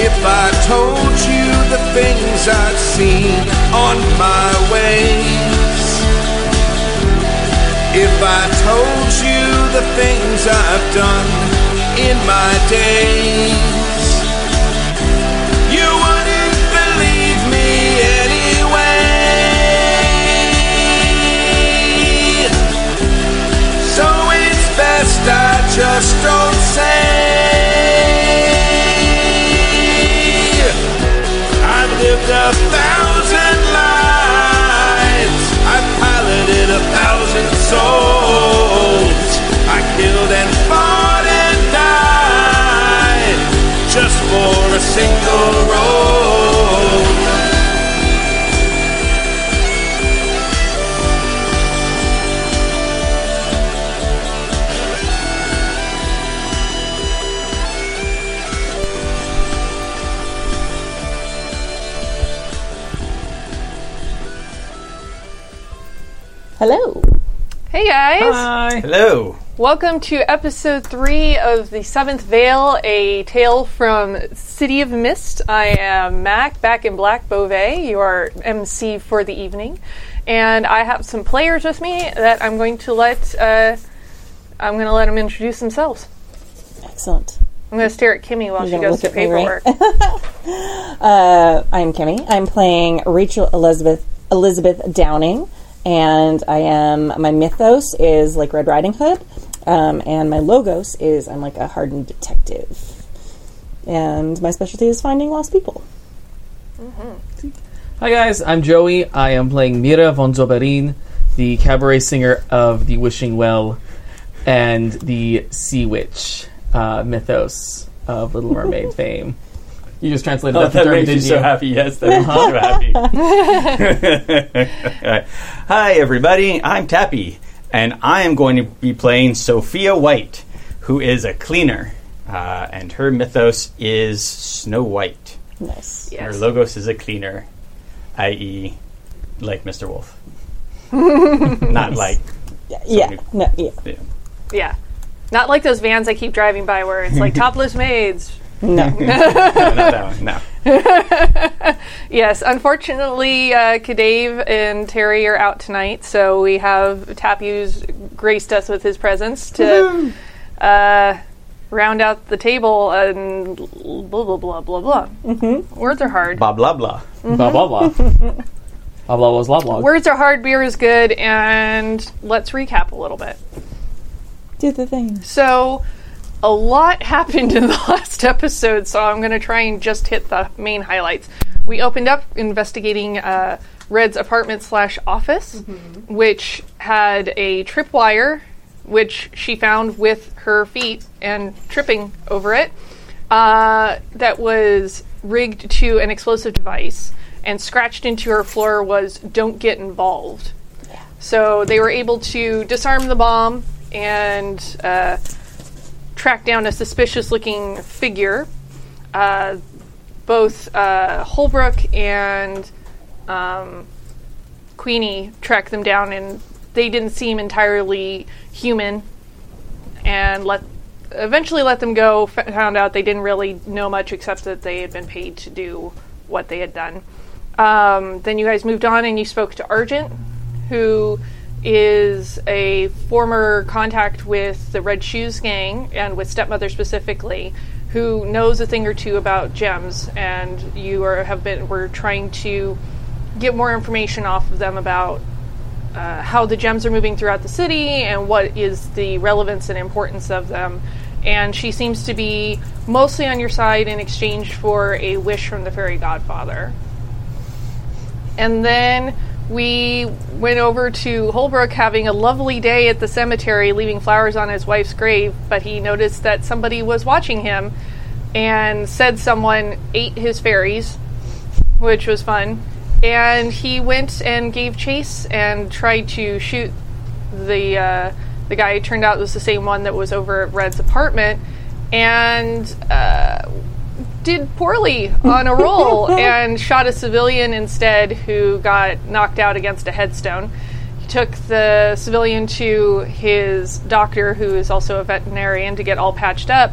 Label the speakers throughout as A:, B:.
A: If I told you the things I've seen on my ways, if I told you the things I've done in my days, you wouldn't believe me anyway. So it's best I just don't say. I've lived a thousand lives. I've piloted a thousand souls. I killed and fought and died just for a single role.
B: Hello.
C: Hey guys!
D: Hello.
C: Welcome to episode three of The Seventh Veil, a tale from City of Mist. I am Mac, back in Black Beauvais, your MC for the evening. And I have some players with me that I'm going to let, uh, I'm going to let them introduce themselves.
B: Excellent.
C: I'm going to stare at Kimmy while she
B: gonna
C: goes to
B: look at me, right?
C: paperwork.
B: Uh, I'm Kimmy. I'm playing Rachel Elizabeth Elizabeth Downing, and I am my mythos is like Red Riding Hood, um, and my logos is I'm like a hardened detective, and my specialty is finding lost people.
E: Hi guys, I'm Joey. I am playing Mira von Zoberin, the cabaret singer of the Wishing Well and the Sea Witch uh, mythos of Little Mermaid fame. You just translated that
D: Oh,
E: for
D: that
E: German,
D: makes you
E: didn't
D: so
E: you?
D: happy. Yes, that makes you so happy. Hi, everybody. I'm Tappy, and I am going to be playing Sophia White, who is a cleaner, uh, and her mythos is Snow White.
B: Nice.
C: Yes.
D: Her logos is a cleaner, i.e., like Mr. Wolf. Not like.
B: Yeah. No. Yeah.
D: yeah.
C: Yeah. Not like those vans I keep driving by where it's like topless maids.
D: No, not that one. No.
C: Yes, unfortunately, uh, Kadave and Terry are out tonight, so we have Tapu's graced us with his presence to uh, round out the table and blah blah blah blah blah. Mm-hmm. Words are hard.
D: Blah, blah, blah.
E: Blah blah blah. blah blah was blah blah.
C: Words are hard. Beer is good, and let's recap a little bit.
B: Do the thing.
C: So, a lot happened in the last episode, so I'm going to try and just hit the main highlights. We opened up investigating uh, Red's apartment slash office, which had a tripwire, which she found with her feet and tripping over it, uh, that was rigged to an explosive device. And scratched into her floor was "Don't get involved." So they were able to disarm the bomb and uh, track down a suspicious looking figure. Uh, both uh, Holbrook and um, Queenie tracked them down, and they didn't seem entirely human and let eventually let them go. F- found out they didn't really know much except that they had been paid to do what they had done. Um, then you guys moved on and you spoke to Argent, who is a former contact with the Red Shoes Gang and with Stepmother specifically, who knows a thing or two about gems. And you are have been were trying to get more information off of them about uh, how the gems are moving throughout the city and what is the relevance and importance of them. And she seems to be mostly on your side in exchange for a wish from the fairy godfather. And then we went over to Holbrook having a lovely day at the cemetery, leaving flowers on his wife's grave, but he noticed that somebody was watching him and said someone ate his fairies which was fun. And he went and gave chase and tried to shoot the uh, the guy. It turned out was the same one that was over at Red's apartment, and uh, did poorly on a roll and shot a civilian instead, who got knocked out against a headstone. took the civilian to his doctor, who is also a veterinarian, to get all patched up,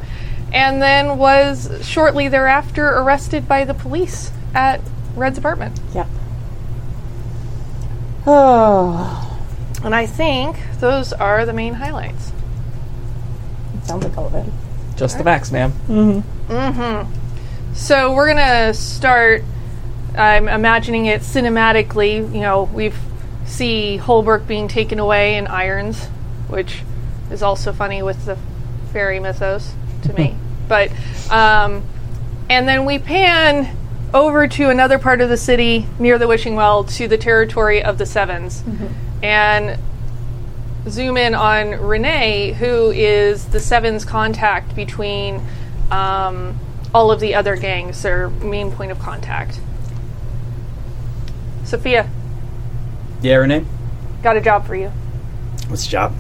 C: and then was shortly thereafter arrested by the police at Red's apartment.
B: Yep. Oh,
C: And I think those are the main highlights.
B: sounds like all of it.
E: Just the facts, ma'am.
C: So we're gonna start. I'm imagining it cinematically. You know, we've see Holbrook being taken away in irons, which is also funny with the fairy mythos to me. but um, and then we pan over to another part of the city near the wishing well to the territory of the 7s and zoom in on Renee, who is the Seven's contact between um, all of the other gangs, their main point of contact. Sophia,
D: Yeah, Renee?
C: got a job for you.
D: What's the job?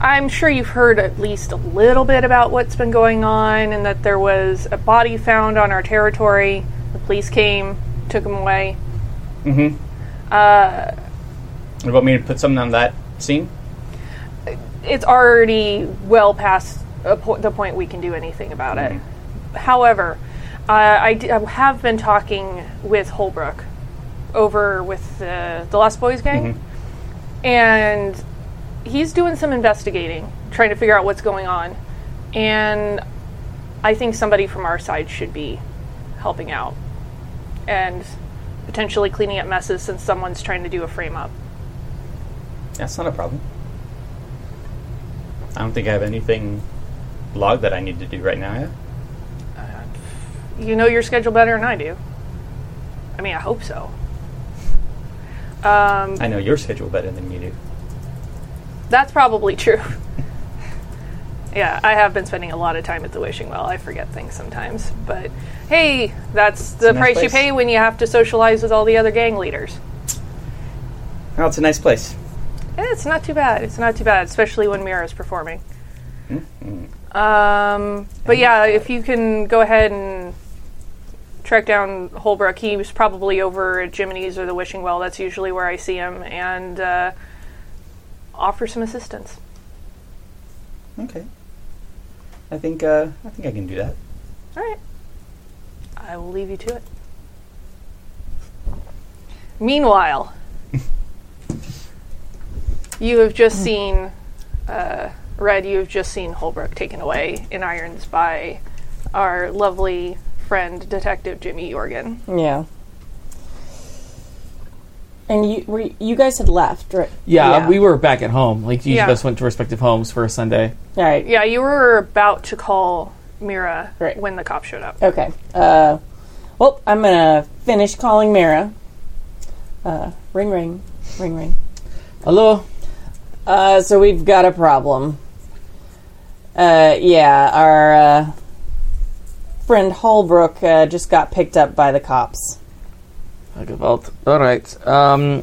C: I'm sure you've heard at least a little bit about what's been going on and that there was a body found on our territory. The police came, took him away.
D: Mm-hmm. Uh, you want me to put something on that scene?
C: it's already well past a po- the point we can do anything about it. However, uh, I, d- I have been talking with Holbrook over with the, the Lost Boys gang, and he's doing some investigating, trying to figure out what's going on. And I think somebody from our side should be helping out and potentially cleaning up messes since someone's trying to do a frame up.
D: That's not a problem. I don't think I have anything logged that I need to do right now yet.
C: you know your schedule better than I do. I mean, I hope so. Um,
D: I know your schedule better than you do.
C: that's probably true. yeah, I have been spending a lot of time at the wishing well. I forget things sometimes, but hey, that's the
D: a nice
C: price you
D: place.
C: pay when you have to socialize with all the other gang leaders.
D: Oh, it's a nice place.
C: Eh, It's not too bad. It's not too bad, especially when Mira's performing. Um, but yeah, if you can go ahead and track down Holbrook, he was probably over at Jiminy's or the Wishing Well. That's usually where I see him, and uh, offer some assistance.
D: Okay. I think uh, I think I can do that.
C: All right. I will leave you to it. Meanwhile, you have just seen, uh, Red, you have just seen Holbrook taken away in irons by our lovely friend, Detective Jimmy Jorgen.
B: Yeah. And you were you, you guys had left, right?
E: Yeah, we were back at home. Like each
C: Yeah.
E: of us went to respective homes for a Sunday.
B: All right.
C: Yeah, you were about to call Mira
B: Right.
C: when the cop showed up.
B: Okay. Uh, well, I'm gonna finish calling Mira. Uh, ring, ring, ring, ring.
E: Hello.
B: Uh, so we've got a problem. Uh, yeah, our uh, friend Holbrook uh, just got picked up by the cops.
E: Gewalt. All right. Um,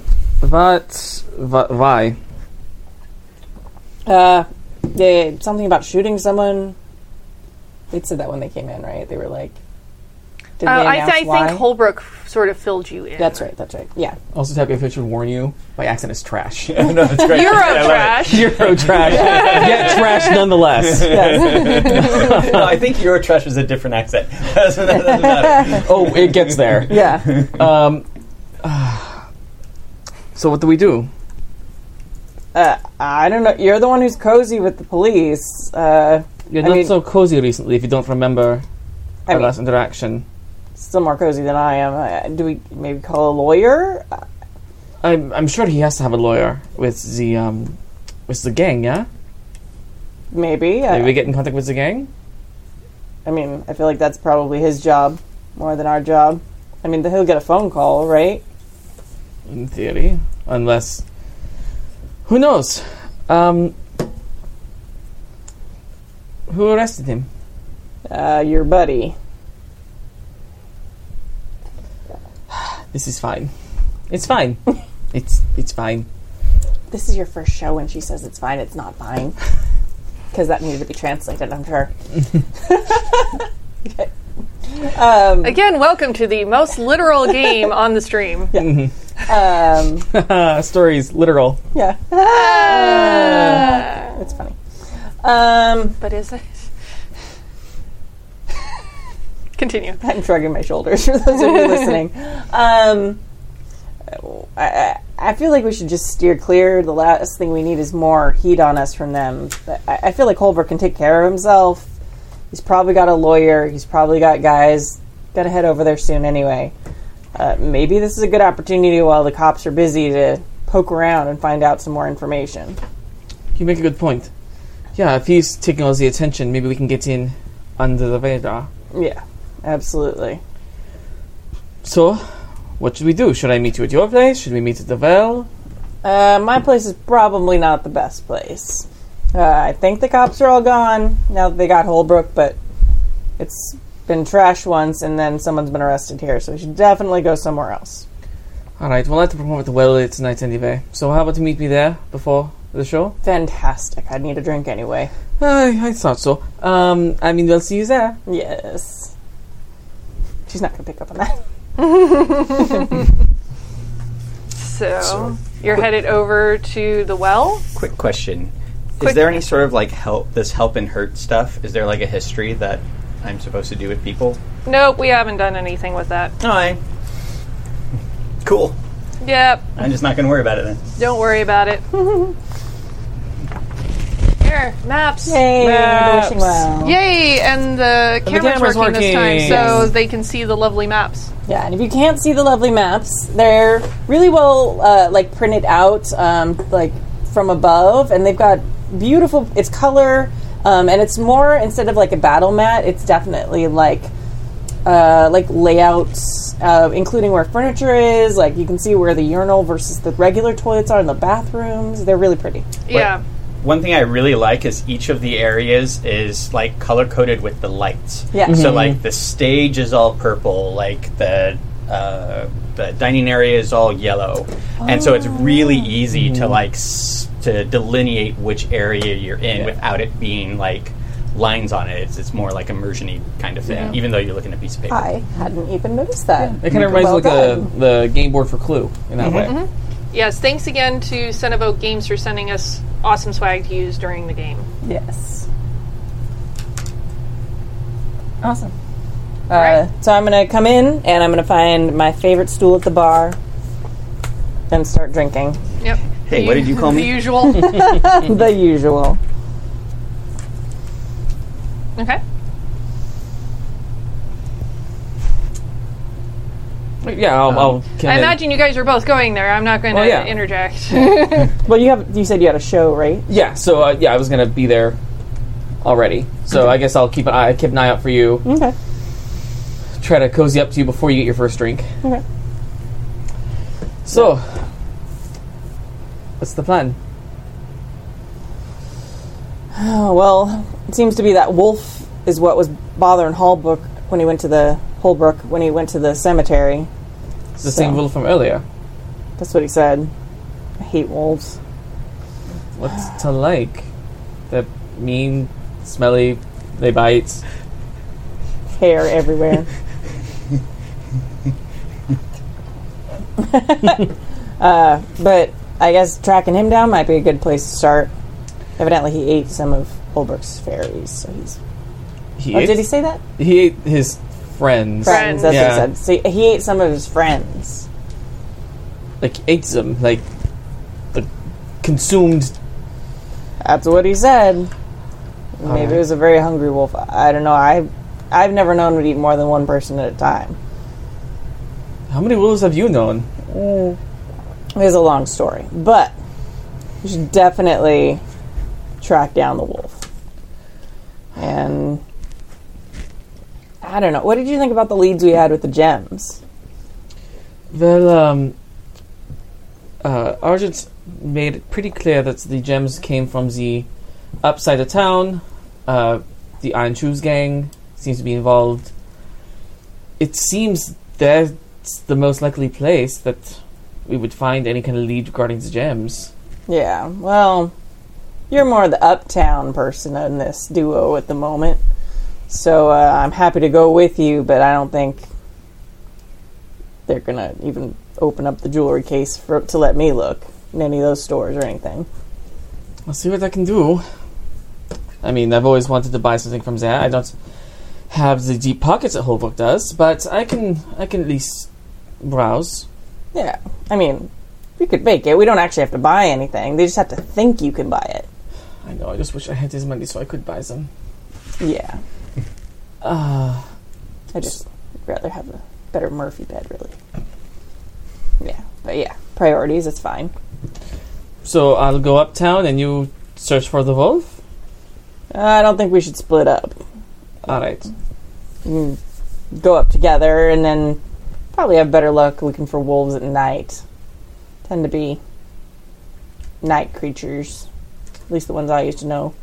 E: what? wha- Why?
B: Uh, they something about shooting someone. They said that when they came in, right? They were like, "Did
C: Uh,
B: they
C: I,
B: announce
C: th- I
B: why?"
C: think Holbrook sort of filled you in.
B: that's right. That's right. Yeah.
E: Also, Tappy, if I should warn you, my accent is trash.
D: no, that's great.
C: Euro trash.
E: Euro trash. Yet trash nonetheless.
D: no, I think Euro trash is a different accent. That's what that doesn't matter.
E: Oh, it gets there.
B: Yeah.
E: Um, so what do we do?
B: uh, I don't know. You're the one who's cozy with the police. Uh,
E: You're
B: I
E: not
B: mean-
E: so cozy recently. If you don't remember
B: I
E: our
B: mean,
E: last interaction,
B: still more cozy than I am. Uh, do we maybe call a lawyer? Uh,
E: I'm, I'm sure he has to have a lawyer with the um, with the gang. Yeah,
B: maybe. I-
E: maybe we get in contact with the gang.
B: I mean, I feel like that's probably his job more than our job. I mean, he'll get a phone call, right?
E: In theory, unless who knows? Um, who arrested him?
B: Uh, your buddy.
E: This is fine. It's fine. it's it's fine.
B: This is your first show, and she says it's fine. It's not fine because that needed to be translated. I'm sure.
C: Again, welcome to the most literal game on the stream.
B: Um,
E: Stories literal.
B: yeah,
C: Uh,
B: it's funny. Um,
C: But is it? Continue.
B: I'm shrugging my shoulders for those of you listening. Um, I, I- I feel like we should just steer clear. The last thing we need is more heat on us from them. I, I feel like Holver can take care of himself. He's probably got a lawyer. He's probably got guys. Got to head over there soon anyway. Uh, maybe this is a good opportunity while the cops are busy to poke around and find out some more information.
E: You make a good point. Yeah, if he's taking all the attention, maybe we can get in under the radar.
B: Yeah, absolutely.
E: So, what should we do? Should I meet you at your place? Should we meet at the well?
B: Uh, my place is probably not the best place. Uh, I think the cops are all gone now that they got Holbrook, but it's been trashed once, and then someone's been arrested here, so we should definitely go somewhere else.
E: All right, we'll have to perform at the well late tonight anyway. So, how about you meet me there before the show?
B: Fantastic. I need a drink anyway.
E: I, I thought so. Um, I mean, we'll see you there.
B: Yes. She's not going to pick up on that.
C: So, you're headed over to the well.
D: Quick question: Is there any sort of like help? This help and hurt stuff. Is there like a history that I'm supposed to do with people?
C: Nope, we haven't done anything with that.
D: No, I. Cool.
C: Yep,
D: I'm just not going to worry about it then.
C: don't worry about it. Here, maps.
B: Hey,
E: Maps.
B: wishing well.
C: Yay! And the camera's,
E: camera's
C: working, this time, so
E: working.
C: they can see the lovely maps.
B: Yeah, and if you can't see the lovely maps, they're really well uh, like printed out, um, like from above, and they've got beautiful. It's color, um, and it's more instead of like a battle mat, it's definitely like uh, like layouts, uh, including where furniture is. Like you can see where the urinal versus the regular toilets are in the bathrooms. They're really pretty.
C: Yeah.
D: One thing I really like is each of the areas is like color coded with the lights.
B: Yeah.
D: So
B: Mhm.
D: like the stage is all purple, like the uh, the dining area is all yellow, and so it's really
B: Ah.
D: easy to
B: Mm-hmm.
D: like s- to delineate which area you're in without it being like lines on it. It's, it's more like immersiony kind of thing, even though you're looking at a piece of paper.
B: I hadn't even noticed that.
E: It kind of reminds me
B: Well
E: of like
B: done.
E: the, the game board for Clue in that way.
C: Yes, thanks again to Cinevoke Games for sending us awesome swag to use during the game.
B: Yes. Awesome. Uh,
C: right.
B: So I'm gonna come in and I'm gonna find my favorite stool at the bar and start drinking.
C: Yep.
D: Hey,
C: The
D: what
C: u-
D: did you call
C: the
D: me?
C: usual.
B: the usual.
C: okay.
E: Yeah, I'll. I'll can
C: I imagine you guys are both going there. I'm not going
E: Well,
C: to
E: yeah.
C: interject.
B: Well, you have you said you had a show, right?
E: Yeah. So uh, yeah, I was gonna be there already. So I guess I'll keep an eye, keep an eye out for you.
B: Okay.
E: Try to cozy up to you before you get your first drink.
B: Okay.
E: So, what's the plan?
B: Oh well, it seems to be that wolf is what was bothering Holbrook when he went to the Holbrook when he went to the cemetery.
E: It's the same
B: So-
E: rule from earlier.
B: That's what he said. I hate wolves.
E: What's to like? They're mean, smelly. They bite.
B: Hair everywhere. uh, but I guess tracking him down might be a good place to start. Evidently, he ate some of Holbrook's fairies, so he's.
E: He
B: Oh,
E: ate,
B: did he say that?
E: he ate his friends.
C: Friends.
B: That's
E: Yeah.
B: what he said. So he ate some of his friends.
E: Like ate them. Like, like consumed.
B: That's what he said. Maybe it was a very hungry wolf. I don't know. I, I've never known would eat more than one person at a time.
E: How many wolves have you known?
B: It is a long story, but you should definitely track down the wolf. And I don't know. What did you think about the leads we had with the gems?
E: Well, um, uh, Argent made it pretty clear that the gems came from the upside of town. Uh, the Iron Shoes gang seems to be involved. It seems that's the most likely place that we would find any kind of lead regarding the gems.
B: Yeah. Well, you're more the uptown person in this duo at the moment, so uh, I'm happy to go with you. But I don't think they're gonna even open up the jewelry case for, to let me look in any of those stores or anything.
E: I'll see what I can do. I mean, I've always wanted to buy something from Zan. I don't have the deep pockets that Holbrook does, but I can I can at least browse.
B: Yeah, I mean, you could make it. We don't actually have to buy anything. They just have to think you can buy it.
E: I know. I just wish I had his money so I could buy some.
B: Yeah,
E: Uh,
B: I just would rather have a better Murphy bed, really. Yeah, but yeah, priorities. It's fine.
E: so I'll go uptown and you search for the wolf.
B: Uh, I don't think we should split up.
E: All right.
B: You can go up together, and then probably have better luck looking for wolves at night. Tend to be night creatures, at least the ones I used to know.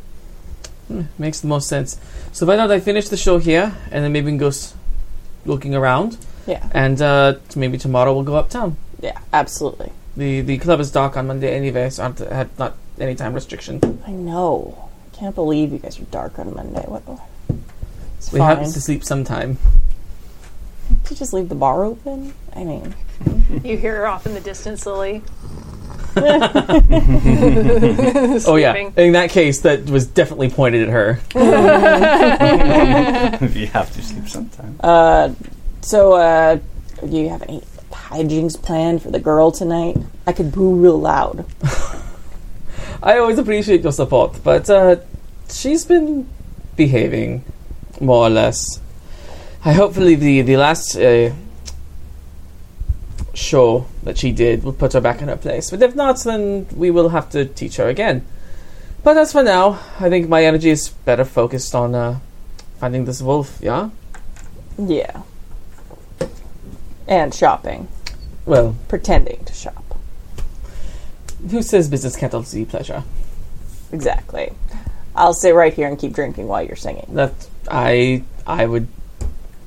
E: Makes the most sense. So why don't I finish the show here, and then maybe we can go s- looking around,
B: Yeah,
E: and uh, t- maybe tomorrow we'll go uptown.
B: yeah, absolutely.
E: The the club is dark on Monday anyway, so I don't have not any time restriction.
B: I know. I can't believe you guys are dark on Monday. What? the- It's
E: We
B: fine.
E: have to sleep sometime.
B: Did you just leave the bar open? I mean,
C: You hear her off in the distance, Lily.
E: Oh yeah.
C: Sleeping.
E: In that case, that was definitely pointed at her.
D: you have to sleep sometime.
B: uh, so uh, do you have any hijinks planned for the girl tonight? I could boo real loud.
E: I always appreciate your support, but uh, she's been behaving more or less. I hopefully the the last uh, show that she did will put her back in her place. But if not, then we will have to teach her again. But as for now, I think my energy is better focused on uh, finding this wolf. Yeah.
B: Yeah. And shopping,
E: Well,
B: pretending to shop.
E: who says business can't also be pleasure?
B: Exactly. I'll sit right here and keep drinking while you're singing.
E: That I I would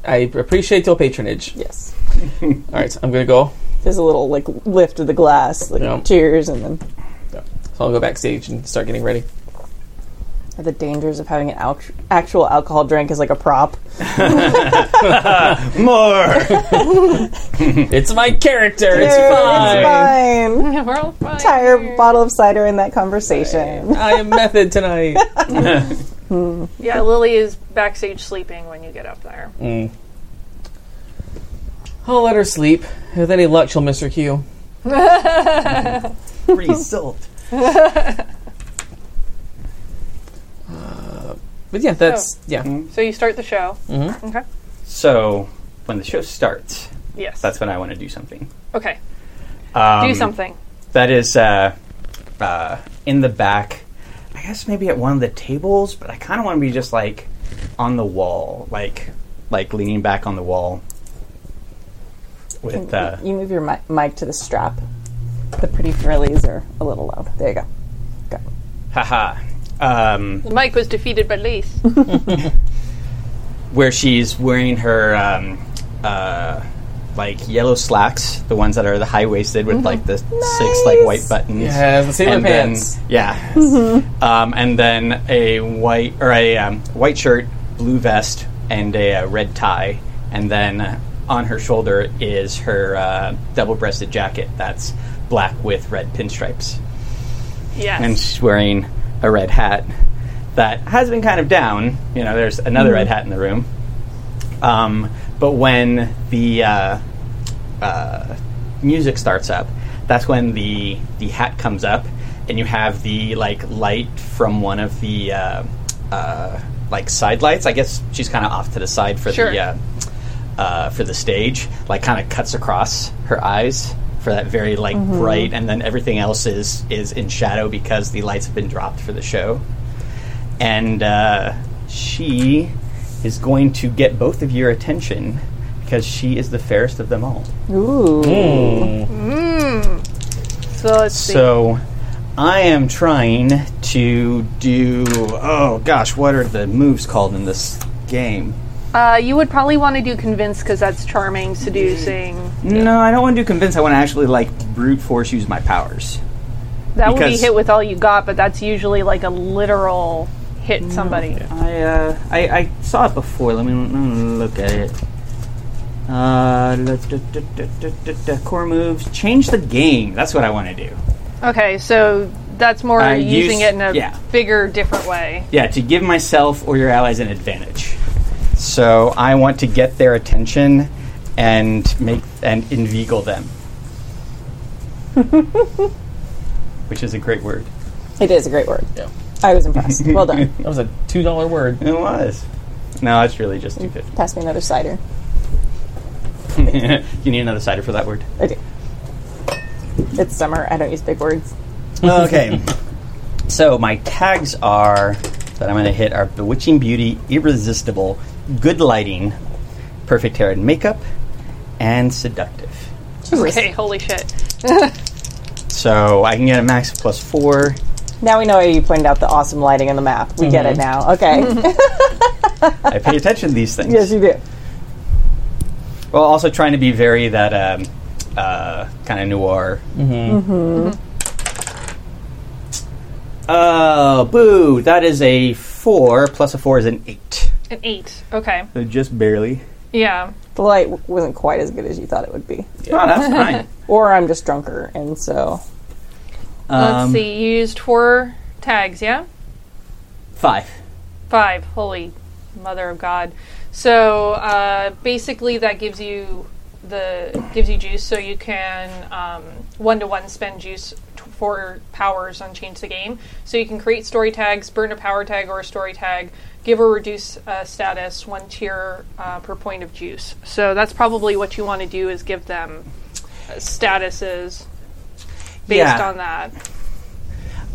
E: I appreciate your patronage.
B: Yes.
E: All right, I'm gonna go.
B: There's a little like lift of the glass, like
E: Yeah.
B: cheers, and then
E: So I'll go backstage and start getting ready.
B: Are the dangers of having an al- actual alcohol drink as like a prop?
D: More.
E: It's my character. It's
B: Yay,
E: fine.
B: It's fine.
C: We're all fine.
B: Entire bottle of cider in that conversation.
E: I am method tonight.
C: Yeah, Lily is backstage sleeping when you get up there.
D: Mm-hmm.
E: I'll let her sleep. With any luck, she'll miss her cue.
D: Result.
E: But yeah, that's
B: Oh.
E: yeah.
C: So you start the show. Mm-hmm. Okay.
D: So, when the show starts,
C: Yes.
D: that's when I want to do something.
C: okay.
D: Um,
C: Do something.
D: That is uh, uh, in the back. I guess maybe at one of the tables, but I kind of want to be just like on the wall, like like leaning back on the wall with uh,
B: You move your mi- mic to the strap. The pretty frillies are a little loud. There you go.
D: haha. Um,
C: The mic was defeated by Lace.
D: where she's wearing her um, uh, like yellow slacks, the ones that are the high waisted with like the six like white buttons.
E: Yes, the sailor
D: and then-
E: pants.
D: yeah, um, and then a white or a um, white shirt, blue vest, and a, uh red tie, and then uh, on her shoulder is her uh, double-breasted jacket that's black with red pinstripes,
C: Yes.
D: and she's wearing a red hat that has been kind of down. You know, there's another red hat in the room, um, but when the uh, uh, music starts up, that's when the the hat comes up, and you have the like light from one of the uh, uh, like side lights. I guess she's kind of off to the side for
C: Sure.
D: the uh, uh, for the stage. Like kind of cuts across her eyes for that very like bright, and then everything else is is in shadow because the lights have been dropped for the show. And uh, she is going to get both of your attention because she is the fairest of them all.
B: Ooh.
C: so let's see.
D: So I am trying to do. Oh gosh, what are the moves called in this game?
C: Uh, you would probably want to do convince because that's charming, seducing.
D: No, I don't want to do convince. I want to actually like brute force use my powers.
C: That would be
D: Because-
C: hit with all you got, but that's usually like a literal hit
D: Mm,
C: somebody.
D: I uh, I, I saw it before. Let me, let me look at it. Uh, da- da- da- da- da- da- core moves. Change the game. That's what I want to do.
C: Okay, so that's more
D: I
C: using
D: used-
C: it in a
D: yeah.
C: bigger, different way.
D: Yeah, to give myself or your allies an advantage. So I want to get their attention and make and inveigle them, which is a great word.
B: It is a great word.
E: Yeah.
B: I was impressed. Well done.
E: That was a two dollar word.
D: It was. No, it's really just two fifty.
B: Pass me another cider.
D: you need another cider for that word.
B: I do. It's summer. I don't use big words.
D: Okay. so my tags are that I'm going to hit are Bewitching Beauty, Irresistible, Good Lighting, Perfect Hair and Makeup, and Seductive.
C: Okay, holy shit.
D: So I can get a max of plus four.
B: Now we know why you pointed out the awesome lighting on the map. We get it now. Okay.
D: I pay attention to these things.
B: yes, you do.
D: Well, also trying to be very that um, uh, kind of noir. Mm-hmm. Oh, boo! That is a four plus a four is an eight.
C: An eight. Okay.
D: So just barely.
C: Yeah.
B: The light w- wasn't quite as good as you thought it would be.
D: Oh, that's fine.
B: Or I'm just drunker, and so
D: Um,
C: Let's see. You used four tags, yeah?
D: Five.
C: Five. Holy mother of God. So uh, basically, that gives you the gives you juice, so you can one to one spend juice t- for powers on Change the Game. So you can create story tags, burn a power tag or a story tag, give or reduce uh, status one tier uh, per point of juice. So that's probably what you want to do is give them uh, statuses based
D: Yeah.
C: on that.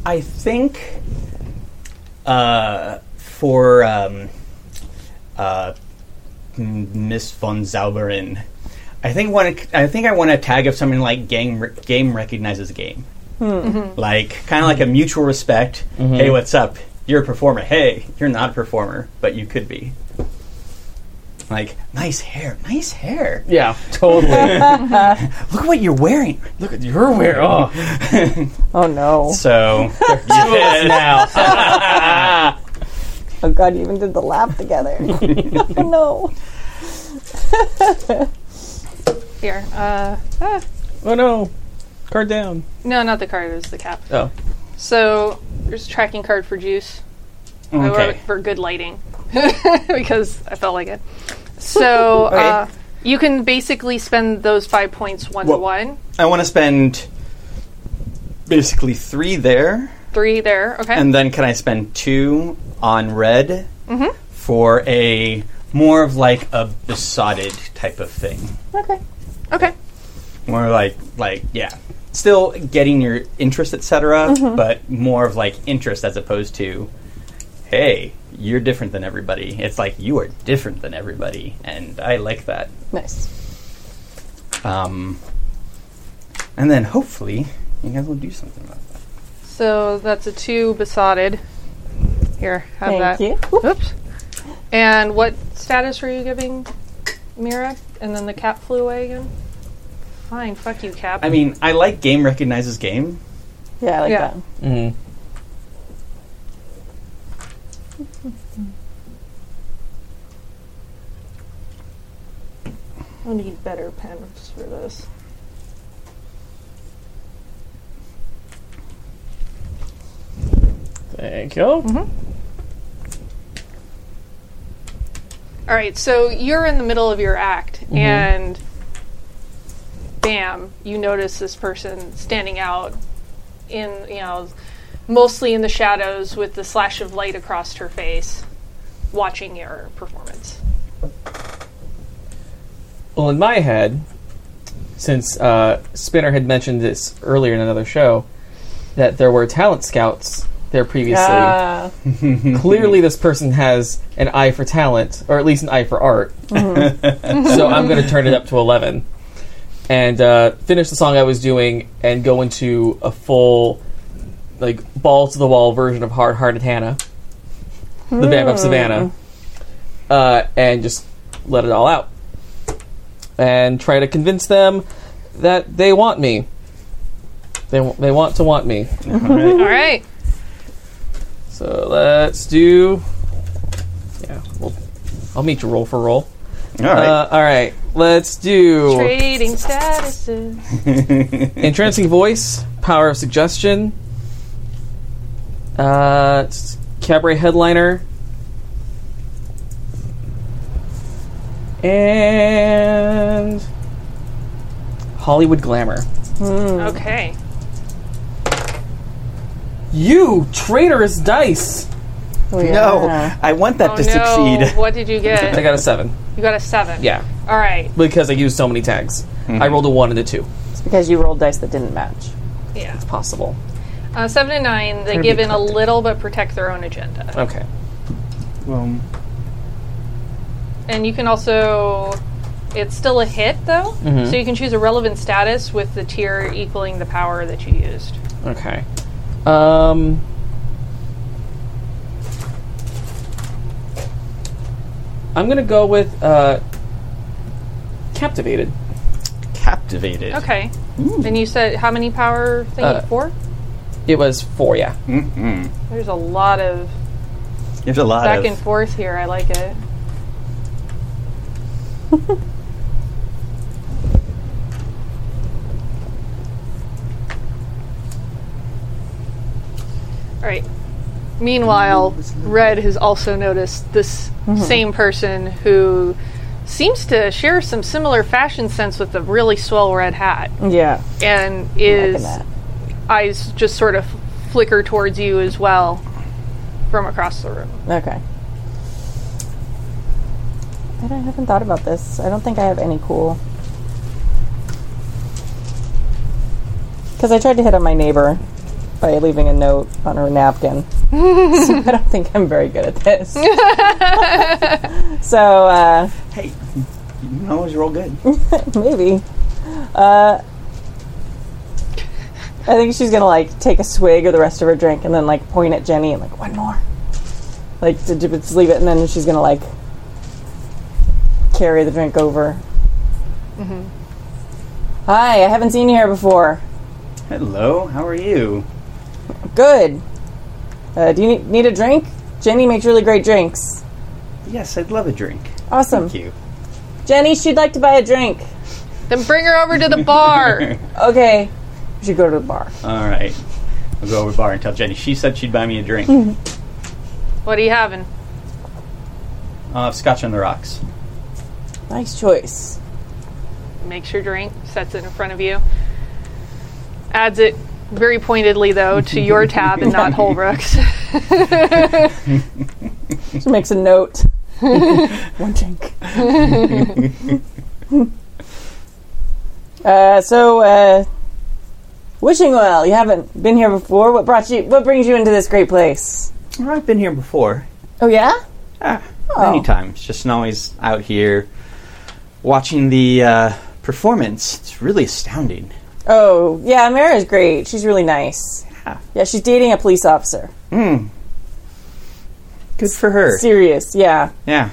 D: I think uh, for um, uh, M- Miss von Zauberin, I think want to. I think I want to tag up something like game. Re- game recognizes game.
C: Mm-hmm.
D: Like kind of like a mutual respect. Hey, what's up? You're a performer. Hey, you're not a performer, but you could be. Like nice hair, nice hair.
E: Yeah, totally.
D: Look what you're wearing. Look at your wear.
E: oh,
B: oh no,
D: So
E: now
B: oh god, you even did the laugh together. oh no.
C: Here. Uh,
E: oh no, card down.
C: no, not the card, it was the cap.
E: Oh,
C: So there's a tracking card for juice. I wrote
D: okay.
C: it for good lighting because I felt like it. So uh, you can basically spend those five points one
D: Well-
C: to one.
D: I want to spend basically three there,
C: Three there, okay.
D: and then can I spend two on red for a more of like a besotted type of thing,
B: Okay.
C: okay.
D: more like like yeah, still getting your interest, etc., but more of like interest as opposed to hey, you're different than everybody. It's like you are different than everybody, and I like that.
B: Nice.
D: Um, and then hopefully you guys will do something about that.
C: So that's a two besotted. Here, have
B: Thank
C: that.
B: you. Whoop.
C: Oops. And what status were you giving Mira? And then the cap flew away again? Fine, fuck you, cap.
D: I mean, I like game recognizes game.
B: Yeah, I like
C: Yeah.
B: that.
E: Mhm.
C: I need better pens for this.
E: thank
B: Mm-hmm.
E: you.
C: All right, so you're in the middle of your act, and bam, you notice this person standing out in, you know, mostly in the shadows with the slash of light across her face, watching your performance.
E: Well, in my head, since uh, Spinner had mentioned this earlier in another show, that there were talent scouts there previously.
B: Ah,
E: Clearly, this person has an eye for talent, or at least an eye for art. so I'm going to turn it up to 11 and uh, finish the song I was doing and go into a full, like, balls to the wall version of Hard Hearted Hannah, the Vamp of Savannah, uh, and just let it all out. And try to convince them that they want me. They, w- they want to want me.
C: All right,
E: So let's do. Yeah, we'll, I'll meet you roll for roll.
D: All right.
E: Uh, all right. Let's do
C: Trading statuses.
E: entrancing voice, power of suggestion, uh, s- cabaret headliner, and Hollywood glamour.
C: Okay.
E: You traitorous dice!
D: No,
B: Ah.
D: I want that
C: Oh
D: to
C: no!
D: succeed.
C: What did you get?
E: I got a seven.
C: you got a seven.
E: Yeah,
C: All right.
E: because I used so many tags.
D: Mm-hmm.
E: I rolled a one and a two.
B: It's because you rolled dice that didn't match.
C: Yeah.
E: It's possible.
C: Uh, seven and nine. They
E: Gotta
C: give
E: be
C: in a little, but protect their own agenda.
E: Okay.
D: Well,
C: And you can also. It's still a hit, though. So you can choose a relevant status with the tier equaling the power that you used.
E: Okay. Um. I'm gonna go with uh, captivated.
D: captivated.
C: Okay. And you said how many power thing?
E: Uh,
C: Four.
E: It was four, yeah.
C: There's a lot of
D: There's a lot
C: back
D: of
C: and forth here. I like it. All right. Meanwhile, Red has also noticed this same person who seems to share some similar fashion sense with the really swell red hat
B: Yeah.
C: and is
B: Mm. that.
C: eyes just sort of flicker towards you as well from across the room.
B: Okay. I, don't- I haven't thought about this. I don't think I have any cool. Because I tried to hit on my neighbor by leaving a note on her napkin. so I don't think I'm very good at this. so, uh,
D: hey, you can always roll good.
B: maybe. Uh, I think she's gonna like take a swig of the rest of her drink and then like point at Jenny and like one more, like to ju- just leave it, and then she's gonna like carry the drink over. Hi, I haven't seen you here before.
D: Hello, how are you?
B: Good. Uh, do you ne- need a drink? Jenny makes really great drinks.
D: Yes, I'd love a drink.
B: Awesome.
D: Thank you.
B: Jenny, she'd like to buy a drink.
C: Then bring her over to the bar.
B: Okay. We should go to the bar.
D: All right. I'll go over to the bar and tell Jenny. She said she'd buy me a drink.
C: Mm-hmm. what are you having?
D: Uh, scotch on the rocks.
B: Nice choice.
C: Makes your drink, sets it in front of you, adds it very pointedly though to your tab and not Holbrook's.
B: She makes a note. One drink. uh, so, uh, wishing well. You haven't been here before. What brought you? What brings you into this great place?
D: Well, I've been here before.
B: Oh yeah.
D: Ah,
C: Oh.
D: Many times. Just not always out here watching the uh, performance. It's really astounding.
B: Oh yeah. Mara's great. She's really nice.
D: Yeah.
B: Yeah, she's dating a police officer.
D: Good for her.
B: Serious. Yeah.
D: Yeah.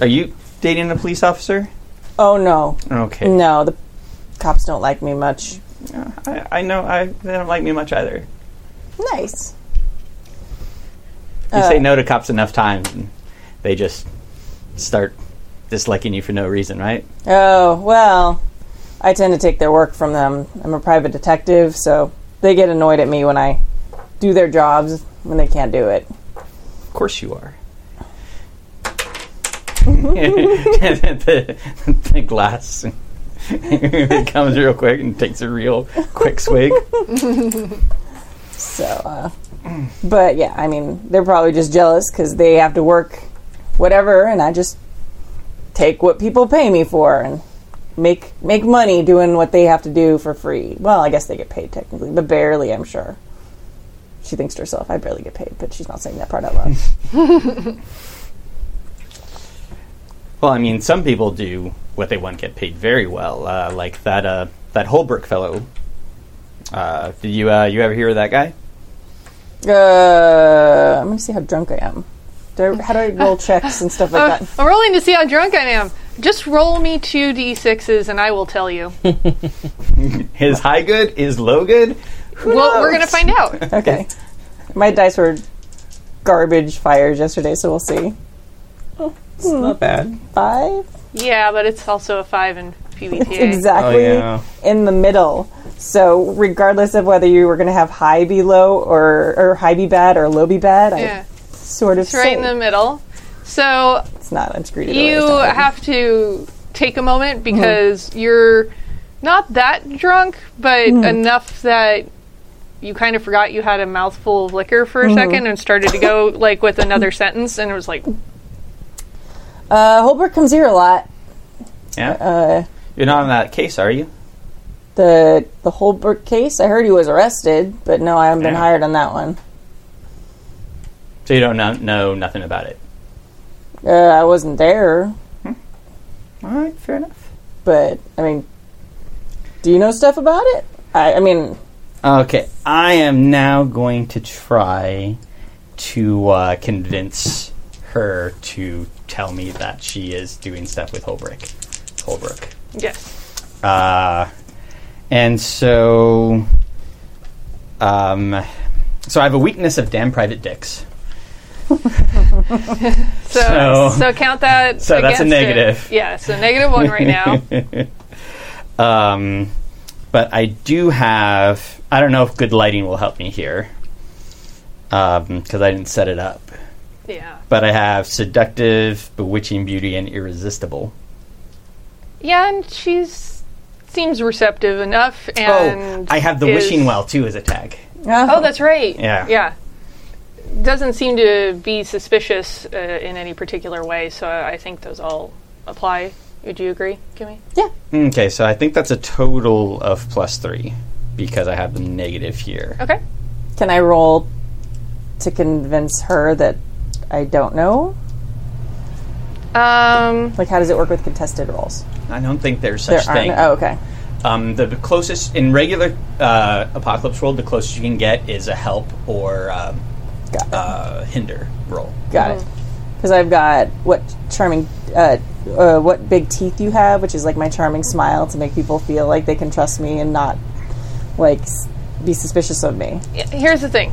D: Are you dating a police officer?
B: Oh no.
D: Okay.
B: No, the cops don't like me much.
D: I, I know. I they don't like me much either.
B: Nice.
D: You say no to cops enough times, and they just start disliking you for no reason, right?
B: Oh, well, I tend to take their work from them. I'm a private detective, so they get annoyed at me when I do their jobs when they can't do it.
D: Of course you are. the, the glass comes real quick and takes a real quick swig.
B: So, uh, but yeah, I mean, they're probably just jealous because they have to work whatever, and I just take what people pay me for and make make money doing what they have to do for free. Well, I guess they get paid technically, but barely, I'm sure. She thinks to herself, "I barely get paid," but she's not saying that part out loud.
D: Well, I mean, some people do what they want, get paid very well, uh, like that uh, that Holbrook fellow. Uh, did you uh, you ever hear of that guy?
B: Uh, I'm gonna see how drunk I am. Do I, how do I roll checks and stuff like that?
C: I'm rolling to see how drunk I am. Just roll me two d6s and I will tell you.
D: His high good is low good.
C: well, we're gonna find out.
B: Okay, my dice were garbage fires yesterday, so we'll see.
E: It's not bad.
B: Five?
C: Yeah, but it's also a five in PBTA.
B: exactly
E: Oh, yeah.
B: in the middle. So regardless of whether you were going to have high be low or or high be bad or low be bad,
C: Yeah,
B: I sort of
C: it's right in
B: say
C: the middle. So
B: it's not unscrewed.
C: you have to take a
D: Hmm.
C: moment because you're not that drunk, but
D: Hmm.
C: enough that you kind of forgot you had a mouthful of liquor for
D: Hmm.
C: a second and started to go like with another sentence, and it was like,
B: uh, Holbrook comes here a lot.
D: Yeah. You're not in that case, are you?
B: The the Holbrook case. I heard he was arrested, but no, I haven't been
D: Yeah.
B: hired on that one.
D: So you don't know, know nothing about it.
B: Uh, I wasn't there,
D: Hmm. All right, fair enough.
B: but I mean, do you know stuff about it? I, I mean,
D: Okay, I am now going to try to uh, convince her to tell me that she is doing stuff with Holbrook. Holbrook.
C: yes,
D: Uh, and so, um, so I have a weakness of damn private dicks.
C: so
D: So-
C: so, count that.
D: So that's a
C: against it.
D: negative.
C: Yeah, so negative one right now.
D: Um, but I do have. I don't know if good lighting will help me here because I didn't set it up.
C: Yeah,
D: But I have seductive, bewitching beauty, and irresistible.
C: yeah, and she's seems receptive enough. And
D: oh, I have the
C: is-
D: wishing well too as a tag.
B: uh,
C: Oh, that's right.
D: Yeah.
C: Yeah. Doesn't seem to be suspicious uh, in any particular way, so I think those all apply. Would you agree, Kimmy?
D: Oh. Okay, so I think that's a total of plus three because I have the negative here.
C: Okay.
B: can I roll to convince her that I don't know?
C: Um,
B: Like, how does it work with contested rolls?
D: I don't think there's
B: There
D: such
B: aren't.
D: thing.
B: Oh, okay.
D: Um, the closest in regular uh, apocalypse world, the closest you can get is a help or um,
B: Got it.
D: uh, hinder roll.
B: Got it.
D: Mm-hmm.
B: Because I've got what charming, uh, uh, what big teeth you have, which is like my charming smile to make people feel like they can trust me and not like s- be suspicious of me.
C: y- here's the thing.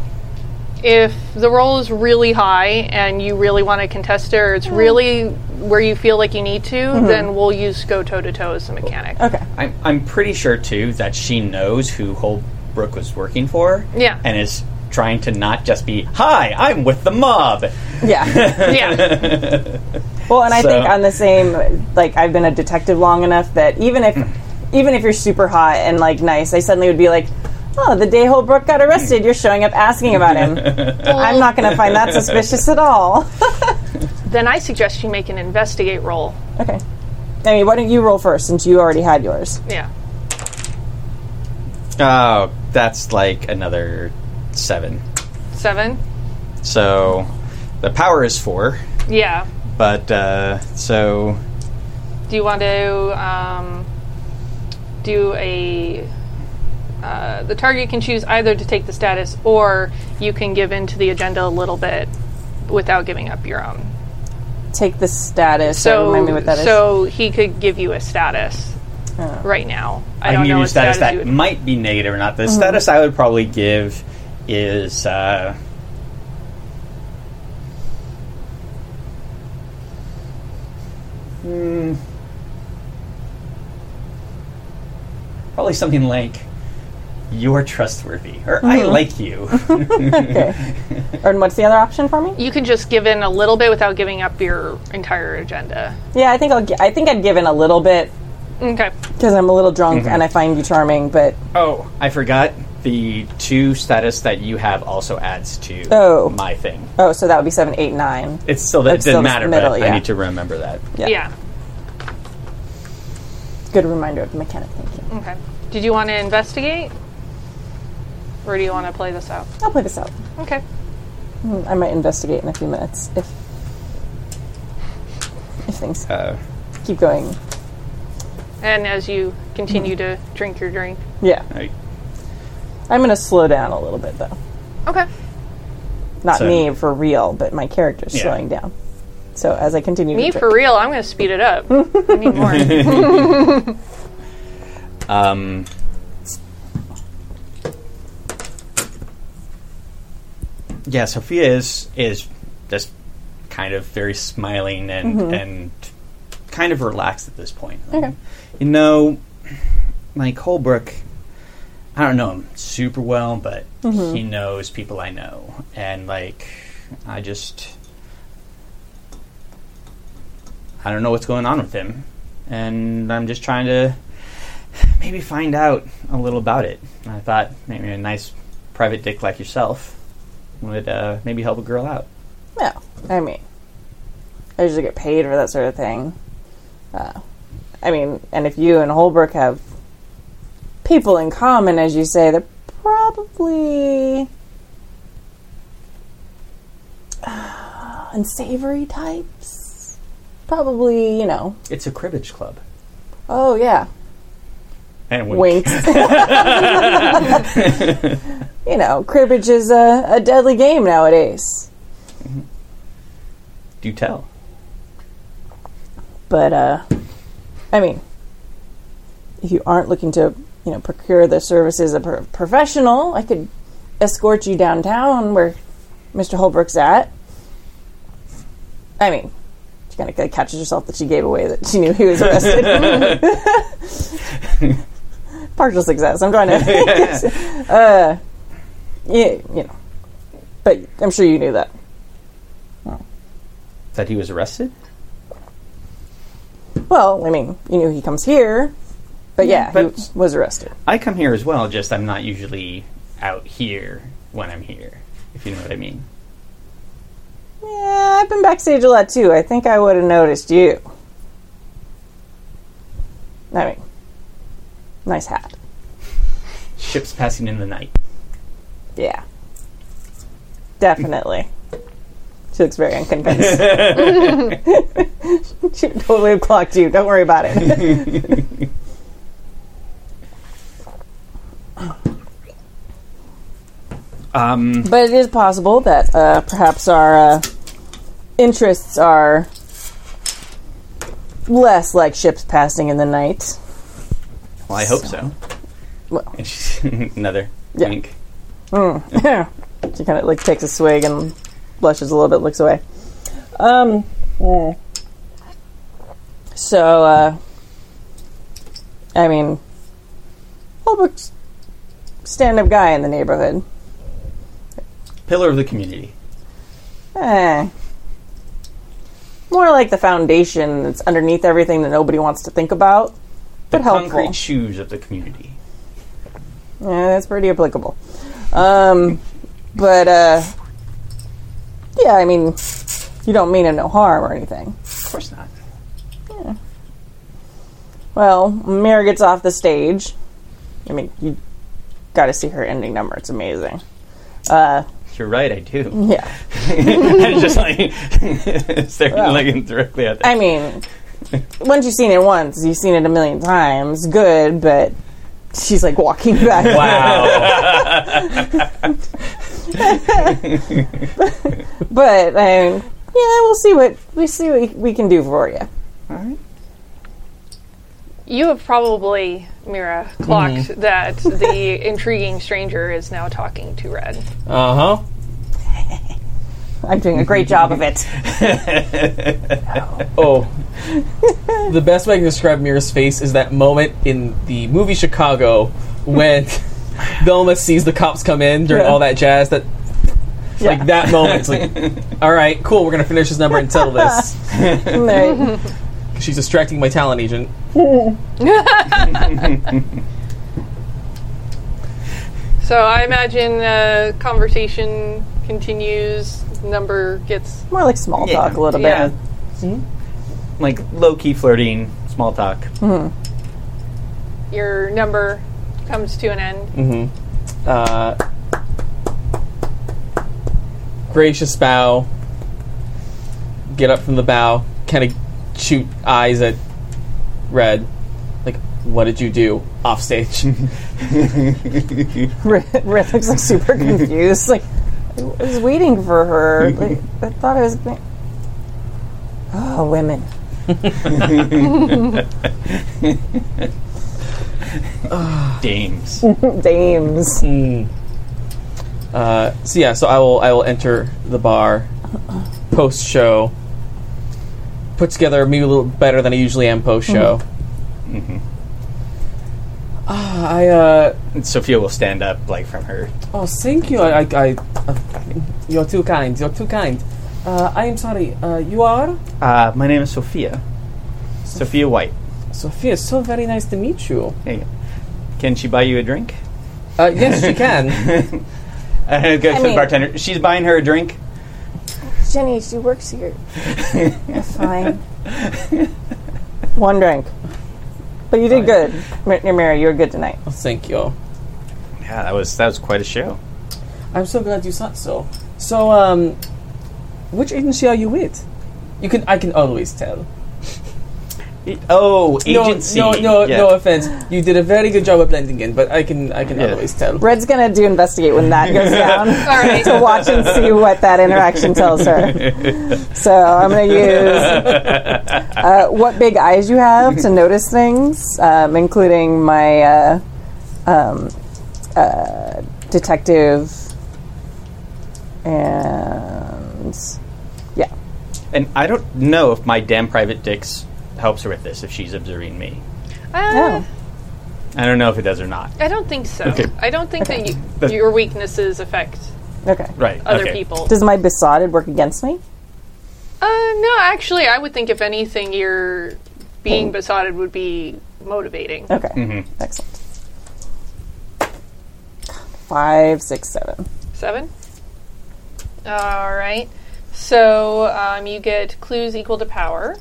C: If the roll is really high and you really want to contest it, or it's really where you feel like you need to, then we'll use go toe to toe as the mechanic.
B: Okay.
D: I'm, I'm pretty sure too that she knows who Holbrook was working for.
C: Yeah.
D: and is trying to not just be "Hi, I'm with the mob."
B: Yeah.
C: Yeah.
B: Well, and I
D: So-
B: think on the same, like I've been a detective long enough that even if, even if you're super hot and like nice, I suddenly would be like, oh, the day Holbrook got arrested, you're showing up asking about him. I'm not going to find that suspicious at all.
C: then I suggest you make an investigate roll.
B: okay. I mean, why don't you roll first since you already had yours?
C: Yeah.
D: Oh, that's like another seven.
C: Seven?
D: So the power is four,
C: Yeah.
D: but uh, so
C: Do you want to um, do a? Uh, the target can choose either to take the status, or you can give in to the agenda a little bit without giving up your own.
B: Take the status.
C: So,
B: remind me what that is. Oh.
C: so he could give you a status right now. I,
D: I
C: don't know
D: can give you
C: what
D: status,
C: you
D: that
C: would-
D: might be negative or not.
B: Mm-hmm.
D: The status I would probably give is uh, hmm, probably something like "You're trustworthy" or
B: Mm-hmm.
D: "I like you."
B: And what's the other option for me?
C: You can just give in a little bit without giving up your entire agenda.
B: Yeah, I think I'll. gi- I think I'd give in a little bit
C: Okay.
B: because I'm a little drunk and I find you charming. But
D: oh, I forgot the two status that you have also adds to
B: Oh.
D: my thing.
B: oh, so that would be seven, eight, nine.
D: It's still that
B: It's
D: didn't
B: still
D: matter,
B: middle,
D: but I
B: yeah.
D: need to remember that.
B: Yeah.
C: Yeah.
B: Good reminder of the mechanic. Thank you.
C: Okay. Did you want to investigate, or do you want to play this out?
B: I'll play this out.
C: Okay.
B: I might investigate in a few minutes if if things
D: Uh,
B: keep going.
C: And as you continue to drink your drink.
B: Yeah,
D: I-
B: I'm gonna slow down a little bit though.
C: Okay.
B: Not
D: So-
B: me for real, but my character's
D: Yeah.
B: slowing down. So as I continue,
C: Me
B: to
C: for
B: drink-
C: real, I'm going to speed it up. I need more.
D: Um, yeah, Sophia is is just kind of very smiling and and kind of relaxed at this point. Okay. You know, like Holbrook, I don't know him super well, but he knows people I know, and like I just I don't know what's going on with him, and I'm just trying to maybe find out a little about it. And I thought maybe a nice private dick like yourself would uh, maybe help a girl out.
B: No, I mean, I usually get paid for that sort of thing. Uh, I mean, and if you and Holbrook have people in common, as you say, they're probably uh, unsavory types. Probably, you know.
D: It's a cribbage club.
B: Oh yeah,
D: And wink.
B: winks. you know, cribbage is a, a deadly game nowadays.
D: Do tell.
B: but uh, I mean, if you aren't looking to, you know, procure the services of a professional, I could escort you downtown where Mr. Holbrook's at. I mean, she kind of catches herself that she gave away that she knew he was arrested. Partial success. I'm trying to, uh, yeah, you know, but I'm sure you knew that.
D: That he was arrested?
B: Well, I mean, you knew he comes here, but yeah,
D: but-
B: he was arrested.
D: I come here as well, just I'm not usually out here when I'm here, if you know what I mean.
B: Yeah, I've been backstage a lot too. I think I would have noticed you. I mean, nice hat.
D: Ships passing in the night.
B: Yeah. Definitely. she looks very unconvinced. she would totally have clocked you. Don't worry about it.
D: Um,
B: but it is possible that uh, perhaps our uh, interests are less like ships passing in the night.
D: well, I hope so.
B: Well.
D: And she's- another
B: Yeah.
D: wink.
B: she kind of like takes a swig and blushes a little bit, looks away. Um. So, uh, I mean, Holbrook's stand-up guy in the neighborhood.
D: Pillar of the community.
B: Eh. More like the foundation that's underneath everything that nobody wants to think about.
D: The
B: But helpful.
D: concrete shoes of the community.
B: Yeah, that's Eh, pretty applicable. Um, but uh, yeah, I mean, you don't mean him no harm or anything.
D: Of course not.
B: Well, Mira gets off the stage. I mean, you got to see her ending number. It's amazing. Uh,
D: You're right, I do.
B: yeah,
D: I'm just like staring
B: Well.
D: looking directly at
B: I
D: that.
B: mean, once you've seen it once, you've seen it a million times. Good, but she's like walking back.
D: Wow.
B: But I mean, yeah, we'll see what we see what we can do for you.
D: All right.
C: You have probably, Mira, clocked
D: Mm-hmm.
C: that the intriguing stranger is now talking to Red.
E: Uh huh.
B: I'm doing a great job of it.
E: Oh. the best way I can describe Mira's face is that moment in the movie Chicago when Velma sees the cops come in during
B: Yeah.
E: all that jazz. That like that moment. It's like, all right, cool. We're gonna finish this number and settle this.
B: Right.
E: She's distracting my talent agent.
C: So I imagine uh, conversation continues, number gets.
B: More like small
D: Yeah.
B: talk a little
C: Yeah.
B: bit.
D: Like low key flirting, small talk.
C: Your number comes to an end.
D: Mm.
E: Uh, gracious bow. Get up from the bow. Kind of shoot eyes at Red. Like, what did you do off stage?
B: Red Red looks like super confused. Like I was waiting for her. Like, I thought I was. ma- Oh, women.
D: Dames.
B: Dames.
E: Uh, so yeah, so I will I will enter the bar, post show. Put together maybe a little better than I usually am post show. Mm-hmm. Ah, I uh
D: And Sophia will stand up, like from her.
E: oh thank you. I I, I uh, you're too kind. You're too kind. Uh, I am sorry. Uh, you are
D: Uh, my name is Sophia. Sophia White.
E: Sophia. So very nice to meet you.
D: There you go. Can she buy you a drink?
E: Uh, yes, you can.
D: Uh, go to the
B: mean-
D: bartender. She's buying her a drink.
F: Jenny, she works here.
B: Fine. One drink. But you did good. Mir- Mary, you were good tonight.
E: Oh, thank you.
D: Yeah, that was that was quite a show.
E: I'm so glad you thought so. So, um, which agency are you with? You can. I can always tell.
D: Oh,
E: No,
D: agency.
E: No, no,
D: Yeah.
E: no offense. You did a very good job of blending in, but I can. I can
D: Yeah.
E: always tell.
B: Red's gonna do investigate when that goes down
C: right.
B: to watch and see what that interaction tells her. So I'm gonna use uh, what big eyes you have to notice things, um, including my uh, um, uh, detective and yeah.
D: And I don't know if my damn private dicks helps her with this if she's observing me.
C: Uh,
B: Oh,
D: I don't know if it does or not.
C: I don't think so.
D: Okay.
C: I don't think that
D: That-
C: you, your weaknesses affect
B: okay.
D: Right.
C: other
D: okay.
C: people.
B: Does my besotted work against me?
C: Uh, no, actually, I would think if anything, your being
B: Hmm.
C: besotted would be motivating.
B: Okay. Excellent. Five, six, seven.
C: Seven. All right. So um, you get clues equal to power.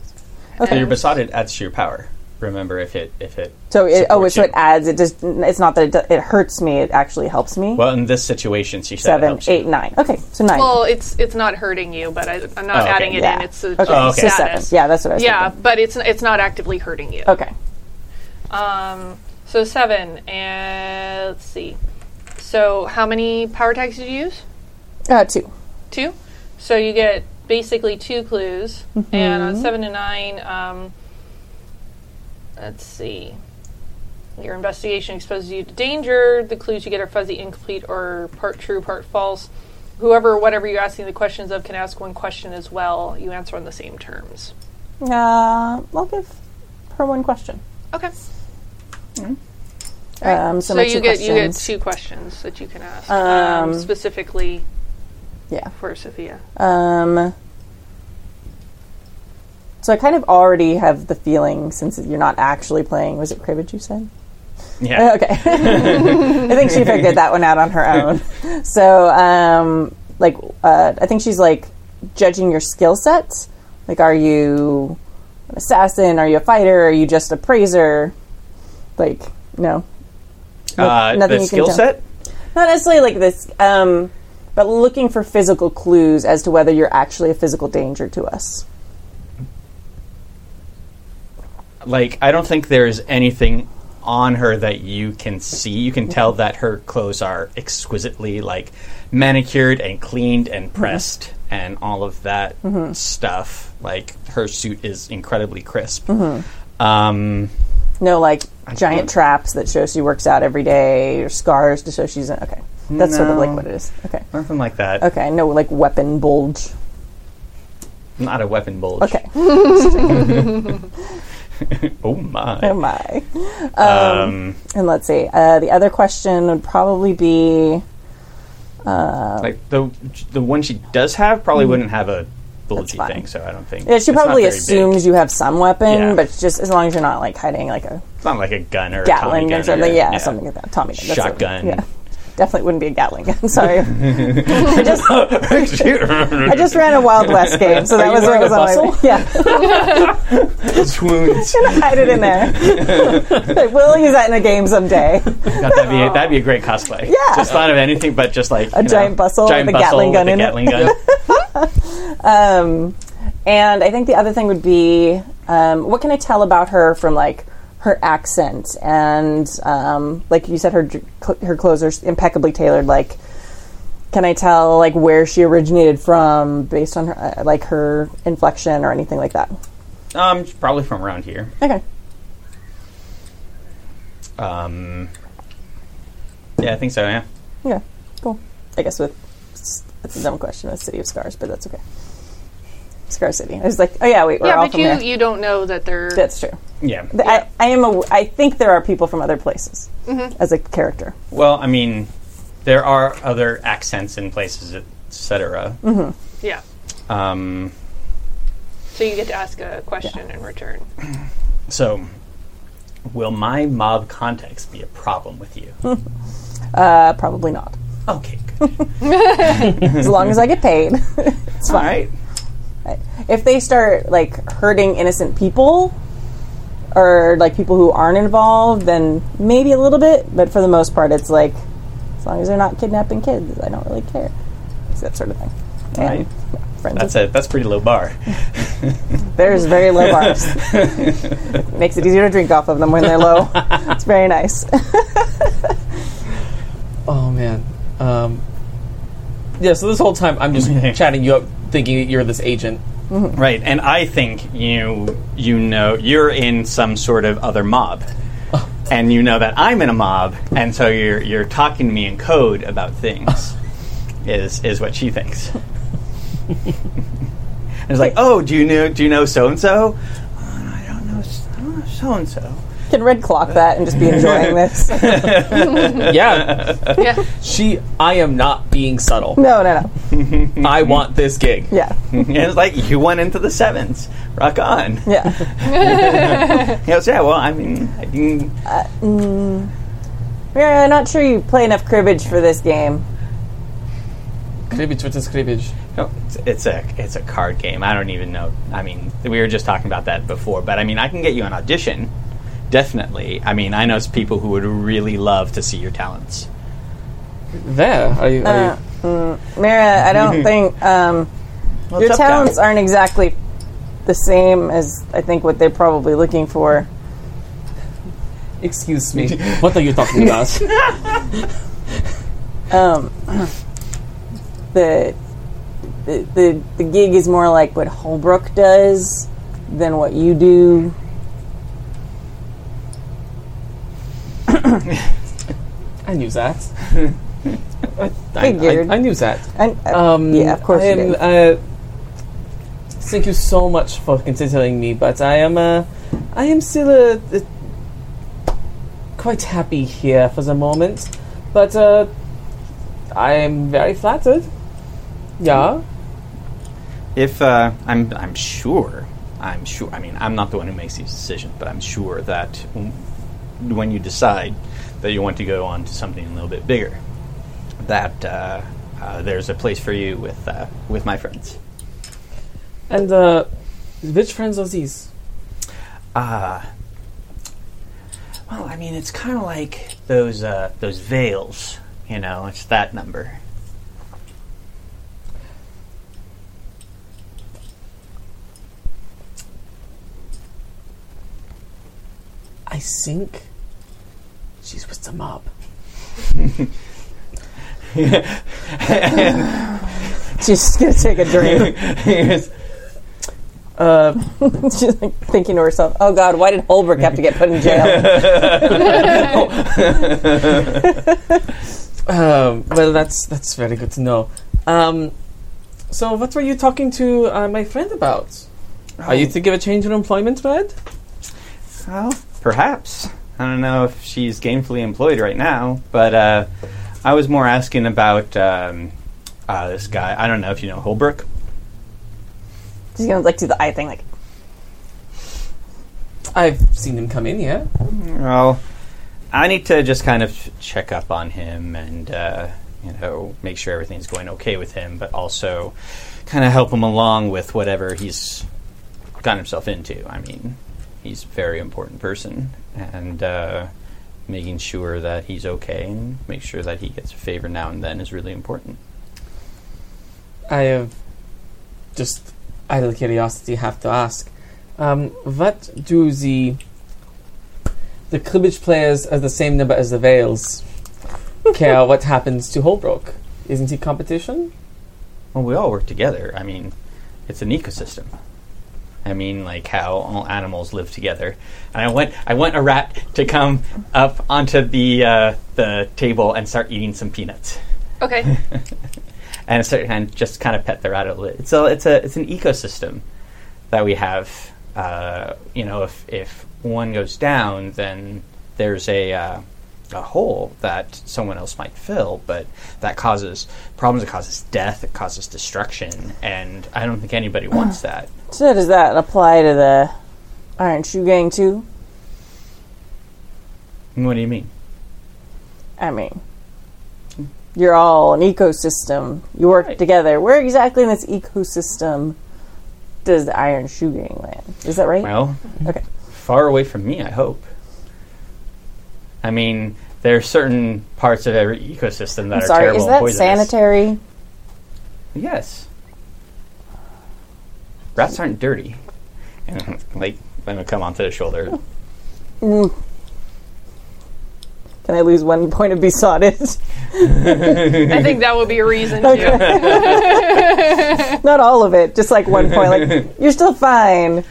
D: So you're
C: And-
D: besotted. That's your power. Remember, if it if it
B: So it, oh,
D: supports
B: so
D: you.
B: it adds. It just it's not that it, do- it hurts me. It actually helps me.
D: Well, in this situation, she said it
B: Seven,
D: helps you.
B: eight, nine. Okay, so nine.
C: Well, it's it's not hurting you, but I, I'm not
D: Oh, okay. Oh,
C: adding it
B: yeah.
C: in. It's a,
B: okay.
C: just a
D: okay.
B: So seven.
C: status.
B: Yeah, that's what I was
C: Yeah,
B: thinking.
C: but it's it's not actively hurting you.
B: Okay.
C: Um, so seven, and let's see. So how many power tags did you use?
B: Uh, two.
C: Two. So you get basically two clues, and on seven to nine, um, let's see. Your investigation exposes you to danger. The clues you get are fuzzy, incomplete, or part true, part false. Whoever, whatever you're asking the questions of, can ask one question as well. You answer on the same terms.
B: Uh, I'll give her one question.
C: Okay.
B: Mm-hmm. Um, so,
C: So,
B: my
C: you
B: two
C: get you get
B: questions.
C: two questions that you can ask um,
B: Um,
C: specifically.
B: yeah.
C: For Sophia.
B: Um, so I kind of already have the feeling since you're not actually playing. Was it cribbage you said?
D: Yeah.
B: Okay. I think she figured that one out on her own. So, um, like, uh, I think she's like judging your skill sets. Like, are you an assassin? Are you a fighter? Are you just a praiser? Like, no,
D: Uh,
B: nothing you
D: the
B: can
D: skill
B: tell.
D: set.
B: not necessarily like this. Um, but looking for physical clues as to whether you're actually a physical danger to us.
D: Like I don't think there's anything on her that you can see. You
B: Mm-hmm.
D: can tell that her clothes are exquisitely like manicured and cleaned and
B: Mm-hmm.
D: pressed and all of that stuff. Like her suit is incredibly crisp.
B: Mm-hmm.
D: Um,
B: No, like giant traps that show she works out every day, or scars to show she's in. Okay, that's sort of like
D: No.
B: what it is. Okay.
D: nothing like that.
B: Okay, no, like weapon bulge.
D: Not a weapon bulge.
B: Okay,
D: Oh my.
B: oh my. Um, and let's see. Uh, the other question would probably be
D: Like the the one she does have probably wouldn't have a
B: Mm-hmm.
D: bulgy
B: fine.
D: thing, so I don't think.
B: yeah, she
D: it's not
B: probably
D: very big.
B: assumes you have some weapon,
D: Yeah.
B: but just as long as you're not like hiding like a
D: It's not like a gun or a Tommy
B: Gatling
D: gun
B: or something. Yeah,
D: yeah.
B: something like that. Tommy gun. that's what-
D: Shotgun.
B: yeah, definitely wouldn't be a Gatling gun. Sorry, I just I just ran a Wild West game, so that
E: you
B: was what
E: wearing
B: was
E: a
B: on my
E: bustle?
B: yeah.
D: swoons.
B: Hide it in there. Like, we'll use that in a game someday.
D: God, that'd, be a, that'd be a great cosplay.
B: Yeah.
D: Just thought of anything, but just like a
B: giant bustle
D: giant
B: with a Gatling
D: bustle
B: gun
D: with
B: in
D: a
B: it.
D: Gatling gun.
B: Um, and I think the other thing would be um, what can I tell about her from like her accent and um, like you said her dr- cl- her clothes are impeccably tailored. Like, can I tell like where she originated from based on her uh, like her inflection or anything like that?
D: um, it's probably from around here.
B: Okay.
D: Um, yeah, I think so. Yeah.
B: Yeah. Cool. I guess with that's a dumb question with City of Scars, but that's okay. scarcity. I was like, oh yeah, wait, we're
C: yeah,
B: all
C: but
B: from
C: you,
B: there.
C: you don't know that they're
B: That's true.
D: Yeah.
B: Th- I, I am. aw- I think there are people from other places
C: Mm-hmm.
B: as a character.
D: Well, I mean, there are other accents in places, etc.
B: Mm-hmm.
C: yeah.
D: Um,
C: So you get to ask a question in return.
D: so, will my mob context be a problem with you?
B: Uh, probably not.
D: okay, good.
B: As long as I get paid.
D: All right.
B: if they start like hurting innocent people or like people who aren't involved, then maybe a little bit. But for the most part, it's like as long as they're not kidnapping kids, I don't really care. It's that sort of thing. And,
D: Right.
B: yeah, friends
D: That's
B: with-
D: a that's pretty low bar.
B: There's very low bars. Makes it easier to drink off of them when they're low. it's very nice.
E: Oh man. Um, yeah. So this whole time I'm just chatting you up, thinking that you're this agent.
D: Right, and I think you you know you're in some sort of other mob, and you know that I'm in a mob, and so you're you're talking to me in code about things, is is what she thinks. and it's like, oh, do you know do you know so and so? I don't know s- I don't know so and so.
B: Can red clock that and just be enjoying this? No,
E: Yeah.
C: Yeah.
E: she. I am not being subtle.
B: no, no.
E: I want this gig.
B: Yeah,
D: And it's like you went into the sevens. Rock on. He
B: yeah.
D: goes, yeah. Well, I mean, I can
B: Mira, I'm uh, not sure you play enough cribbage for this game.
E: Cribbage with this cribbage.
D: No, Oh, it's, it's a it's a card game. I don't even know. I mean, we were just talking about that before, but I mean, I can get you an audition, definitely. I mean, I know s- people who would really love to see your talents.
E: There. Are you? Are
B: Uh, Mira, I don't think um, your
D: up,
B: talents
D: guys?
B: aren't exactly the same as I think what they're probably looking for.
E: you excuse me. what are you talking about?
B: The the, the the gig is more like what Holbrook does than what you do.
E: I knew that. I,
B: Figured.
E: I, I knew that.
B: And, uh,
E: Um,
B: yeah, of course
E: I
B: you
E: am,
B: do.
E: uh, thank you so much for considering me, but I am uh, I am still uh, uh, quite happy here for the moment. But uh, I am very flattered. Yeah,
D: If uh, I'm I'm sure, I'm sure. I mean, I'm not the one who makes these decisions, but I'm sure that w- when you decide that you want to go on to something a little bit bigger, that uh, uh, there's a place for you with uh, with my friends.
E: and uh, which friends are these?
D: Uh, well, I mean, it's kind of like those uh, those veils, you know. It's that number.
E: I think she's with the mob.
B: She's just gonna take a drink.
E: Uh,
B: She's like thinking to herself, "Oh God, why did Holbrook have to get put in jail?"
E: Um, well, that's that's very good to know. Um, so, what were you talking to uh, my friend about? Are you to give a change in employment, Brad?
D: Well, perhaps. I don't know if she's gainfully employed right now, but uh, I was more asking about um, uh, this guy. I don't know if you know Holbrook.
B: She's gonna like do the eye thing, like
E: I've seen him come in, yeah.
D: Well, I need to just kind of check up on him and, uh, you know, make sure everything's going okay with him, but also kind of help him along with whatever he's gotten himself into. I mean, he's a very important person, and uh, making sure that he's okay and make sure that he gets a favor now and then is really important.
E: I have just out of curiosity have to ask, um, what do the the cribbage players as the same number as the Vales care what happens to Holbrook? Isn't he competition?
D: Well, we all work together. I mean, it's an ecosystem. I mean, like how all animals live together. And I want, I want a rat to come up onto the uh, the table and start eating some peanuts.
C: Okay.
D: and a certain kind just kind of pet the rat a little. It's a it's a it's an ecosystem that we have. Uh, you know, if if one goes down, then there's a uh, a hole that someone else might fill, but that causes problems. It causes death. It causes destruction, and I don't think anybody wants that.
B: So does that apply to the Iron Shoe Gang too?
D: What do you mean?
B: I mean, you're all an ecosystem. You work
D: Right.
B: together. Where exactly in this ecosystem does the Iron Shoe Gang land? Is that right?
D: Well,
B: Okay.
D: far away from me, I hope. I mean, there are certain parts of every ecosystem that are
B: Sorry,
D: terrible
B: is
D: and
B: that
D: poisonous.
B: sanitary?
D: Yes. Rats aren't dirty. And like, I'm gonna come onto the shoulder.
B: Can I lose one point of besotted?
C: I think that would be a reason to.
B: not all of it, just like one point. Like, you're still fine,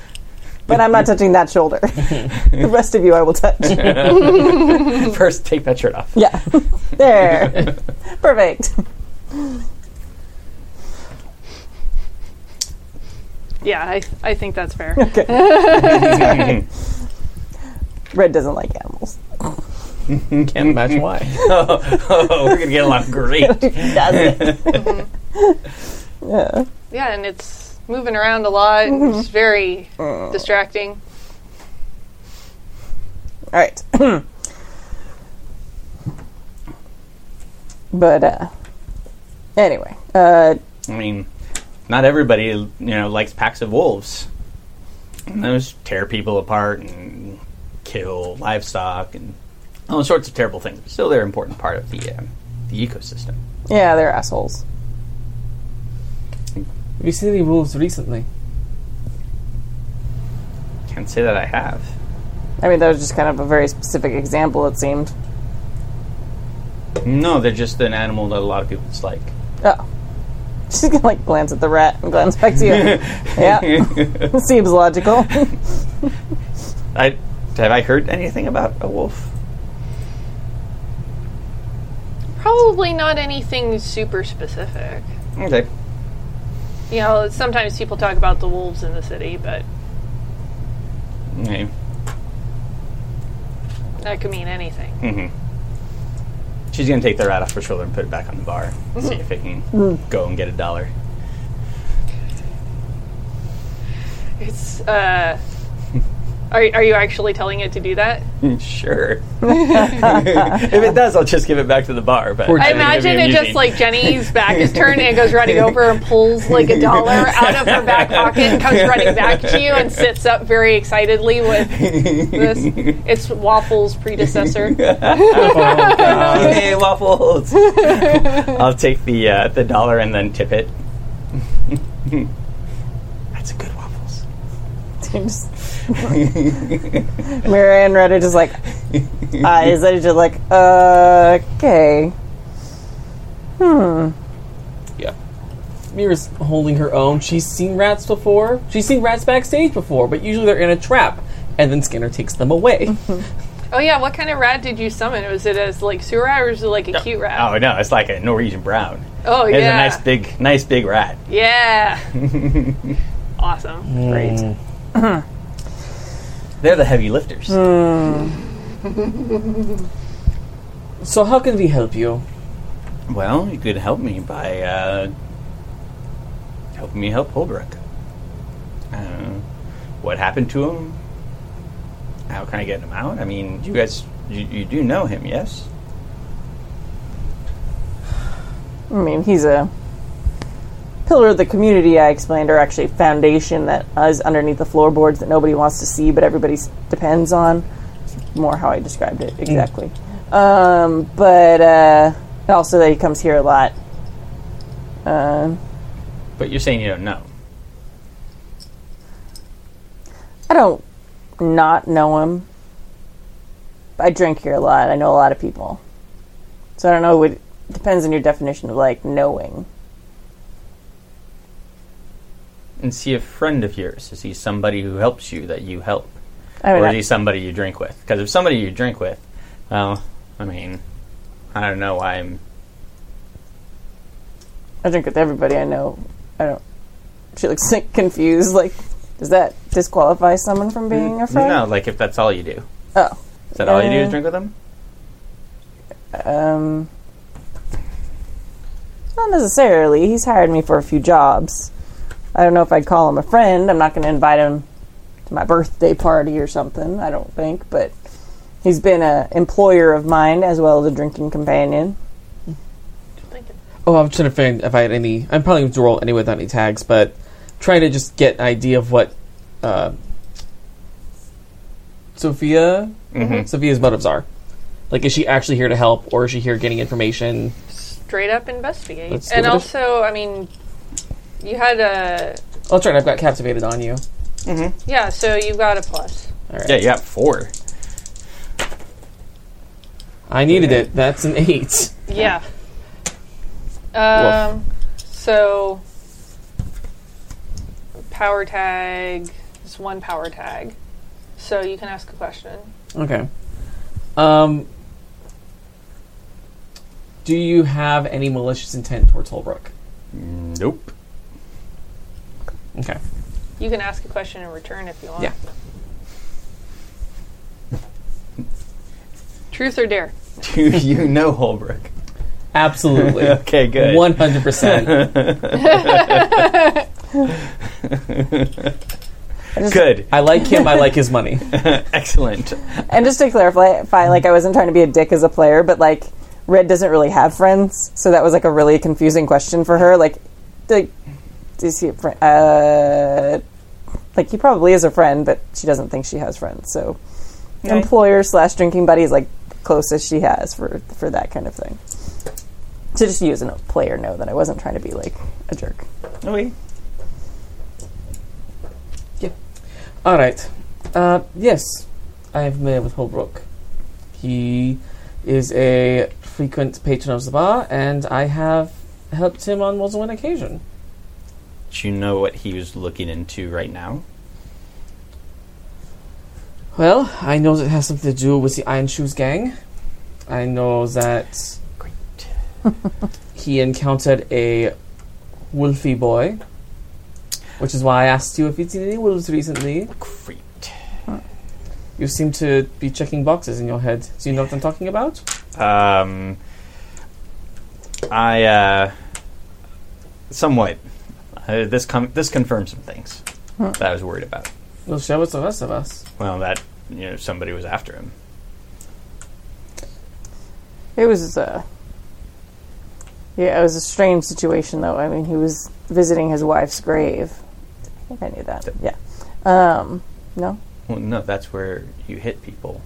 B: but I'm not touching that shoulder. the rest of you I will touch.
D: First, take that shirt off.
B: Yeah. there. Perfect.
C: Yeah, I, I think that's fair.
B: Red doesn't like animals.
E: Can't imagine why.
D: oh, we're gonna get along great.
B: Doesn't. yeah.
C: Yeah, and it's moving around a lot. and It's very distracting.
B: All right. but uh anyway, uh
D: I mean, not everybody you know likes packs of wolves. And those tear people apart and kill livestock and all sorts of terrible things. But still, they're an important part of the um the ecosystem.
B: yeah, they're assholes.
E: Have you seen any wolves recently?
D: Can't say that I have.
B: I mean, that was just kind of a very specific example it seemed.
D: No, they're just an animal that a lot of people dislike.
B: Oh. She's gonna like glance at the rat and glance back to you. yeah. Seems logical.
D: I have I heard anything about a wolf?
C: Probably not anything super specific.
D: Okay.
C: You know, sometimes people talk about the wolves in the city, but
D: Okay.
C: that could mean anything. Mm-hmm.
D: She's gonna take the rat off her shoulder and put it back on the bar. See if it can go and get a dollar.
C: It's uh, are are you actually telling it to do that?
D: sure. if it does, I'll just give it back to the bar. But
E: Poor
D: I
C: I
E: Jenny.
D: think it'd be
C: imagine it
D: amusing.
C: just like Jenny's back is turned and it goes running over and pulls like a dollar out of her back pocket and comes running back to you and sits up very excitedly with this. It's Waffle's predecessor.
D: Hey, waffles! I'll take the uh, the dollar and then tip it. That's a good waffles.
B: Just- Mira and Red are just like eyes that are just like, uh, okay.
E: Yeah. Mira's holding her own. She's seen rats before. She's seen rats backstage before, but usually they're in a trap, and then Skinner takes them away.
C: Oh yeah, what kind of rat did you summon? Was it as like sewer rat or was it like a cute rat?
D: Oh no, it's like a Norwegian brown.
C: Oh
D: It's
C: yeah,
D: a nice big, nice big rat.
C: yeah. awesome.
D: Great. They're the heavy lifters.
E: so how can we help you?
D: Well, you could help me by uh, helping me help Holbrook. Uh, what happened to him? How can I get him out? I mean, you guys, you, you do know him, yes?
B: I mean, he's a pillar of the community, I explained, or actually foundation that is underneath the floorboards that nobody wants to see, but everybody s- depends on. More how I described it, exactly. Um, but, uh, and also that he comes here a lot. Um,
D: But you're saying you don't know.
B: I don't not know him. I drink here a lot. I know a lot of people. So I don't know. It depends on your definition of like knowing.
D: And see a friend of yours. Is he somebody who helps you that you help?
B: I mean,
D: Or
B: I-
D: is he somebody you drink with? Because if somebody you drink with, well, I mean, I don't know why I'm
B: I drink with everybody I know. I don't. She looks like, confused. Like, does that disqualify someone from being a friend?
D: No, like if that's all you do.
B: Oh,
D: Is that all you do is
B: Uh,
D: drink with them?
B: um, not necessarily. He's hired me for a few jobs. I don't know if I'd call him a friend. I'm not going to invite him to my birthday party or something. I don't think, but he's been a employer of mine as well as a drinking companion.
E: Oh, I'm trying to find if I had any. I'm probably going to roll anyway without any tags, but trying to just get an idea of what uh, Sophia Mm-hmm. Sophia's motives are. Like, is she actually here to help, or is she here getting information?
C: Straight up investigate.
E: Let's do
C: and
E: it.
C: also, I mean, you had a
E: Oh, that's right. I've got captivated on you.
C: yeah, so you got a plus.
E: All right.
D: Yeah, you got four.
E: I needed it. That's an eight.
C: Yeah. Um. So power tag is one power tag. So you can ask a question.
E: Okay. Um. Do you have any malicious intent towards Holbrook?
D: Nope.
E: Okay.
C: You can ask a question in return if you want.
E: Yeah.
C: Truth or dare?
D: Do you know Holbrook?
E: Absolutely.
D: Okay, good.
E: One hundred percent.
D: Good.
E: I like him. I like his money.
D: Excellent.
B: And just to clarify, fi- like I wasn't trying to be a dick as a player, but like Red doesn't really have friends, so that was like a really confusing question for her. Like, like is he a friend? Uh, like he probably is a friend, but she doesn't think she has friends. So, employer slash drinking buddy is like the closest she has for for that kind of thing. To just use a player know that I wasn't trying to be like a jerk.
D: Okay.
E: All right. Uh, yes, I have met with Holbrook. He is a frequent patron of the bar, and I have helped him on more than one occasion.
D: Do you know what he was looking into right now?
E: Well, I know that it has something to do with the Iron Shoes gang. I know that
D: Great.
E: he encountered a wolfy boy, which is why I asked you if you'd seen any wolves recently.
D: Great.
E: You seem to be checking boxes in your head. Do you know what I'm talking about?
D: Um, I uh, somewhat. Uh, this com- this confirms some things that I was worried about.
E: Well, share with the rest of us.
D: Well, that you know somebody was after him.
B: It was uh yeah, it was a strange situation though. I mean, he was visiting his wife's grave. I think I knew that. Yeah. Um, no.
D: Well, no, that's where you hit people.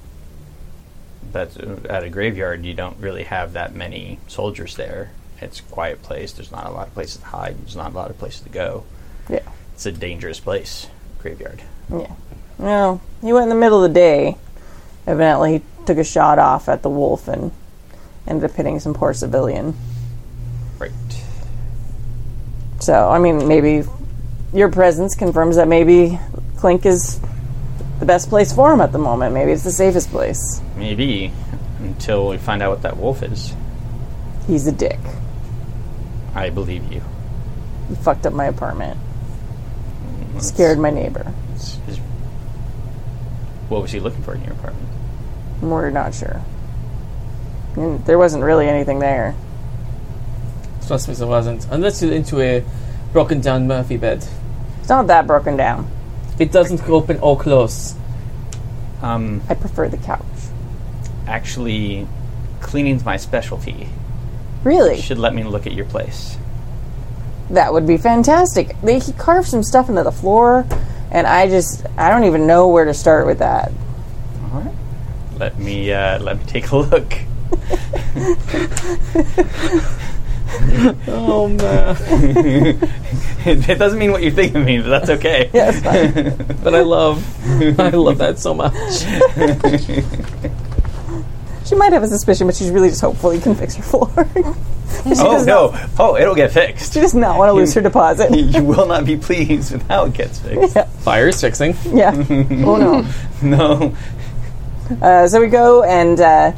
D: That's uh, at a graveyard. You don't really have that many soldiers there. It's a quiet place. There's not a lot of places to hide. There's not a lot of places to go.
B: Yeah.
D: It's a dangerous place, graveyard.
B: Yeah. No. He went in the middle of the day. Evidently, he took a shot off at the wolf and ended up hitting some poor civilian.
D: Right.
B: So, I mean, maybe your presence confirms that maybe Clink is the best place for him at the moment. Maybe it's the safest place.
D: Maybe until we find out what that wolf is.
B: He's a dick.
D: I believe you.
B: He fucked up my apartment. Scared my neighbor.
D: It's- it's- what was he looking for in your apartment?
B: We're not sure. And there wasn't really anything there.
E: Trust me, it wasn't. Unless you're into a broken down Murphy bed.
B: It's not that broken down.
E: It doesn't open or close.
D: Um,
B: I prefer the couch.
D: actually, cleaning's my specialty. You
B: Really?
D: should let me look at your place.
B: That would be fantastic. They, he carved some stuff into the floor, and I just, I don't even know where to start with that.
D: All right. Let me uh, let me take a look.
E: Oh man.
D: it doesn't mean what you think it means, but that's okay.
B: Yeah, it's fine.
E: but I love I love that so much.
B: she might have a suspicion, but she's really just hopeful he can fix her floor. she,
D: oh
B: does
D: no!
B: not,
D: Oh, it'll get fixed.
B: she does not want to lose her deposit.
D: you will not be pleased with how it gets fixed.
E: Fire is fixing.
B: Yeah. oh no.
D: No.
B: Uh, so we go and uh,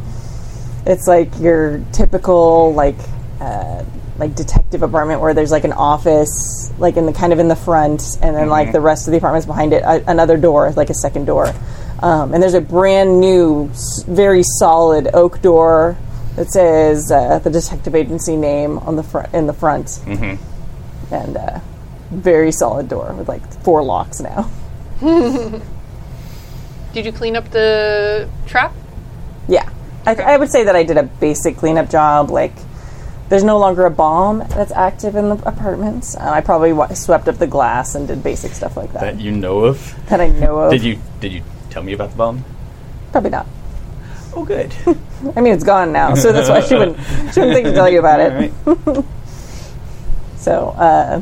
B: it's like your typical like uh, like detective apartment where there's like an office, like in the kind of in the front, and then like the rest of the apartments behind it, a, another door, like a second door. Um, and there's a brand new, s- very solid oak door that says uh, the detective agency name on the front in the front, and uh, very solid door with like four locks now.
C: Did you clean up the trap?
B: Yeah. I, I would say that I did a basic cleanup job. Like, there's no longer a bomb that's active in the apartments. And I probably wa swept up the glass and did basic stuff like that
D: that you know of.
B: that I know of.
D: Did you did you tell me about the bomb?
B: Probably not.
D: Oh, good.
B: I mean, it's gone now, so that's why she wouldn't, she wouldn't think to tell you about
D: All
B: it.
D: right.
B: So, uh,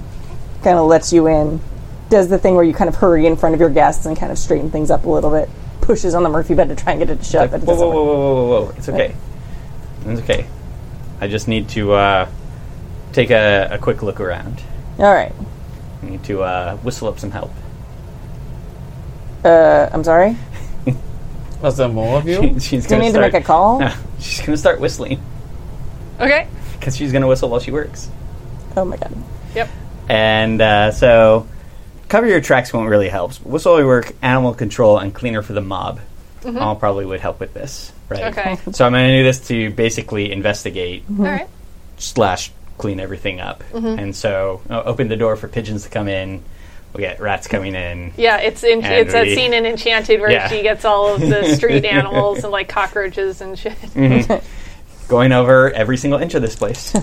B: kind of lets you in, does the thing where you kind of hurry in front of your guests and kind of straighten things up a little bit, pushes on the Murphy bed to try and get it to shut,
D: Like,
B: but it
D: whoa,
B: doesn't
D: whoa,
B: work.
D: whoa, whoa, whoa, whoa! It's okay. It's okay. I just need to uh, take a, a quick look around.
B: All right.
D: I need to uh, whistle up some help.
B: Uh, I'm sorry?
E: Was there more of you?
D: she's
B: Do you
D: gonna
B: need to
D: start,
B: make a call?
D: she's gonna start whistling
C: Okay.
D: because she's gonna whistle while she works.
B: Oh my god.
C: Yep.
E: Hmm.
D: And uh, so, cover your tracks won't really help. Whistle your work, animal control, and cleaner for the mob all probably would help with this, right?
C: Mm-hmm. Okay.
D: So I'm going to do this to basically investigate
C: All right.
D: slash clean everything up.
C: Mm-hmm.
D: And so uh, open the door for pigeons to come in. We get rats coming in.
C: Yeah, it's in,
D: And
C: it's that
D: we-
C: scene in Enchanted where
D: Yeah.
C: she gets all of the street animals and like cockroaches and shit.
D: Going over every single inch of this place.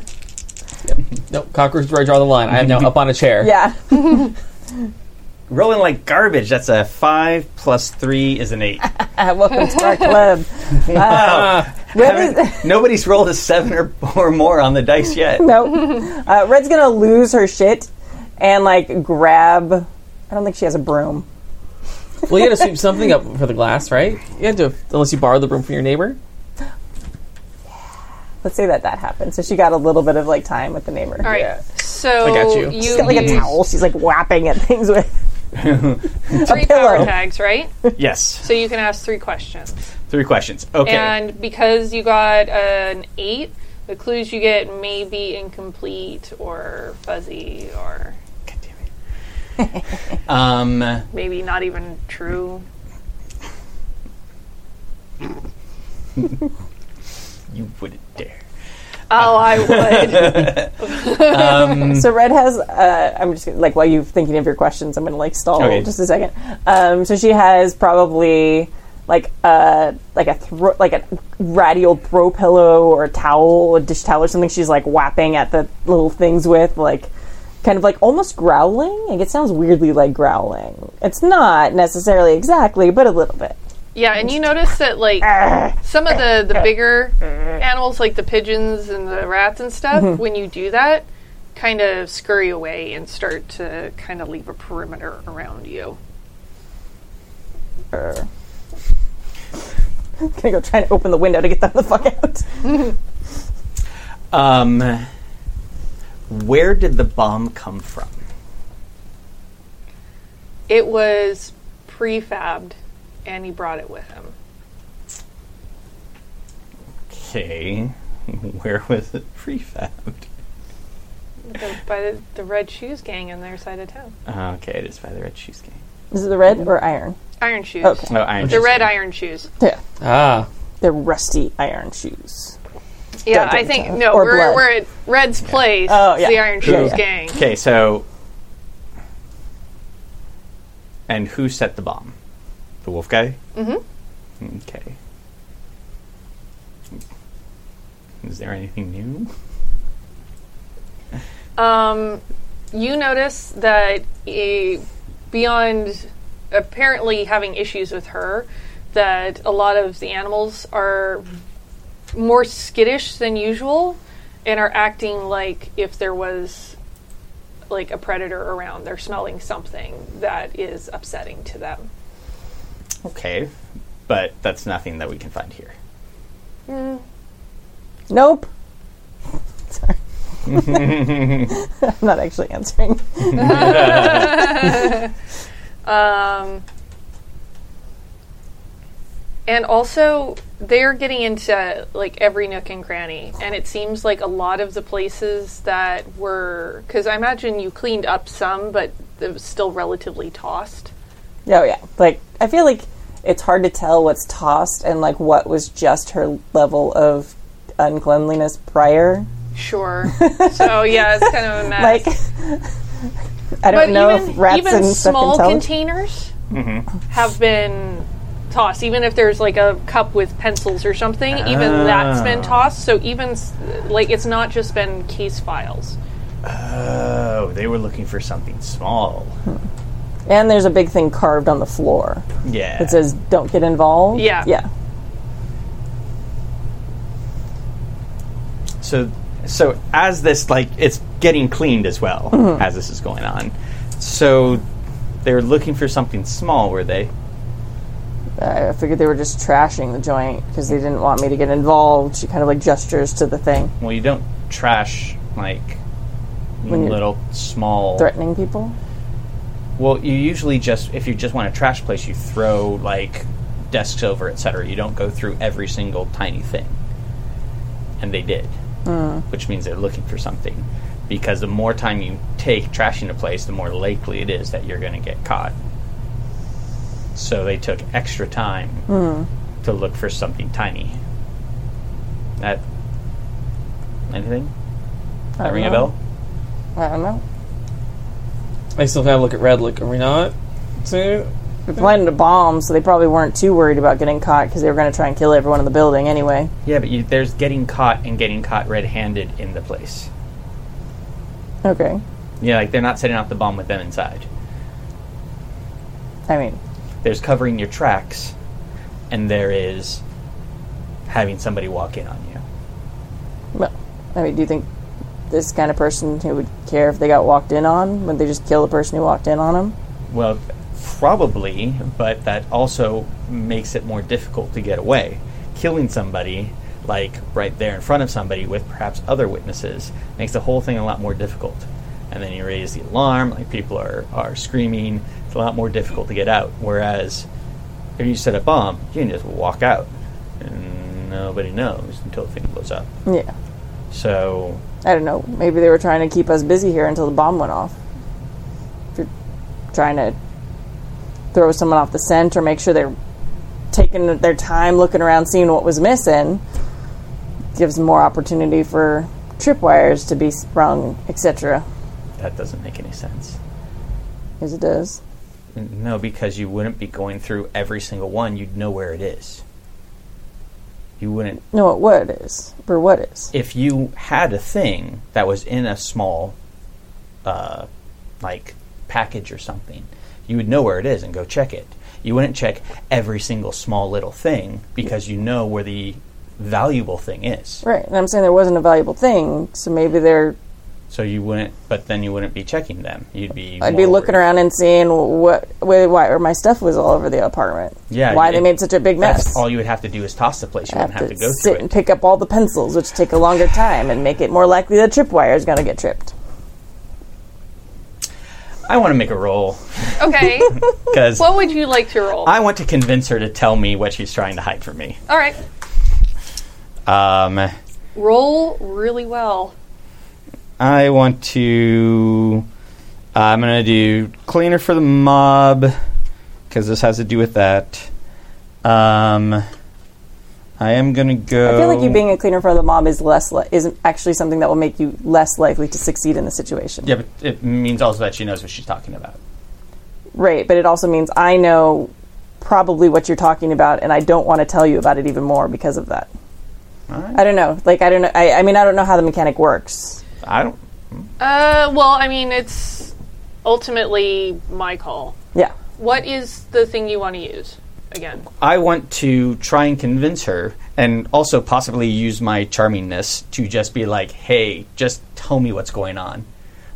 E: No, cockroach is where I draw the line. I am now up on a chair.
B: Yeah.
D: Rolling like garbage. That's a five plus three is an eight.
B: Welcome to our club. Um,
D: Wow.
B: Red is,
D: Nobody's rolled a seven or, or more on the dice yet.
B: no, uh, Red's gonna lose her shit and like grab. I don't think she has a broom.
E: Well, you had to sweep something up for the glass, right? You had to, unless you borrowed the broom from your neighbor.
B: Let's say that that happened. So she got a little bit of like time with the neighbor.
C: All right. So
E: I got you.
B: She's got like a
C: use
B: towel. She's like whapping at things with.
C: three
B: pillow.
C: power tags, right?
D: Yes.
C: So you can ask three questions.
D: Three questions. Okay.
C: And because you got an eight, the clues you get may be incomplete or fuzzy or
D: God damn it. um,
C: maybe not even true.
D: you wouldn't dare.
C: Oh, I would.
B: So Red has. Uh, I'm just gonna, like while you're thinking of your questions, I'm gonna like stall
D: Okay.
B: just a second. Um, so she has probably like a like a thro- like a ratty old throw pillow or a towel, a dish towel or something. She's like whapping at the little things with like kind of like almost growling. Like it sounds weirdly like growling. It's not necessarily exactly, but a little bit.
C: yeah, and you notice that like some of the the bigger animals, like the pigeons and the rats and stuff, when you do that, kind of scurry away and start to kind of leave a perimeter around you.
B: Er. Gonna go try and open the window to get them the fuck out.
D: Um, where did the bomb come from?
C: It was prefabbed, and he brought it with him.
D: Okay, where was it prefabbed?
C: The, by the, the Red Shoes gang on their side of town.
D: Uh, Okay, it is by the Red Shoes gang. Oh,
B: Is it the red or iron?
C: Iron Shoes.
B: Okay.
D: No, Iron
C: The
D: Shoes
C: red
D: gang.
C: iron shoes.
B: Yeah.
E: Ah,
B: They're rusty iron shoes.
C: Yeah,
B: Dun,
C: I
B: dun,
C: think
B: dun.
C: no,
B: Or
C: we're,
B: blood.
C: we're at Red's place.
B: Oh,
C: It's
B: yeah.
C: the Iron
B: Yeah,
C: Shoes
B: yeah.
C: gang.
D: Okay, so. And who set the bomb? The wolf guy? Mm-hmm. Okay. Is there anything new?
C: Um, you notice that eh, beyond apparently having issues with her, that a lot of the animals are more skittish than usual and are acting like if there was like a predator around. They're smelling something that is upsetting to them.
D: Okay, but that's nothing that we can find here.
B: Nope. Sorry. I'm not actually answering.
C: Um, And also, they're getting into like every nook and cranny, and it seems like a lot of the places that were because I imagine you cleaned up some, but it was still relatively tossed.
B: Oh yeah, like I feel like it's hard to tell what's tossed and like what was just her level of uncleanliness prior.
C: Sure. so yeah, it's kind of a mess.
B: Like I don't
C: but
B: know
C: even,
B: if rats
C: even
B: and stuff
C: small
B: can tell.
C: containers have been tossed. Even if there's like a cup with pencils or something, even that's been tossed. So even s- like it's not just been case files.
D: Oh, they were looking for something small.
B: Hmm. and there's a big thing carved on the floor
D: Yeah.
B: that says "Don't get involved."
C: Yeah.
B: yeah.
D: so so as this like it's getting cleaned as well
B: Hmm.
D: as this is going on. So they were looking for something small, were they?
B: I figured they were just trashing the joint because they didn't want me to get involved. She kind of like gestures to the thing,
D: Well, you don't trash like
B: you're
D: little small.
B: threatening people.
D: Well, you usually just if you just want a trash place, you throw like desks over, etc. You don't go through every single tiny thing. And they did, which means they're looking for something. Because the more time you take trashing a place, the more likely it is that you're going to get caught. So they took extra time to look for something tiny. That anything? That ring a bell?
B: I don't know.
E: I still gotta look at Red. Like, are we not? Too?
B: They're planning to bomb, so they probably weren't too worried about getting caught because they were going to try and kill everyone in the building anyway.
D: Yeah, but you, there's getting caught and getting caught red-handed in the place.
B: Okay.
D: Yeah, like they're not setting off the bomb with them inside.
B: I mean,
D: There's covering your tracks, and there is having somebody walk in on you.
B: well, I mean, do you think this kind of person who would care if they got walked in on? Would they just kill the person who walked in on them?
D: Well, probably, but that also makes it more difficult to get away. Killing somebody, like right there in front of somebody with perhaps other witnesses, makes the whole thing a lot more difficult. And then you raise the alarm, like people are, are screaming. It's a lot more difficult to get out. Whereas if you set a bomb, you can just walk out. And nobody knows until the thing blows up.
B: Yeah.
D: So
B: I don't know. Maybe they were trying to keep us busy here until the bomb went off. If you're trying to throw someone off the scent or make sure they're taking their time looking around, seeing what was missing, gives more opportunity for tripwires to be sprung, etc.
D: that doesn't make any sense.
B: As it does.
D: No, because you wouldn't be going through every single one. You'd know where it is. You wouldn't.
B: No, it what is or what is?
D: If you had a thing that was in a small, uh, like, package or something, you would know where it is and go check it. You wouldn't check every single small little thing because you know where the valuable thing is.
B: Right, and I'm saying there wasn't a valuable thing, so maybe they're.
D: So you wouldn't, but then you wouldn't be checking them. You'd be.
B: I'd be
D: more
B: looking
D: worried.
B: around and seeing what, why, why or my stuff was all over the apartment.
D: Yeah,
B: why
D: it-
B: they made such a big mess.
D: That's all you would have to do is toss the place. You
B: I
D: wouldn't
B: have
D: have
B: to,
D: to, go
B: sit
D: through
B: and
D: it.
B: pick up all the pencils, which take a longer time and make it more likely the tripwire is going to get tripped.
D: I want to make a roll
C: Okay,
D: because
C: what would you like to roll?
D: I want to convince her to tell me what she's trying to hide from me.
C: All right,
D: Um,
C: roll really well.
D: I want to. I'm going to do cleaner for the mob because this has to do with that. Um, I am going to go.
B: I feel like you being a cleaner for the mob is less li- is actually something that will make you less likely to succeed in the situation.
D: Yeah, but it means also that she knows what she's talking about.
B: Right, but it also means I know probably what you're talking about, and I don't want to tell you about it even more because of that. I don't know. Like I don't know. I, I mean, I don't know how the mechanic works.
D: I don't.
C: Uh, well, I mean, it's ultimately my call.
B: Yeah.
C: What is the thing you want to use again?
D: I want to try and convince her, and also possibly use my charmingness to just be like, "Hey, just tell me what's going on.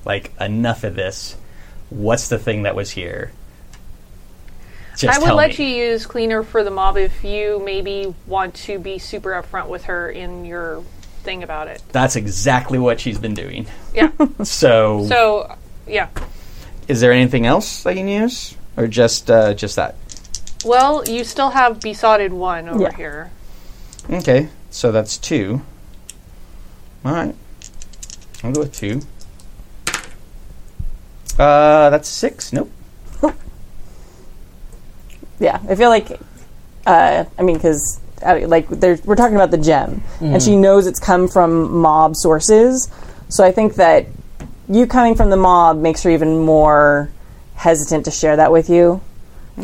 D: Like, enough of this. What's the thing that was here? Just
C: I would
D: tell
C: let
D: me."
C: you use cleaner for the mob if you maybe want to be super upfront with her in your thing about it.
D: That's exactly what she's been doing.
C: Yeah.
D: So,
C: so, yeah.
D: is there anything else I can use, or just uh, just that?
C: Well, you still have besotted one over
B: Yeah.
C: here.
D: Okay, so that's two. All right, I'll go with two. Uh, that's six. Nope.
B: yeah, I feel like, uh, I mean, because like they're- we're talking about the gem, and she knows it's come from mob sources, so I think that you coming from the mob makes her even more hesitant to share that with you.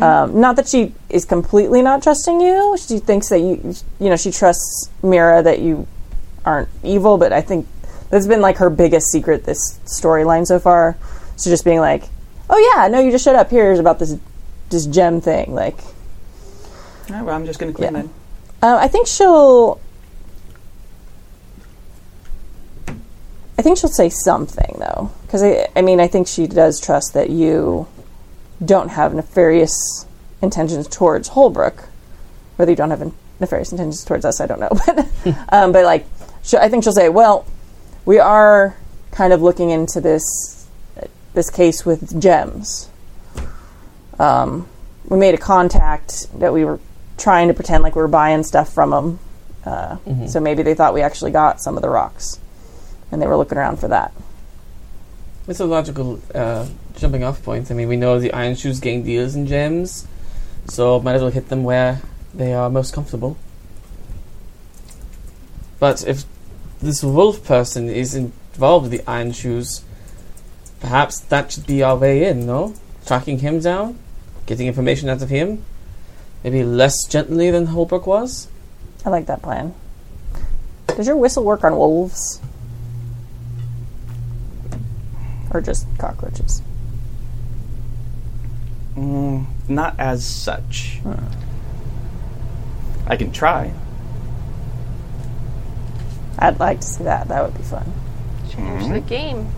B: Um, not that she is completely not trusting you; she thinks that you, you know, she trusts Mira that you aren't evil, but I think that's been like her biggest secret this storyline so far. So just being like, "Oh yeah, no, you just showed up. Here's about this this gem thing. Like,
D: All right, Oh, well, I'm just gonna clean
B: Yeah.
D: that.
B: uh, I think she'll. I think she'll say something though, because I, I mean, I think she does trust that you don't have nefarious intentions towards Holbrook. Whether you don't have in- nefarious intentions towards us, I don't know. But, um, but like, she, I think she'll say, "Well, we are kind of looking into this this case with gems." Um, we made a contact that we were trying to pretend like we were buying stuff from them. Uh, So maybe they thought we actually got some of the rocks, and they were looking around for that.
E: It's a logical uh, jumping off point. I mean, we know the Iron Shoes gain deals in gems, so might as well hit them where they are most comfortable. But if this wolf person is involved with the Iron Shoes, perhaps that should be our way in, no? Tracking him down, getting information out of him, maybe less gently than Holbrook was.
B: I like that plan. Does your whistle work on wolves, or just cockroaches?
D: Mm, not as such. I can try.
B: I'd like to see that. That would be fun.
C: Change the game.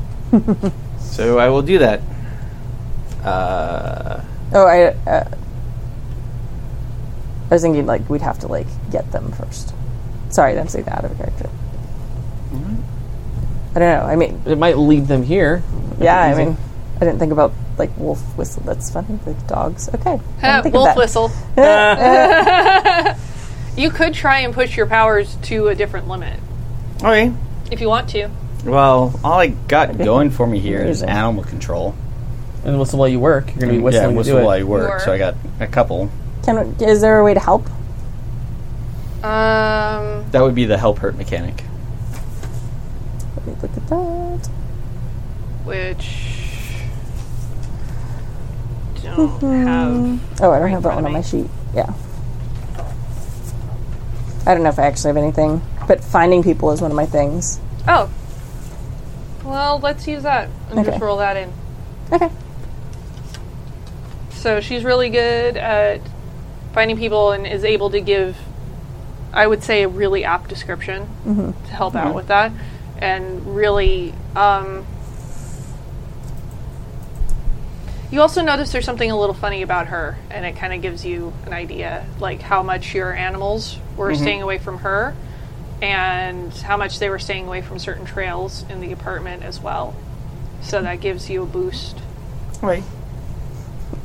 D: So I will do that. Uh,
B: Oh, I. Uh, I was thinking like we'd have to like get them first. Sorry, I'm saying that out of character. I don't know. I mean,
E: It might lead them here.
B: Yeah, I
E: Easy.
B: mean, I didn't think about like wolf whistle. That's funny. Like dogs. Okay. I didn't think of
C: Uh, Wolf
B: that. Uh,
C: whistle. you could try and push your powers to a different limit
D: all right.
C: if you want to.
D: Well, all I got going for me here is animal control.
E: And whistle while you work. You're going to be
D: yeah,
E: whistling to
D: whistle
E: do it.
D: while I work. So I got a couple.
B: Can is there a way to help?
C: Um,
D: That would be the help hurt mechanic.
B: Let me look at that.
C: which don't have.
B: Oh, I don't have that one
C: front of
B: on my
C: me.
B: sheet. Yeah. I don't know if I actually have anything, but finding people is one of my things.
C: Oh, well, let's use that and just
B: Okay.
C: roll that in.
B: Okay.
C: So she's really good at finding people and is able to give, I would say, a really apt description
B: Mm-hmm.
C: to help out with that. And really, um, you also notice there's something a little funny about her, and it kind of gives you an idea, like how much your animals were staying away from her, and how much they were staying away from certain trails in the apartment as well. So that gives you a boost.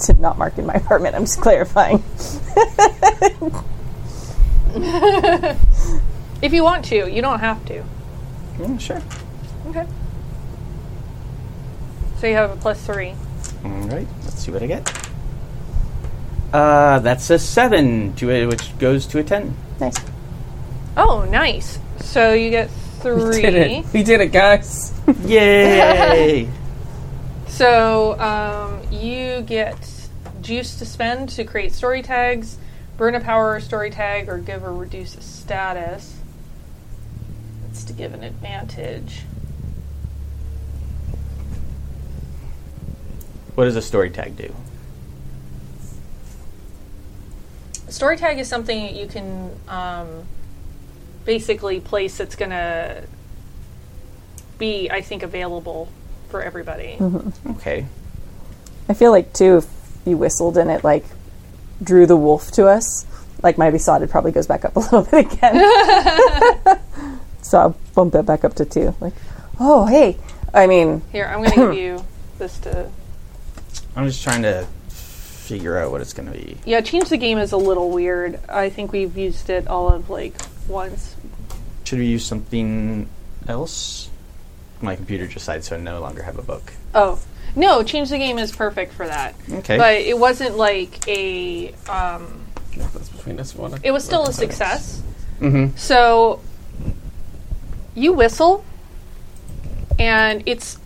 B: Did not mark in my apartment. I'm just clarifying.
C: If you want to, you don't have to.
D: Yeah,
E: Mm,
D: sure.
C: Okay. So you have a plus three.
D: All right. Let's see what I get. Uh, that's a seven, to a, which goes to a ten.
B: Nice.
C: Oh, nice. So you get
E: We
C: three.
E: did it. We did it, guys.
D: Yay!
C: So um, you get juice to spend to create story tags, burn a power or story tag, or give or reduce a status. That's to give an advantage.
D: what does a story tag do?
C: Story tag is something that you can um, basically place that's going to be, I think, available for everybody.
D: Okay.
B: I feel like too if you whistled and it like drew the wolf to us, like my besotted probably goes back up a little bit again. so I'll bump that back up to two. Like, oh hey. I mean
C: Here, I'm going to give you this to.
D: I'm just trying to figure out what it's going to be.
C: Yeah, change the game is a little weird. I think we've used it all of like once.
D: Should we use something else? My computer just decided so I no longer have a book.
C: Oh no, change the game is perfect for that.
D: Okay.
C: But it wasn't like a. Um,
E: If That's between us. Wanna
C: it was still a success. So you whistle, and it's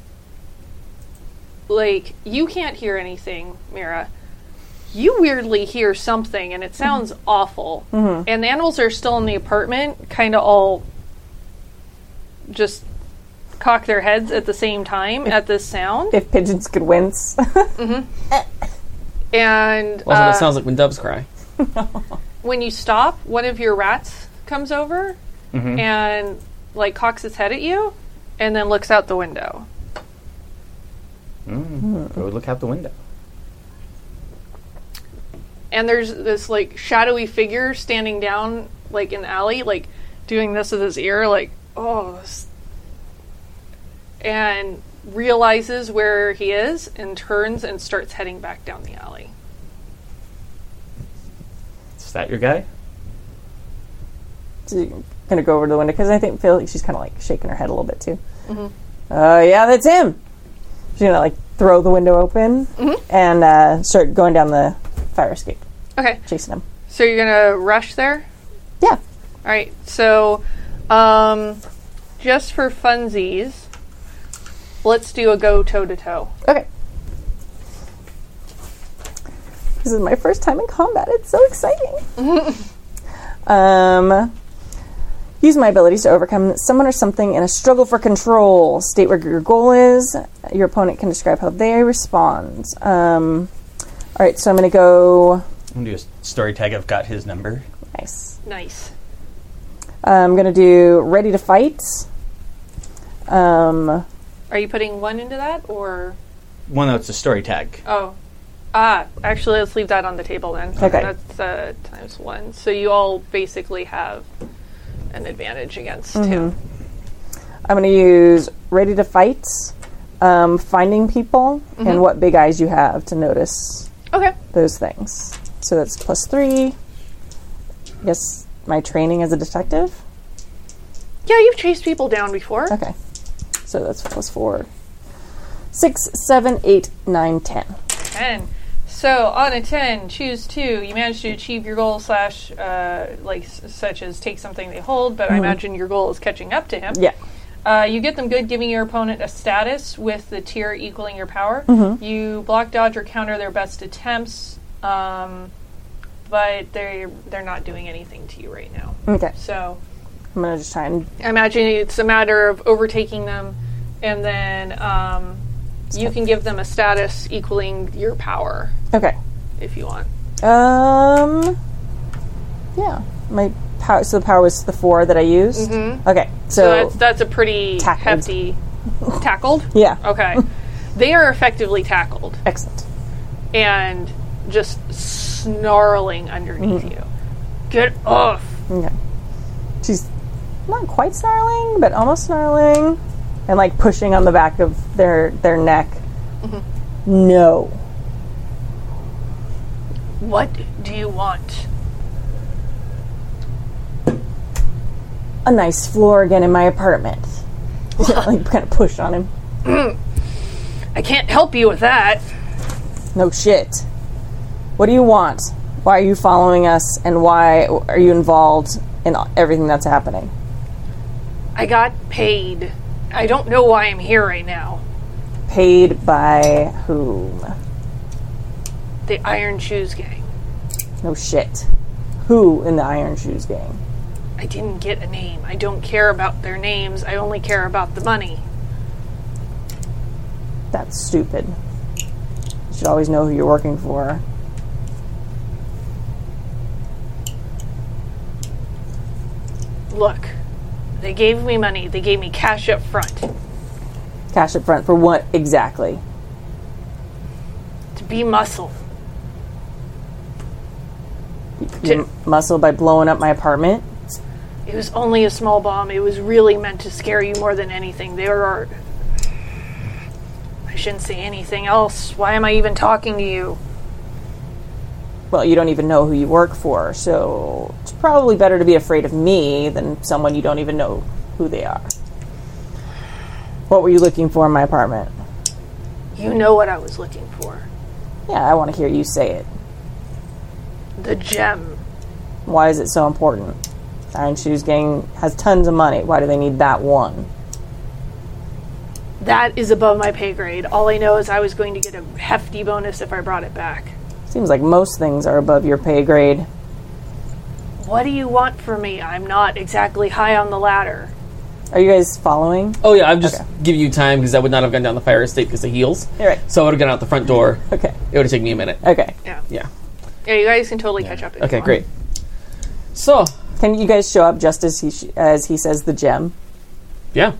C: like you can't hear anything, Mira. You weirdly hear something, and it sounds awful. And the animals are still in the apartment, kind of all just cock their heads at the same time at this sound.
B: If pigeons could wince,
C: And
E: Also,
C: uh,
E: it sounds like when doves cry.
C: when you stop, one of your rats comes over and like cocks its head at you and then looks out the window.
D: Go look out the window.
C: And there's this like shadowy figure standing down like in the alley, like doing this with his ear, like, oh this- and realizes where he is and turns and starts heading back down the alley.
D: Is that your guy?
B: so you're gonna go over to the window because I think feel like she's kind of like shaking her head a little bit too. Uh, yeah, that's him. She's gonna like throw the window open and uh, start going down the fire escape,
C: Okay.
B: chasing him.
C: So you're gonna rush there?
B: Yeah,
C: All right. So, um, just for funsies, let's do a go toe to toe.
B: okay. This is my first time in combat. It's so exciting. um, use my abilities to overcome someone or something in a struggle for control. State where your goal is. Your opponent can describe how they respond. Um, all right, so I'm going to go.
D: I'm going to do a story tag. I've got his number.
B: Nice. Uh,
C: Nice.
B: I'm going to do ready to fight. Um,
C: Are you putting one into that or
D: Well, no, it's a story tag.
C: oh? Ah, actually, let's leave that on the table then.
B: Okay.
C: That's uh, times one. So you all basically have an advantage against him.
B: Mm-hmm. I'm going to use ready to fight. Um, finding people
C: Mm-hmm.
B: and what big eyes you have to notice
C: Okay.
B: those things. So that's plus three. Yes, my training as a detective.
C: Yeah, you've chased people down before.
B: Okay. So that's plus four. Six, seven, eight, nine, ten.
C: 10. So on a 10, choose 2. You manage to achieve your goal slash, uh, like, s- such as take something they hold, but I imagine your goal is catching up to him.
B: Mm-hmm. Yeah.
C: Uh, you get them good, giving your opponent a status with the tier equaling your power.
B: Mm-hmm.
C: You block, dodge, or counter their best attempts, um, but they they're not doing anything to you right now.
B: Okay.
C: So
B: I'm gonna just try and
C: I imagine it's a matter of overtaking them, and then um, you can give them a status equaling your power
B: okay.
C: if you want.
B: Um. Yeah. My power. So the power was the four that I used. Mm-hmm. Okay.
C: So
B: So,
C: that's that's a pretty
B: Tackled.
C: hefty tackled.
B: yeah.
C: Okay, they are effectively tackled.
B: Excellent.
C: and just snarling underneath you. Get off!
B: Okay. She's not quite snarling, but almost snarling, and like pushing on the back of their their neck. No.
C: What do you want?
B: A nice floor again in my apartment. like kind of push on him.
C: I can't help you with that.
B: No shit. What do you want? Why are you following us, and why are you involved in everything that's happening?
C: I got paid. I don't know why I'm here right now.
B: Paid by whom?
C: The Iron Shoes Gang.
B: No shit. Who in the Iron Shoes gang?
C: I didn't get a name. I don't care about their names. I only care about the money.
B: That's stupid. You should always know who you're working for.
C: Look, they gave me money. They gave me cash up front
B: Cash up front for what exactly?
C: to be muscle.
B: Your muscle by blowing up my apartment?
C: It was only a small bomb. It was really meant to scare you more than anything. There are. I shouldn't say anything else. Why am I even talking to you?
B: well, you don't even know who you work for, so it's probably better to be afraid of me than someone you don't even know who they are. What were you looking for in my apartment?
C: You know what I was looking for.
B: Yeah, I want to hear you say it.
C: The gem.
B: Why is it so important? Iron Shoes Gang has tons of money. Why do they need that one?
C: That is above my pay grade. All I know is I was going to get a hefty bonus if I brought it back.
B: Seems like most things are above your pay grade.
C: What do you want from me? I'm not exactly high on the ladder.
B: Are you guys following?
E: Oh yeah, I'm just giving you time because I would not have gone down the fire escape because of heels.
B: You're right.
E: So I would have gone out the front door.
B: Okay.
E: It would have taken me a minute.
B: Okay.
C: Yeah.
E: Yeah.
C: Yeah, you guys can totally catch up. if you
E: Okay,
C: want.
E: great. So,
B: Can you guys show up just as he sh- as he says the gem?
E: yeah.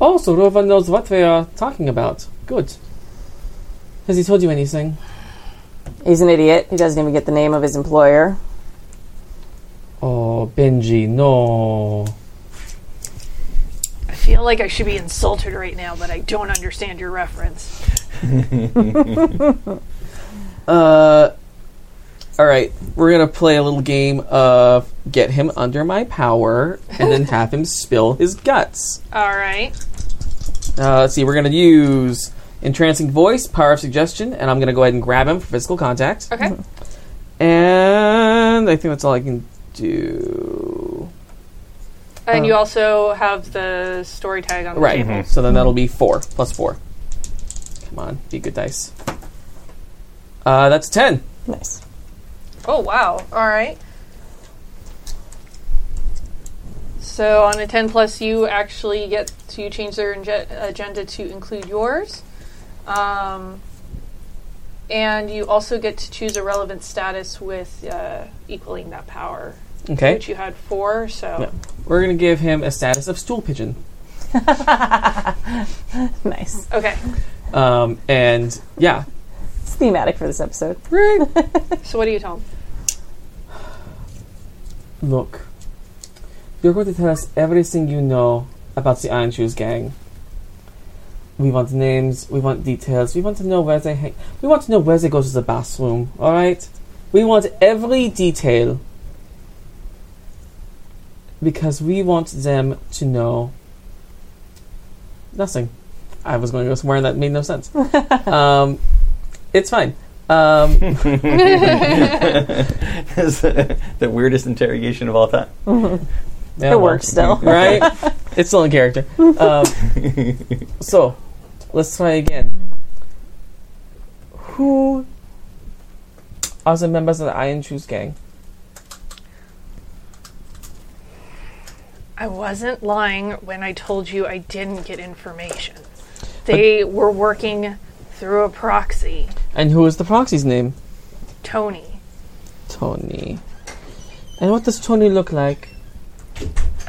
E: Oh, so Rovan knows what we are talking about. Good. Has he told you anything?
B: He's an idiot. He doesn't even get the name of his employer.
E: Oh, Benji, no.
C: I feel like I should be insulted right now, but I don't understand your reference.
E: Uh, all right. We're gonna play a little game of get him under my power, and then have him spill his guts.
C: All right.
E: Uh, let's see. We're gonna use entrancing voice, power of suggestion, and I'm gonna go ahead and grab him for physical contact.
C: Okay.
E: And I think that's all I can do.
C: And you also have the story tag on the
E: Oh. Right.
C: table.
E: So then that'll be four plus four. Come on, be good dice. Uh, that's ten.
B: Nice.
C: Oh wow! All right. So on a ten plus, you actually get to change their inge- agenda to include yours, um, and you also get to choose a relevant status with uh, equaling that power,
E: Okay.
C: which you had four. So
E: We're gonna give him a status of stool pigeon.
B: Nice.
C: okay.
E: Um, and yeah,
B: It's thematic for this episode.
C: So what do you tell them?
E: Look, you're going to tell us everything you know about the Iron Shoes gang. We want names, we want details, we want to know where they hang, we want to know where they go to the bathroom, alright? We want every detail. Because we want them to know nothing. I was going to go somewhere and that made no sense. um, it's fine. Um,
D: It's the the weirdest interrogation of all time.
E: yeah,
B: It
E: well.
B: works still.
E: right? it's still in character. Um, so, let's try again. Who are the members of the Iron Shoes gang?
C: I wasn't lying when I told you I didn't get information. They were working through a proxy,
E: And who is the proxy's name?
C: Tony.
E: Tony. And what does Tony look like?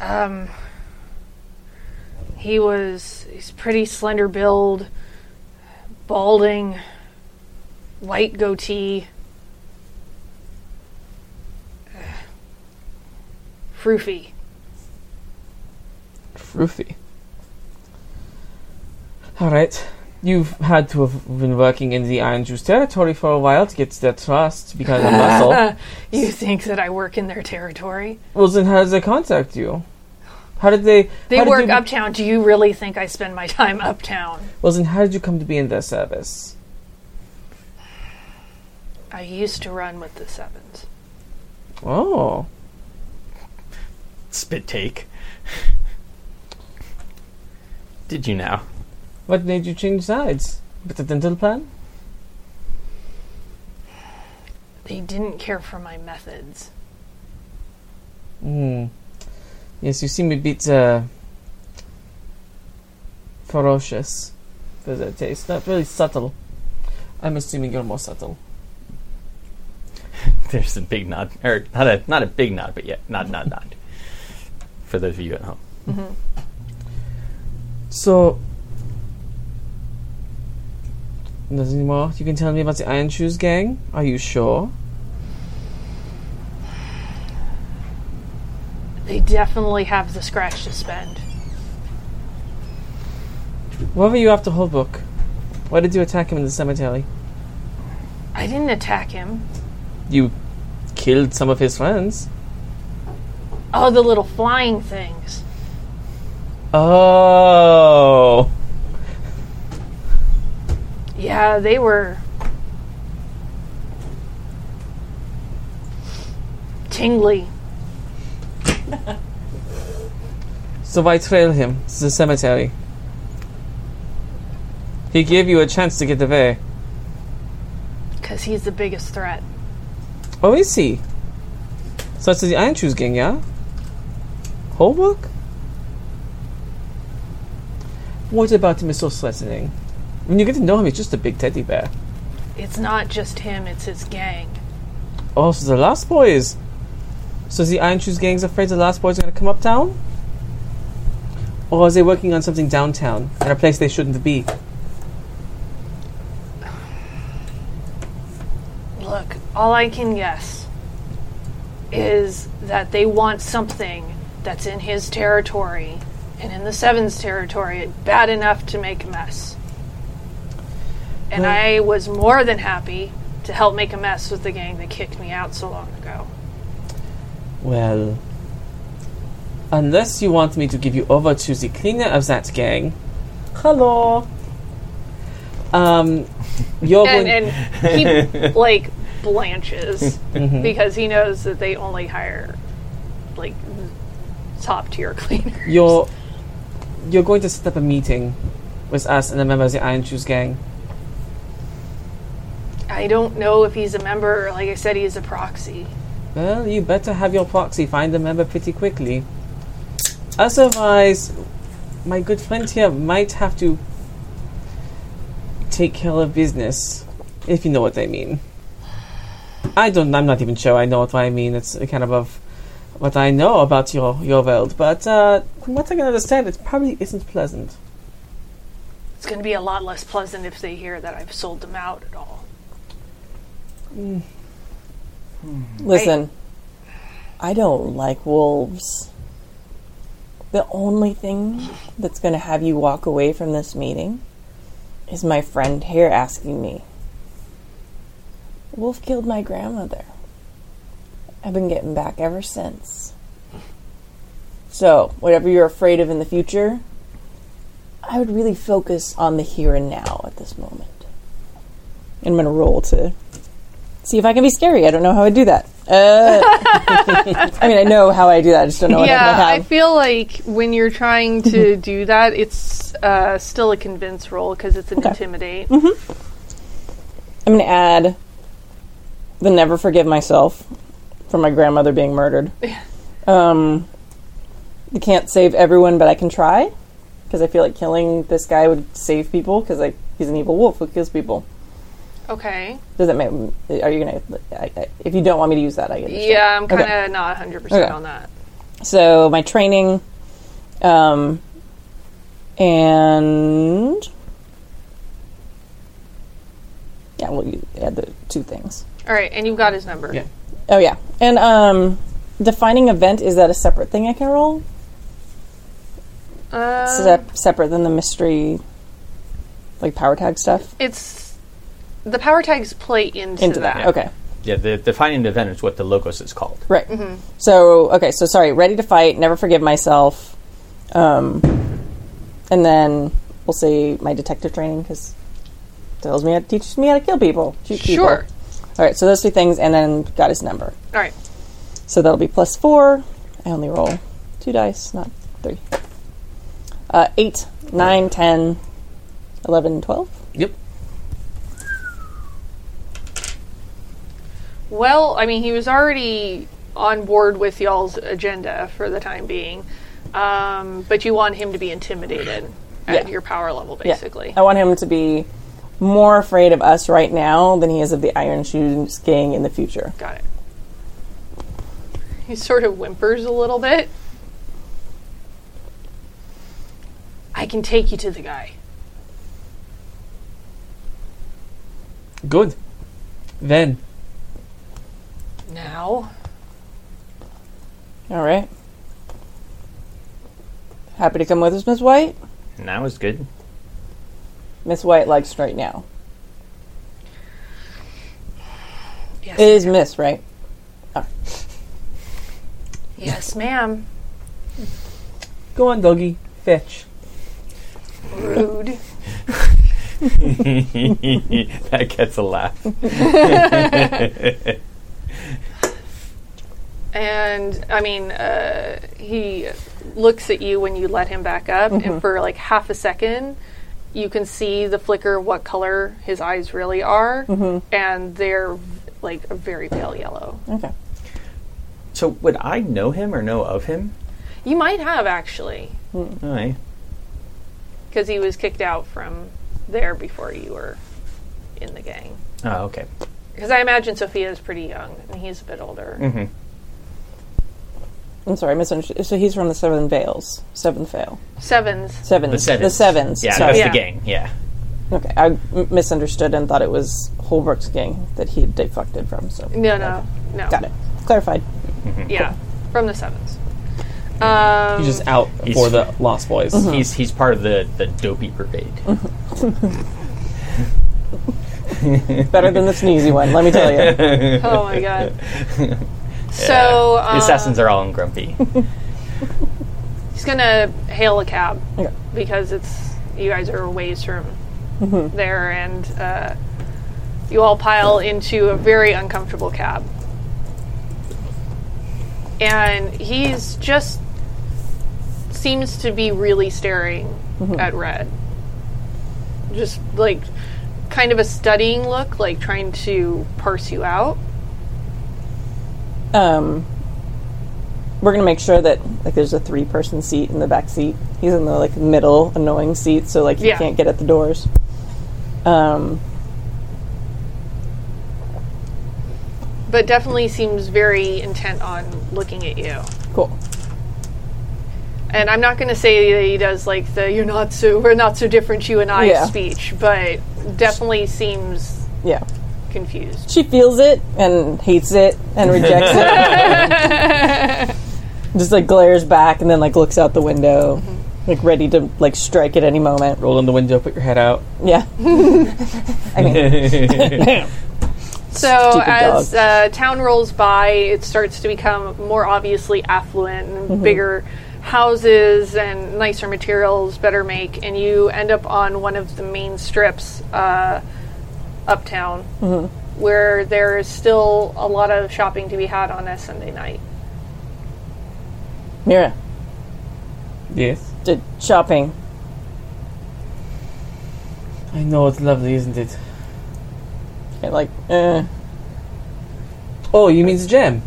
C: Um, he was he's pretty slender build, balding, white goatee, Uh, froofy.
E: Roofy. Alright. You've had to have been working in the Iron Shoes territory for a while to get their trust because of muscle.
C: You think that I work in their territory?
E: Well, then how did they contact you? How did they...
C: They
E: how did
C: work
E: you-
C: uptown. Do you really think I spend my time uptown?
E: Well, then how did you come to be in their service?
C: I used to run with the sevens.
E: Oh.
D: Spit take. Did you now?
E: What made you change sides? With the dental plan?
C: They didn't care for my methods.
E: Hmm. Yes, you seem a bit, uh, ferocious for their taste. Not really subtle. I'm assuming you're more subtle.
D: There's a big nod, or not a not a big nod, but yeah, nod, nod, nod. For those of you at home,
E: So. Nothing more you can tell me about the Iron Shoes gang? Are you sure?
C: They definitely have the scratch to spend.
E: What were you after Holbrook? Why did you attack him in the cemetery?
C: I didn't attack him.
E: You killed some of his friends.
C: Oh, the little flying things.
E: Oh.
C: Yeah, they were tingly.
E: So I trail him to the cemetery. He gave you a chance to get away.
C: Because he's the biggest threat.
E: Oh, is he? So it's the Iron Shoes gang, yeah? Holbrook? What about Mr. Slettening? When you get to know him, he's just a big teddy bear.
C: It's not just him, it's his gang.
E: Oh, so the Last Boys. So is the Iron Shoes gang's afraid the Last Boys are going to come uptown? Or is they working on something downtown at a place they shouldn't be?
C: Look, all I can guess is that they want something that's in his territory and in the Seven's territory bad enough to make a mess. And
E: Well-
C: I was more than happy to help make a mess with the gang that kicked me out so long ago.
E: Well, unless you want me to give you over to the cleaner of that gang. Hello. Um, you're
C: And,
E: going.
C: and he, like, blanches because he knows that they only hire, like, top tier cleaners.
E: You're you're going to set up a meeting with us and the members of the Iron Shoes gang.
C: I don't know if he's a member. Like I said, he's a proxy.
E: Well, you better have your proxy find a member pretty quickly. Otherwise, my good friend here might have to take care of business, if you know what I mean. I don't. I'm not even sure. I know what I mean. It's kind of of what I know about your your world, but uh, from what I can understand, it probably isn't pleasant.
C: It's going to be a lot less pleasant if they hear that I've sold them out at all.
B: Listen, I don't like wolves. The only thing that's going to have you walk away from this meeting is my friend here asking me. Wolf killed my grandmother. I've been getting back ever since. So, whatever you're afraid of in the future, I would really focus on the here and now at this moment. And I'm going to roll to see if I can be scary. I don't know how I do that. Uh, I mean, I know how I do that. I just don't know Mm-hmm. what I
C: yeah, I
B: have.
C: feel like when you're trying to do that, it's uh, still a convince roll because it's an intimidate.
B: Mm-hmm. I'm going to add the never forgive myself for my grandmother being murdered. Um, I can't save everyone, but I can try because I feel like killing this guy would save people because like he's an evil wolf who kills people.
C: Okay.
B: Does that make? Are you gonna? I, I, if you don't want me to use that, I understand.
C: Yeah, I'm kind of
B: Okay.
C: not 100%
B: Okay.
C: on that.
B: So my training, um, and yeah, well, you add the two things.
C: All right, and you've got his number.
E: Yeah.
B: Oh yeah, and um, defining event is that a separate thing I can roll?
C: Uh,
B: Sep- separate than the mystery, like power tag stuff.
C: it's the power tags play into,
B: Into that. Okay.
D: Yeah, the defining event is what the logos is called.
B: Right. So okay. So sorry. Ready to fight. Never forgive myself. Um, and then we'll see my detective training because tells me it teaches me how to kill people, shoot people.
C: Sure.
B: All right. So those two things, and then got his number.
C: All right.
B: So that'll be plus four. I only roll two dice, not three. Uh, eight, nine, ten, eleven, twelve.
E: Yep.
C: Well, I mean, he was already on board with y'all's agenda for the time being, um, but you want him to be intimidated at
B: Yeah.
C: your power level,
B: Yeah.
C: basically.
B: I want him to be more afraid of us right now than he is of the Iron Shoes gang in the future.
C: Got it. He sort of whimpers a little bit. I can take you to the guy.
E: Good. Then
C: Now,
B: All right. Happy to come with us, Miss White?
D: And that was good.
B: Miss White likes right now.
C: Yes,
B: It is Miss, right?
C: yes, ma'am.
E: Go on, doggy. Fetch.
C: Rude.
D: that gets a laugh.
C: and I mean, uh, he looks at you when you let him back up, and for like half a second, you can see the flicker of what color his eyes really are, and they're like a very pale yellow.
B: Okay.
D: So would I know him or know of him? Oh, eh.
C: You might have actually,
D: Aye.
C: because he was kicked out from there before you were in the gang.
D: Oh, okay.
C: Because I imagine Sophia is pretty young, and he's a bit older.
B: Mm-hmm. I'm sorry, I misunderstood. So he's from the Seven Vales. Seventh Vale.
C: Sevens.
B: Sevens.
D: The sevens.
B: The Sevens.
D: Yeah,
B: sorry.
D: that's
C: Yeah.
D: the gang. Yeah.
B: Okay, I m- misunderstood and thought it was Holbrook's gang that he defected from. So
C: No, no, no.
B: got it clarified.
C: Yeah, from the sevens. Um,
E: He's just out for the Lost Boys.
D: He's he's part of the, the dopey brigade.
B: Better than the sneezy one, let me tell you.
C: Oh my god. So
D: the
C: um,
D: assassins are all in grumpy.
C: he's gonna hail a cab
B: Okay.
C: because it's you guys are a ways from there, and uh, you all pile into a very uncomfortable cab. And he's just seems to be really staring at Red, just like kind of a studying look, like trying to parse you out.
B: Um, we're gonna make sure that like there's a three person seat in the back seat. He's in the like middle annoying seat, so like he
C: Yeah.
B: can't get at the doors. Um,
C: but definitely seems very intent on looking at you.
B: cool.
C: And I'm not going to say that he does like the "you're not so we're not so different, you and I"
B: Yeah.
C: speech, but definitely seems
B: Yeah,
C: confused.
B: she feels it and hates it and rejects it. Just like glares back and then like looks out the window, like ready to like strike at any moment.
E: Roll in the window, put your head out.
B: Yeah. I mean,
C: So
B: Stupid
C: as
B: dog.
C: uh, town rolls by, it starts to become more obviously affluent and
B: Mm-hmm.
C: bigger houses and nicer materials, better make, and you end up on one of the main strips uh, uptown,
B: Mm-hmm.
C: where there is still a lot of shopping to be had on a Sunday night.
B: Mira,
E: Yes.
B: did shopping.
E: I know it's lovely, isn't it?
B: And like, eh.
E: Oh, you mean the gem?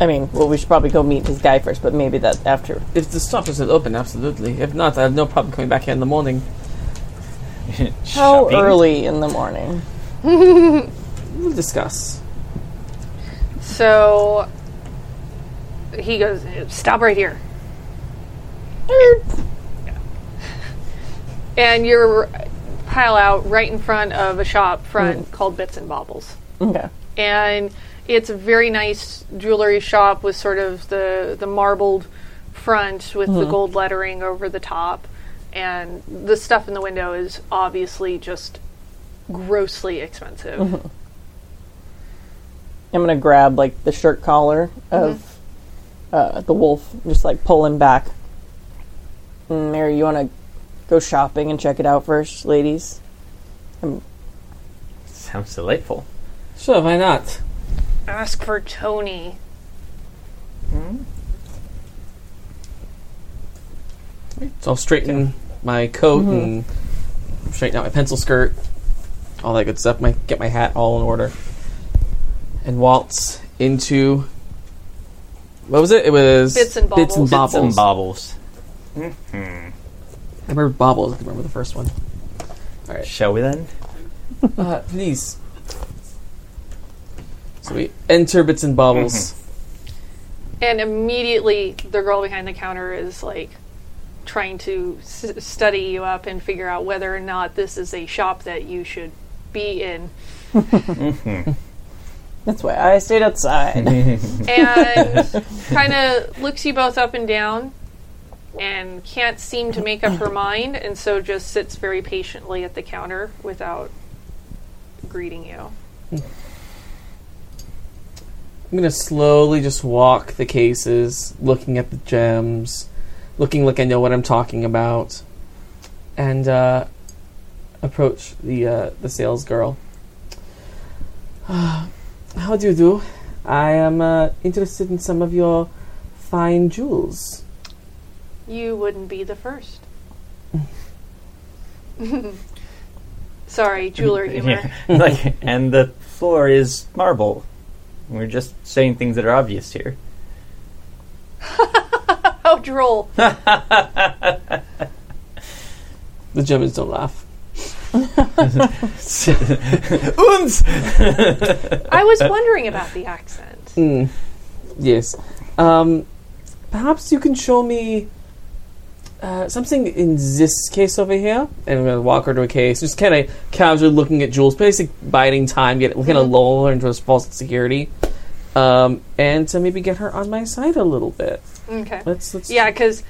B: I mean, well, we should probably go meet his guy first, but maybe that after.
E: If the shop is still open, absolutely. If not, I have no problem coming back here in the morning.
B: How
D: Shopping.
B: early in the morning?
E: We'll discuss.
C: So he goes, "Stop right here." And you're pile out right in front of a shop front called Bits and Baubles,
B: Okay.
C: and it's a very nice jewelry shop with sort of the the marbled front with the gold lettering over the top, and the stuff in the window is obviously just grossly expensive.
B: I'm gonna grab like the shirt collar of uh, the wolf, just like pull him back. Mm, Mary, you want to go shopping and check it out first, ladies?
D: Sounds delightful.
E: Sure, why not?
C: Ask for Tony.
E: So I'll straighten my coat and straighten out my pencil skirt, all that good stuff. My get my hat all in order, and waltz into what was it? It was
C: Bits and
E: Bits and
C: Bobbles. Bits
E: bobbles.
D: Some baubles.
E: I remember bobbles. I can remember the first one.
D: Shall we then?
E: Uh, please. So we enter bits and bobbles.
C: And immediately, the girl behind the counter is like trying to s- study you up and figure out whether or not this is a shop that you should be in.
B: That's why I stayed outside.
C: And kind of looks you both up and down and can't seem to make up her mind, and so just sits very patiently at the counter without greeting you.
E: I'm gonna slowly just walk the cases, looking at the gems, looking like I know what I'm talking about, and uh, approach the uh, the sales girl. Uh, how do you do? I am uh, interested in some of your fine jewels.
C: You wouldn't be the first. Sorry, jeweler humor.
D: Yeah. like, and the floor is marble. We're just saying things that are obvious here.
C: How droll.
E: The Germans don't laugh.
D: Ooms!
C: I was wondering about the accent.
E: Uh, Mm. Yes. Um, perhaps you can show me uh, something in this case over here. And I'm going to walk her to a case, just kind of casually looking at Jules, basic biding time, get kind
C: Mm-hmm.
E: of lull her into a false security, um, and to maybe get her on my side a little bit.
C: Okay.
E: Let's let's
C: Yeah, because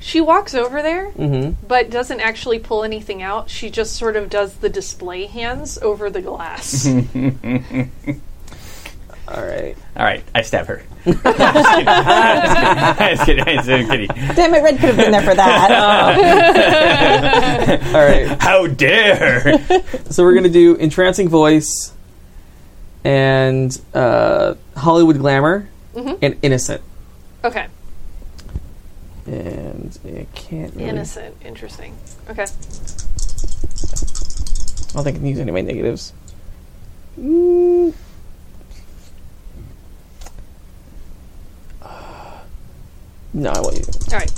C: she walks over there,
E: hmm
C: but doesn't actually pull anything out. She just sort of does the display hands over the glass.
E: Mm-hmm. All right.
D: All right, I stab her. I'm just kidding. I'm just kidding. I'm just kidding.
B: Damn it, Red could have been there for that.
E: All right.
D: How dare!
E: so we're going to do entrancing voice and uh, Hollywood glamour
C: Mm-hmm.
E: and innocent.
C: okay.
E: And it can't really.
C: Innocent. Interesting. Okay.
E: I don't think I can use any of my negatives. Mm. No, I won't use it.
C: All right.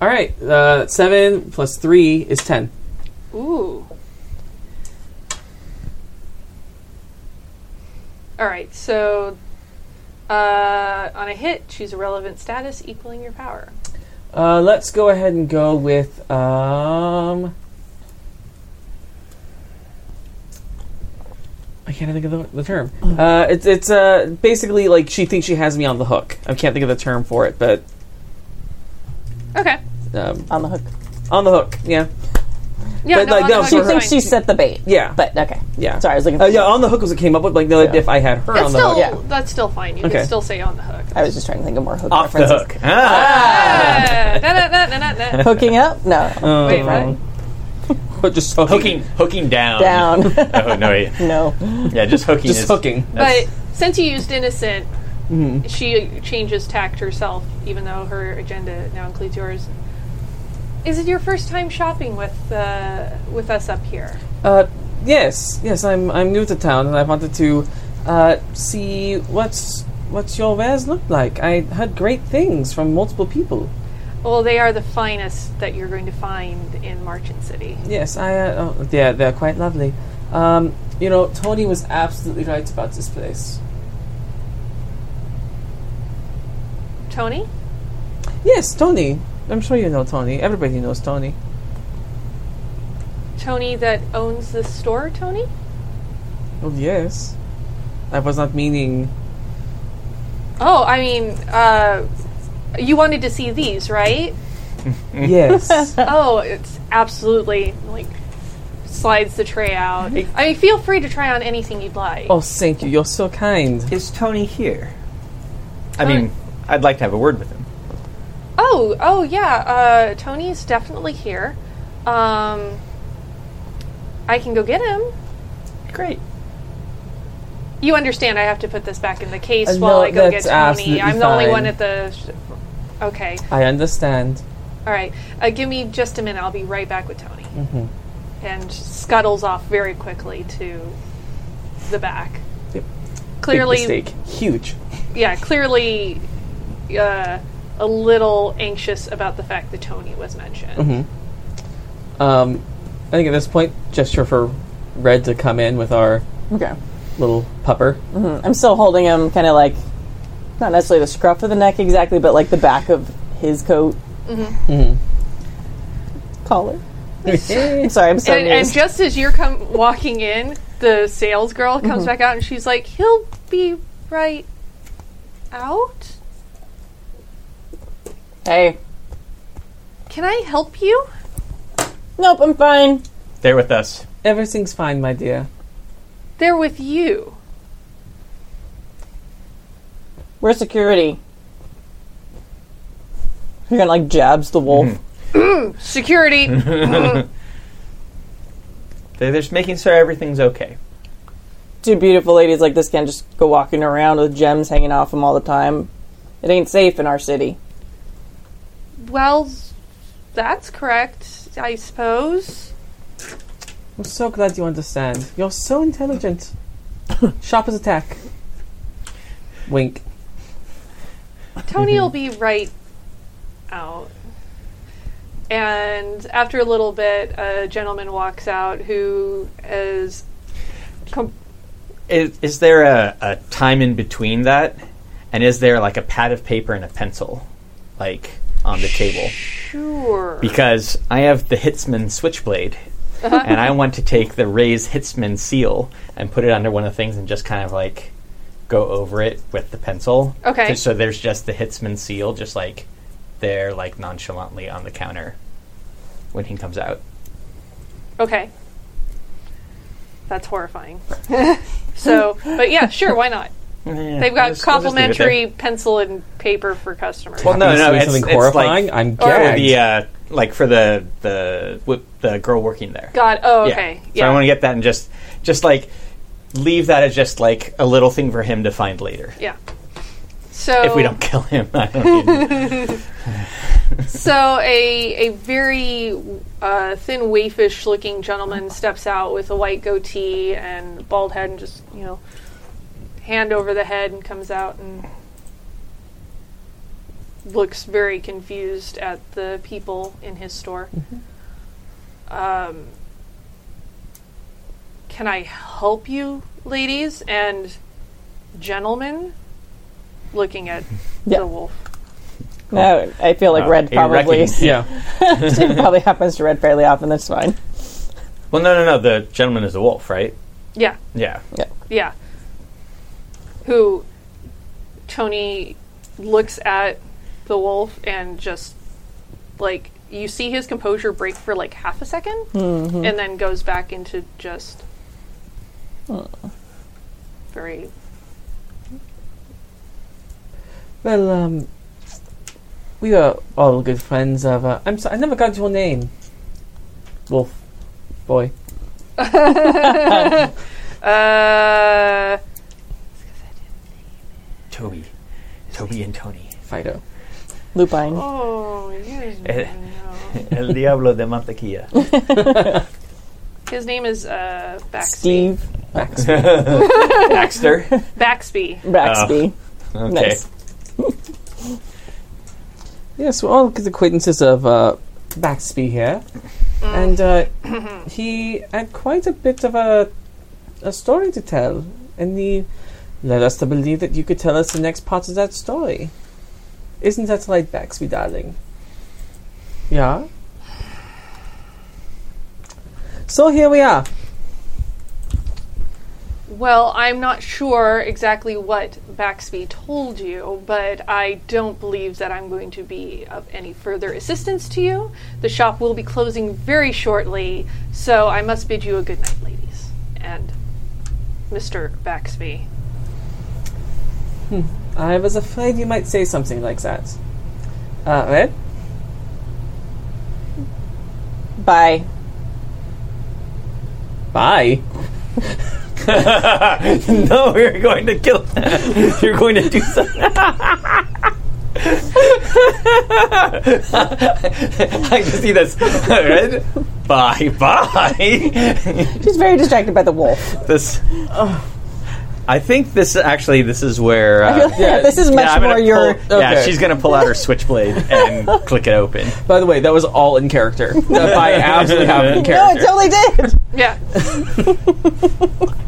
E: All right, uh, seven plus three is ten.
C: Ooh. All right. So, uh, on a hit, choose a relevant status equaling your power.
E: Uh, let's go ahead and go with um. I can't think of the, the term. Uh, it's it's uh, basically like she thinks she has me on the hook. I can't think of the term for it, but
C: Okay.
E: um,
B: On the hook.
E: on the hook. Yeah,
C: Yeah.
E: But, like,
C: on
E: no,
C: the hook
E: she
B: She
C: is
E: Right.
B: thinks she
C: fine.
B: set the bait.
E: yeah,
B: But, okay.
E: yeah.
B: Sorry, I was looking for
E: Uh, yeah, on the hook was what came up with. Like, no, if I had her
C: It's
E: on the
C: still
E: hook.
B: hook.
C: that's still fine. You
E: Okay.
C: can still say on the hook.
B: I was just trying to think of more hook
D: Off the
B: references.
D: hook. Ah.
C: Ah, da, da, da, da, da, da.
B: Hooking up? No.
E: Um,
C: Wait, what?
E: but just hooking.
D: Hooking, hooking down.
B: Down.
D: Oh, no, yeah,
B: no.
D: yeah just hooking.
E: Just
D: is-
E: hooking.
C: But since you used innocent, she changes tact herself, even though her agenda now includes yours. Is it your first time shopping with uh, with us up here?
E: Uh, yes, yes, I'm I'm new to town, and I wanted to uh, see what's what's your wares look like. I heard great things from multiple people.
C: Well, they are the finest that you're going to find in Marchant City.
E: Yes, I uh, oh, they're they're quite lovely. Um, you know, Tony was absolutely right about this place.
C: Tony?
E: Yes, Tony. I'm sure you know Tony. Everybody knows Tony.
C: Tony that owns this store, Tony?
E: Oh yes, I was not meaning.
C: Oh, I mean, uh, you wanted to see these, right?
E: Yes.
C: oh, it's absolutely like slides the tray out. I mean, feel free to try on anything you'd like.
E: oh, thank you. You're so kind.
D: Is Tony here? I mean, I'd like to have a word with him.
C: Oh, oh yeah. Uh, Tony is definitely here. Um, I can go get him.
D: Great.
C: You understand? I have to put this back in the case
E: Uh,
C: while
E: no,
C: I go get
E: that's
C: Tony.
E: absolutely
C: I'm the only
E: fine.
C: one at the. Sh- okay.
E: I understand.
C: All right. Uh, give me just a minute. I'll be right back with Tony.
E: Mm-hmm.
C: And scuttles off very quickly to the back.
E: Yep.
C: Clearly,
E: Big mistake. Huge.
C: yeah, clearly uh, a little anxious about the fact that Tony was mentioned.
E: Um, I think at this point, gesture for Red to come in with our
B: Okay.
E: little pupper.
B: I'm still holding him kind of like, not necessarily the scruff of the neck exactly, but like the back of his coat. Mm-hmm. Collar. I'm sorry, I'm so
C: And, and
B: amused.
C: just as you're come walking in, the sales girl comes back out and she's like, "He'll be right out.
B: hey.
C: Can I help you?"
B: Nope, I'm fine.
D: They're with us.
E: Everything's fine, my dear.
C: They're with you.
B: We're security. He kind of like jabs the wolf.
C: Security.
D: They're just making sure everything's okay.
B: Two beautiful ladies like this can't just go walking around with gems hanging off them all the time. It ain't safe in our city.
C: well, that's correct, I suppose.
E: I'm so glad you understand. You're so intelligent. Sharp as a tack. Wink.
D: Mm-hmm.
C: Tony will be right out. And after a little bit, a gentleman walks out who is. Com-
D: Is, is there a, a time in between that? And is there like a pad of paper and a pencil, like on the table?
C: sure.
D: Because I have the Hitsman Switchblade,
C: Uh-huh.
D: and I want to take the Ray's Hitsman seal and put it under one of the things and just kind of like go over it with the pencil.
C: Okay.
D: Just so there's just the Hitsman seal, just like there, like nonchalantly on the counter when he comes out.
C: Okay. That's horrifying. so, but yeah, sure, why not? They've got complimentary pencil and paper for customers.
D: Well, no,
E: Happens to
D: no,
E: be
D: it's,
E: something
D: it's
E: horrifying.
D: Like,
E: I'm
D: for
E: gagged.
D: the uh, like for the the wi- the girl working there.
C: God, oh, okay.
D: So
C: Yeah.
D: I want to get that and just just like leave that as just like a little thing for him to find later.
C: yeah. So
D: If we don't kill him, I don't need
C: So a a very uh, thin, waifish looking gentleman steps out with a white goatee and bald head, and just you know, hand over the head, and comes out and looks very confused at the people in his store. Um, can I help you, ladies and gentlemen? Looking at
B: Yeah.
C: the wolf.
B: No, I feel like
D: Uh,
B: Red
D: it
B: probably
D: reckons-
E: Yeah.
B: it probably happens to Red fairly often. That's fine.
D: Well, no, no, no. The gentleman is a wolf, right?
C: Yeah.
D: Yeah.
C: Yeah. Who Tony looks at the wolf and just like you see his composure break for like half a 2nd and then goes back into just very
E: Well, um, we are all good friends of. Uh, I'm sorry, I never got your name. Wolf, boy.
C: uh
D: Toby, Toby and Tony.
E: Fido.
B: Lupine.
C: oh you
D: Eh.
C: know.
D: El Diablo de Mantequilla.
C: his name is uh Baxby.
B: Steve
E: Baxby.
D: Baxter.
C: Baxby.
B: Baxby.
D: Okay.
B: Nice.
E: yes, we're all good acquaintances of uh, Baxby here, and uh, he had quite a bit of a a story to tell, and he led us to believe that you could tell us the next part of that story. Isn't that right, Baxby, darling? Yeah. So here we are.
C: Well, I'm not sure exactly what Baxby told you, but I don't believe that I'm going to be of any further assistance to you. The shop will be closing very shortly, so I must bid you a good night, ladies. And Mr. Baxby.
E: I was afraid you might say something like that. Uh, Red?
B: Bye.
E: Bye.
D: no, you're going to kill him. You're going to do something. I just see this. Red. Bye bye.
B: She's very distracted by the wolf.
D: this. I think this actually this is where. Uh,
E: yeah,
B: this is much
D: yeah, I'm gonna
B: more your.
D: pull- Yeah,
E: okay.
D: she's gonna pull out her switchblade and click it open.
E: By the way, that was all in character. That by absolutely happened in
B: No, it totally
E: character.
B: did.
C: Yeah.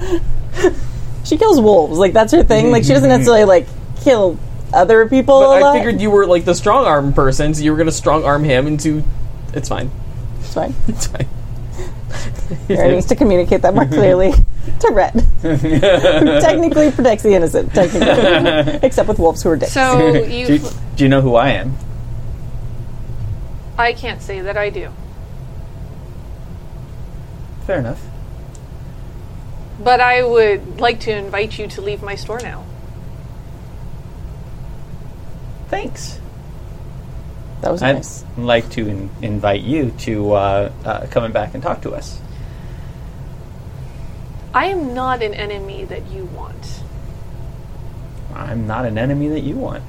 B: She kills wolves. Like that's her thing. Like she doesn't necessarily like kill other people.
E: But
B: a lot.
E: I figured you were like the strong arm person, so you were gonna strong arm him into. It's fine.
B: it's fine.
E: It's fine.
B: Mary needs to communicate that more clearly to Red, who technically protects the innocent, technically, except with wolves who are dicks.
C: So
D: do, you,
C: you
D: do you know who I am?
C: I can't say that I do.
D: Fair enough.
C: But I would like to invite you to leave my store now.
D: Thanks.
B: That was
D: I'd
B: nice.
D: like to in- invite you to uh, uh, coming back and talk to us.
C: I am not an enemy that you want.
D: I'm not an enemy that you want.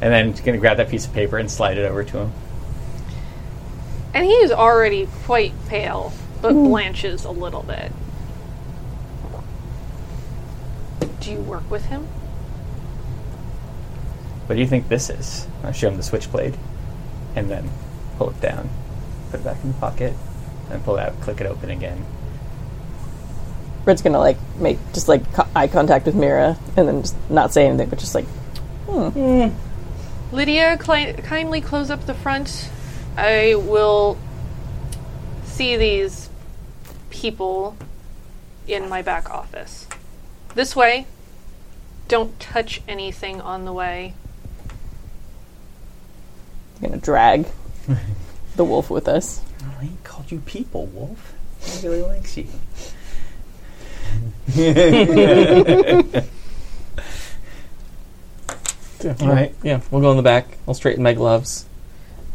D: And then he's going to grab that piece of paper and slide it over to him.
C: And he is already quite pale, but blanches a little bit. Do you work with him?
D: What do you think this is? I show him the switchblade, and then pull it down, put it back in the pocket, and pull it out, click it open again.
B: Red's gonna like make just like co- eye contact with Mira and then just not say anything, but just like
C: Lydia, cli- kindly close up the front. I will see these people in my back office. This way. Don't touch anything on the way.
B: gonna drag the wolf with us.
D: Oh, he called you people, Wolf. He really likes you.
E: All right. Yeah, we'll go in the back. I'll straighten my gloves.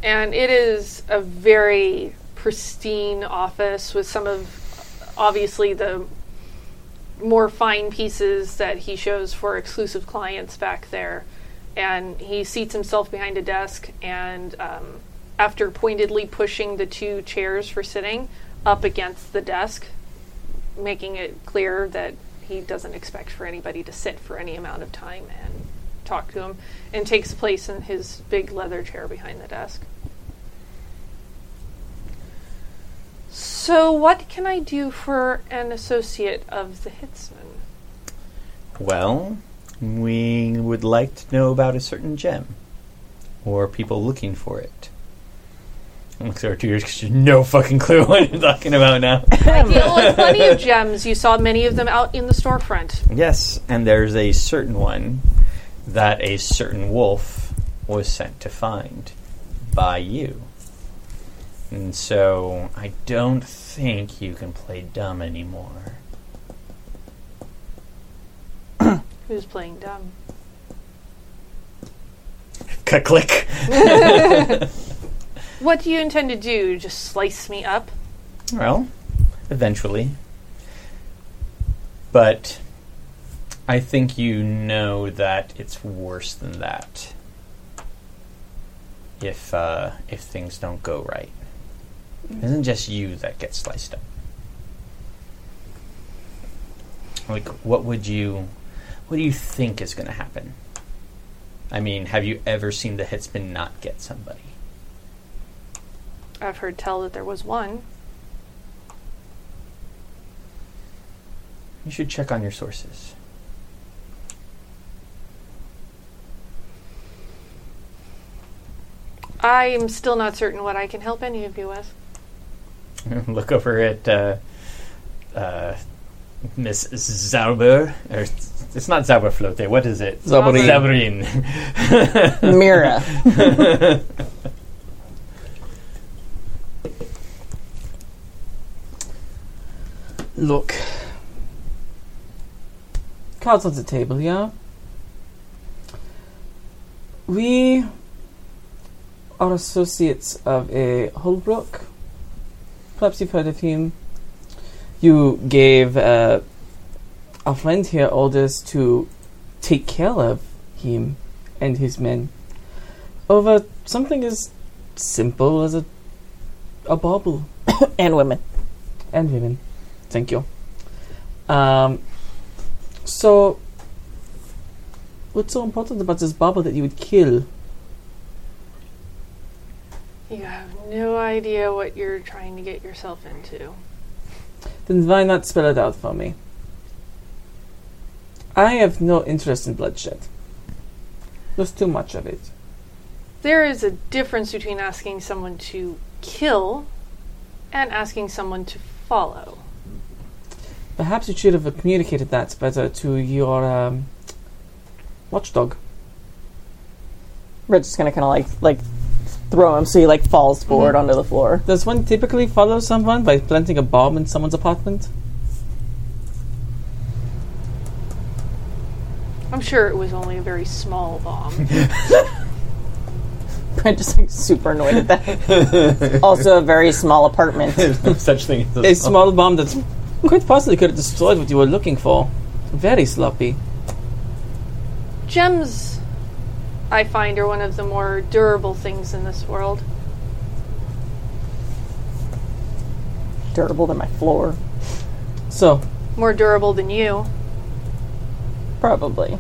C: and it is a very pristine office with some of obviously the more fine pieces that he shows for exclusive clients back there. And he seats himself behind a desk, and um, after pointedly pushing the two chairs for sitting up against the desk, making it clear that he doesn't expect for anybody to sit for any amount of time and talk to him, and takes place in his big leather chair behind the desk. So, what can I do for an associate of the Hitsman?
D: Well, we would like to know about a certain gem, or people looking for it. Looks over two years because you no fucking clue what you're talking about now.
C: I deal with plenty of gems. You saw many of them out in the storefront.
D: yes, and there's a certain one that a certain wolf was sent to find by you. And so I don't think you can play dumb anymore.
C: Who's playing dumb?
D: Click.
C: What do you intend to do? Just slice me up?
D: Well, eventually. But I think you know that it's worse than that. If uh, if things don't go right, it isn't just you that gets sliced up. Like, what would you, what do you think is going to happen? I mean, have you ever seen the hitsman not get somebody?
C: I've heard tell that there was one.
D: You should check on your sources.
C: I am still not certain what I can help any of you with.
D: look over at uh, uh, Miss Zauber. Or it's it's not Zauberflote. What is it?
E: Zauberin.
D: Zauberin.
B: Mira.
E: Look. Cards on the table, yeah? We are associates of a Holbrook. Perhaps you've heard of him. You gave uh, our friend here orders to take care of him and his men over something as simple as a, a bauble
B: and women.
E: and women. Thank you. Um, so, what's so important about this bubble that you would kill?
C: You have no idea what you're trying to get yourself into.
E: Then why not spell it out for me? I have no interest in bloodshed. There's too much of it.
C: There is a difference between asking someone to kill and asking someone to follow.
E: Perhaps you should have communicated that better to your um, watchdog.
B: Red's just gonna kind of like like throw him so he like falls
D: Mm-hmm.
B: forward onto the floor.
E: Does one typically follow someone by planting a bomb in someone's apartment?
C: I'm I'm sure it was only a very small bomb.
B: I'm just like super annoyed at that. also, a very small apartment.
D: Such thing as
E: A small bomb that's quite possibly could have destroyed what you were looking for. Very sloppy.
C: Gems, I find, are one of the more durable things in this world.
B: Durable than my floor,
E: So,
C: More durable than you.
B: probably.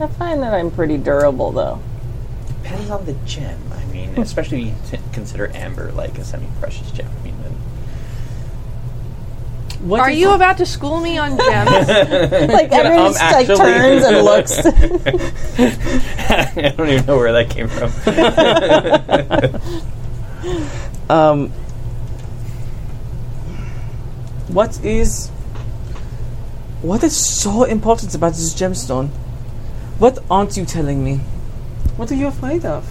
B: I find that I'm pretty durable, though.
D: Depends on the gem. I mean, especially when you t- consider amber like a semi-precious gem. I mean, then
E: what
C: Are
E: is
C: you about to school me on gems?
B: Like everyone
D: um,
B: just like
D: actually-
B: turns and looks.
D: I don't even know where that came from.
E: Um, what is what is so important about this gemstone? What aren't you telling me? What are you afraid of?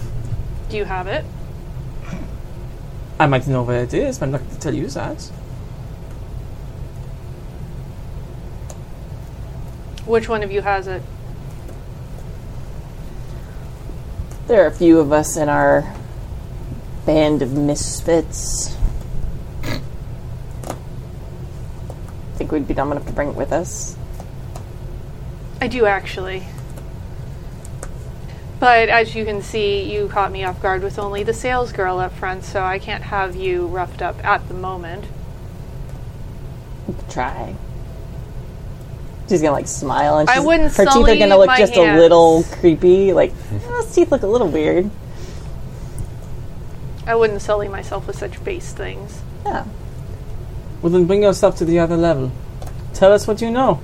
C: Do you have it?
E: I might know where it is, but I'm not going to tell you that.
C: Which one of you has it?
B: there are a few of us in our band of misfits. Think we'd be dumb enough to bring it with us.
C: I do actually. But as you can see, you caught me off guard with only the sales girl up front, so I can't have you roughed up at the moment.
B: Try. She's gonna like smile and
C: I
B: she's,
C: wouldn't
B: her teeth are
C: sully
B: gonna look
C: my
B: just
C: hands.
B: a little creepy. Like "Oh, those teeth look a little weird.
C: I wouldn't sully myself with such base things.
B: Yeah.
E: Well, then bring yourself to the other level. Tell us what you know.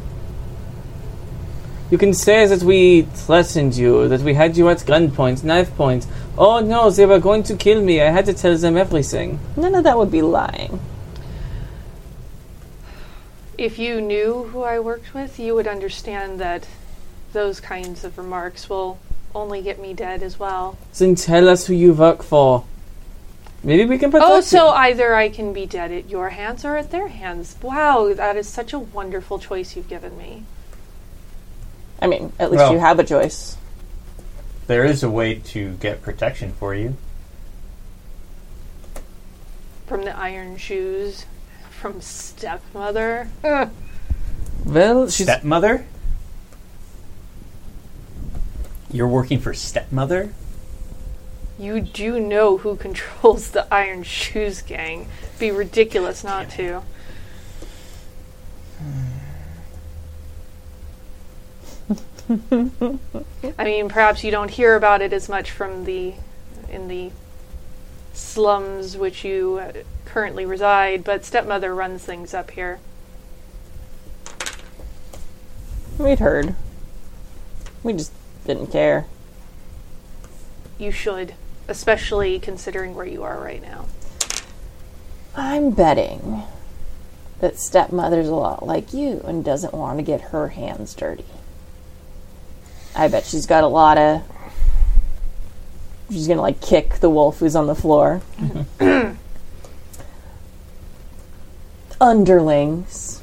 E: You can say that we threatened you, that we had you at gunpoint, knife point. Oh no, they were going to kill me. I had to tell them everything.
B: None of that would be lying.
C: If you knew who I worked with, you would understand that those kinds of remarks will only get me dead as well.
E: Then tell us who you work for. Maybe we can protect
C: Oh,
E: you.
C: so either I can be dead at your hands or at their hands. Wow, that is such a wonderful choice you've given me.
B: I mean, at least
D: Well-
B: you have a choice.
D: there is a way to get protection for you.
C: From the iron shoes, from stepmother.
E: well, she's
D: Stepmother? You're working for stepmother?
C: You do know who controls the Iron Shoes gang. Be ridiculous not to. I mean, perhaps you don't hear about it as much from the in the slums which you uh, currently reside, but stepmother runs things up here.
B: We'd heard. We just didn't care.
C: You should, especially considering where you are right now.
B: I'm betting that stepmother's a lot like you and doesn't want to get her hands dirty. I bet she's got a lot of. She's gonna like kick the wolf who's on the floor. Underlings.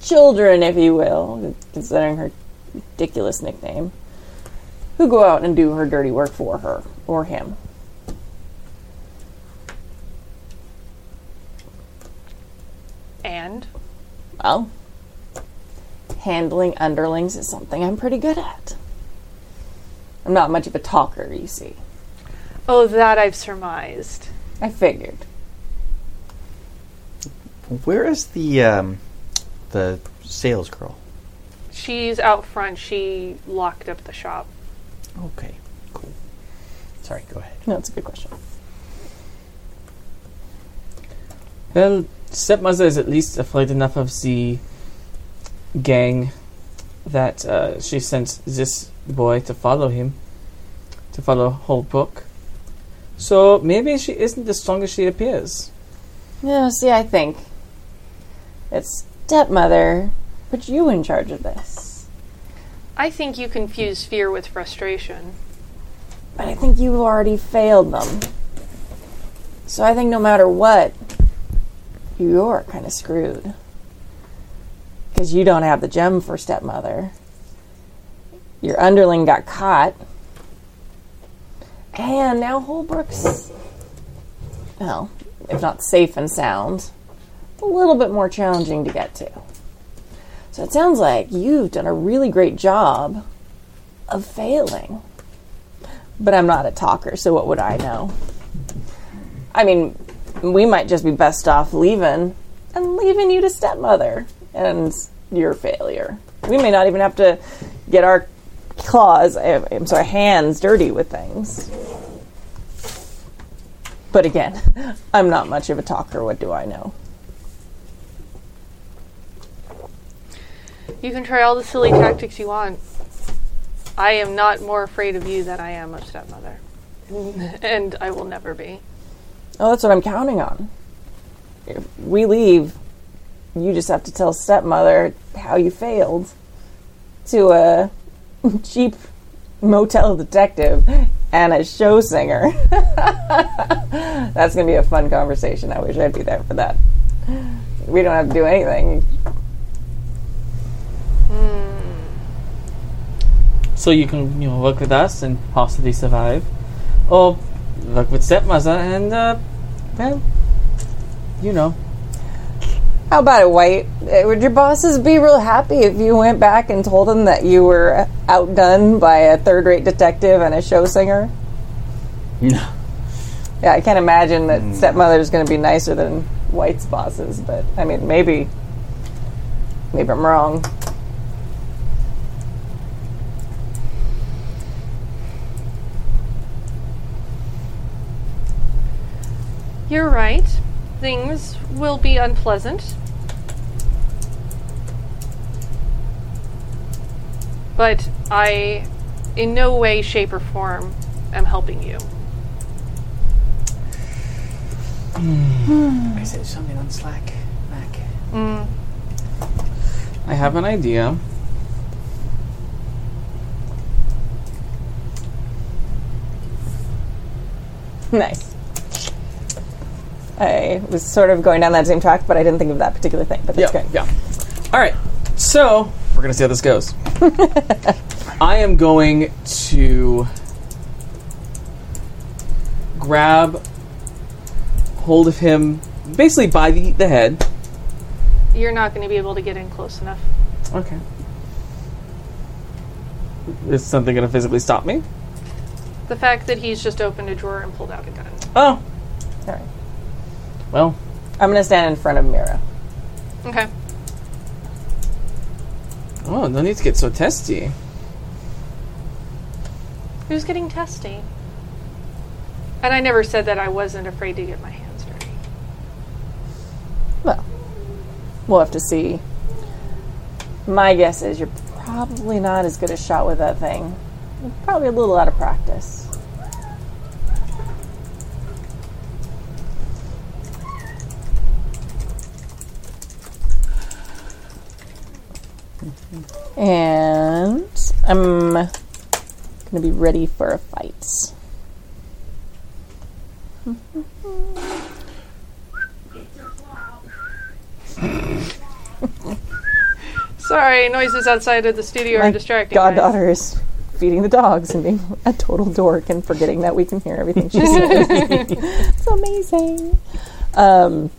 B: Children, if you will, considering her ridiculous nickname, who go out and do her dirty work for her or him.
C: And
B: Well, handling underlings is something I'm pretty good at. I'm not much of a talker, you see.
C: oh, that I've surmised.
B: I figured.
D: Where is the um, the sales girl?
C: She's out front. She locked up the shop.
D: Okay, cool. Sorry, go ahead.
B: No, it's a good question.
E: well, stepmother is at least afraid enough of the gang that uh, she sent this boy to follow him, to follow Holbrook. So maybe she isn't as strong as she appears.
B: No, see, I think that stepmother put you in charge of this.
C: I think you confuse fear with frustration.
B: But I think you've already failed them. So I think no matter what, you're kind of screwed. Because you don't have the gem for stepmother. Your underling got caught. And now Holbrook's, well, if not safe and sound, a little bit more challenging to get to. So it sounds like you've done a really great job of failing. But I'm not a talker, so what would I know? I mean, we might just be best off leaving and leaving you to stepmother and your failure. We may not even have to get our claws, I- I'm sorry, hands dirty with things. But again, I'm not much of a talker. What do I know?
C: You can try all the silly tactics you want. I am not more afraid of you than I am of stepmother. and I will never be.
B: Oh, that's what I'm counting on. If we leave, you just have to tell stepmother how you failed to a cheap motel detective and a show singer. that's going to be a fun conversation. I wish I'd be there for that. We don't have to do anything.
E: So you can you know work with us and possibly survive, or work with stepmother and uh, well, you know.
B: How about it, White? Uh, Would your bosses be real happy if you went back and told them that you were outdone by a third rate detective and a show singer?
D: No.
B: Yeah, I can't imagine that stepmother's going to be nicer than White's bosses, but I mean, maybe. Maybe I'm wrong.
C: You're right. Things will be unpleasant. But I, in no way, shape, or form, am helping you.
D: I said something on Slack, Mac.
E: I have an idea.
B: Nice. I was sort of going down that same track, but I didn't think of that particular thing. But that's
E: yeah,
B: good.
E: yeah. All right, so we're gonna see how this goes. I am going to grab hold of him, basically by the, the head.
C: You're not going to be able to get in close enough.
E: Okay. Is something gonna physically stop me?
C: The fact that he's just opened a drawer and pulled out a gun.
E: Oh,
B: All right.
E: well,
B: I'm going to stand in front of Mira.
C: Okay.
E: oh, no need to get so testy.
C: Who's getting testy? And I never said that I wasn't afraid to get my hands dirty.
B: Well, we'll have to see. My guess is you're probably not as good a shot with that thing. You're probably a little out of practice. And I'm going to be ready for a fight.
C: Sorry, noises outside of the studio
B: My
C: are distracting. guys.
B: goddaughter is feeding the dogs and being a total dork and forgetting that we can hear everything she's saying. it's amazing. Um,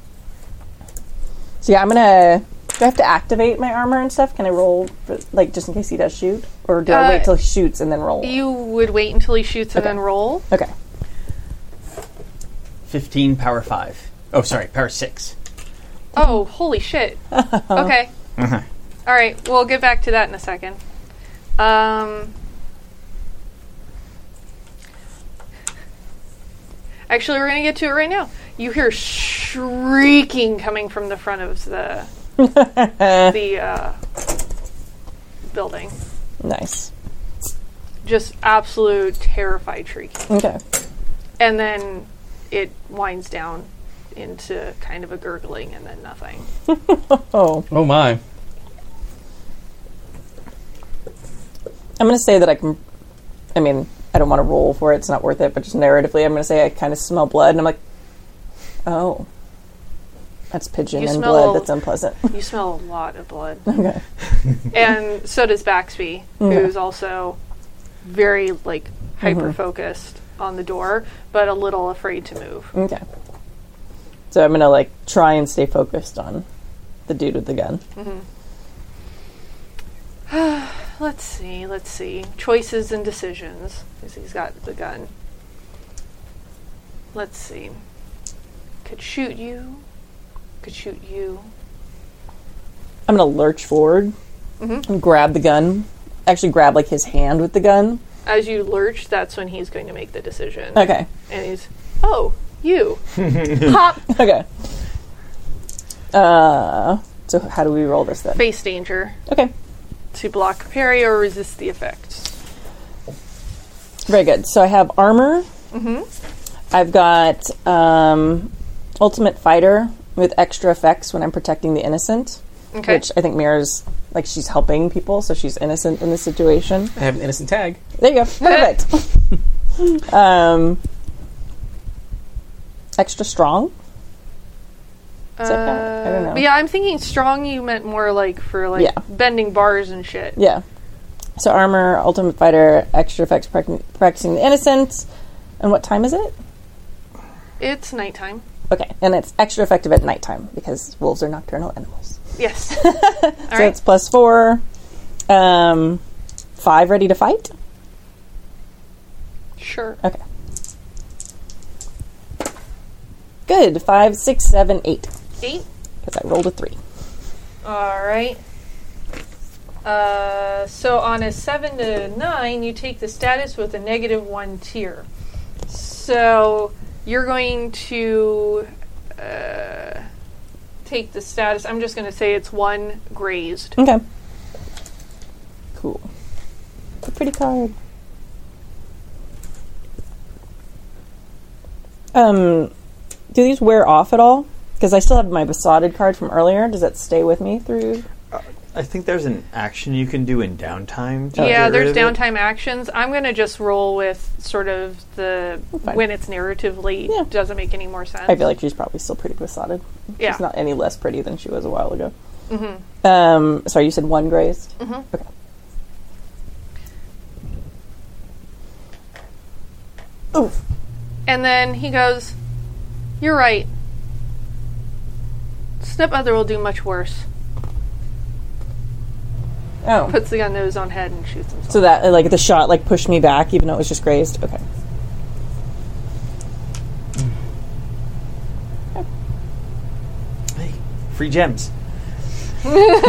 B: so yeah, I'm gonna. Do I have to activate my armor and stuff? Can I roll for, like just in case he does shoot, or do I
C: Uh,
B: wait till he shoots and then roll?
C: You would wait until he shoots and then roll.
B: okay.
D: 15, power 5. Oh, sorry, power 6.
C: Oh, holy shit. okay. All right, we'll get back to that in a second. Um, actually, we're going to get to it right now. You hear shrieking coming from the front of the the uh, building.
B: Nice.
C: Just absolute terrified shrieking.
B: Okay.
C: And then it winds down into kind of a gurgling and then nothing.
B: Oh,
E: Oh my.
B: I'm gonna say that I can. I mean, I don't want to roll for it; it's not worth it. But just narratively, I'm gonna say I kind of smell blood, and I'm like, oh, That's pigeon
C: You
B: and
C: smell
B: blood.
C: old.
B: That's unpleasant.
C: You smell a lot of blood. and so does Baxby, who's also very like hyper focused on the door, but a little afraid to move.
B: Okay. So I'm gonna like try and stay focused on the dude with the gun.
C: Let's see, let's see. Choices and decisions. 'cause He's got the gun. Let's see. Could shoot you. Could shoot you.
B: I'm gonna lurch forward
C: Mm-hmm.
B: and grab the gun. Actually, grab like his hand with the gun.
C: As you lurch, that's when he's going to make the decision.
B: Okay.
C: And he's, oh, you. Hop.
B: Okay. Uh, so how do we roll this then?
C: Face danger.
B: Okay.
C: To block, parry, or resist the effect.
B: Very good. So I have armor.
C: Mm-hmm.
B: I've got um, ultimate fighter with extra effects when I'm protecting the innocent,
C: Okay.
B: which I think mirrors like she's helping people, so she's innocent in this situation.
E: I have an innocent tag.
B: There you go. Perfect. um, extra strong. Does that count? I don't know.
C: Uh, But yeah, I'm thinking strong. You meant more like for like
B: Yeah.
C: bending bars and shit.
B: Yeah. So armor, ultimate fighter, extra effects, prac- practicing the innocent. And what time is it?
C: It's nighttime.
B: Okay, and it's extra effective at nighttime because wolves are nocturnal animals.
C: Yes.
B: so
C: right.
B: it's plus four, um, five ready to fight.
C: sure.
B: Okay. Good. Five, six, seven, eight.
C: Eight.
B: Because I rolled a three.
C: All right. Uh, so on a seven to nine, you take the status with a negative one tier. So you're going to uh, take the status. I'm just going to say it's one grazed.
B: Okay. Cool. A pretty card. Um, do these wear off at all? Because I still have my besotted card from earlier. Does that stay with me through?
G: I think there's an action you can do in downtime.
B: Oh,
G: To
C: yeah,
G: get
C: there's
G: rid of it.
C: downtime actions. I'm going to just roll with sort of the
B: fine.
C: when it's narratively
B: Yeah.
C: doesn't make any more sense.
B: I feel like she's probably still pretty besotted.
C: yeah.
B: She's not any less pretty than she was a while ago. Mm-hmm. Um, sorry, you said one grazed? Mm-hmm. Okay. Oof.
C: And then he goes, You're right. Snip Other will do much worse.
B: Oh.
C: Puts the gun to his own head and shoots himself.
B: So that like the shot like pushed me back, even though it was just grazed. Okay.
G: Hey, free gems.
E: Loot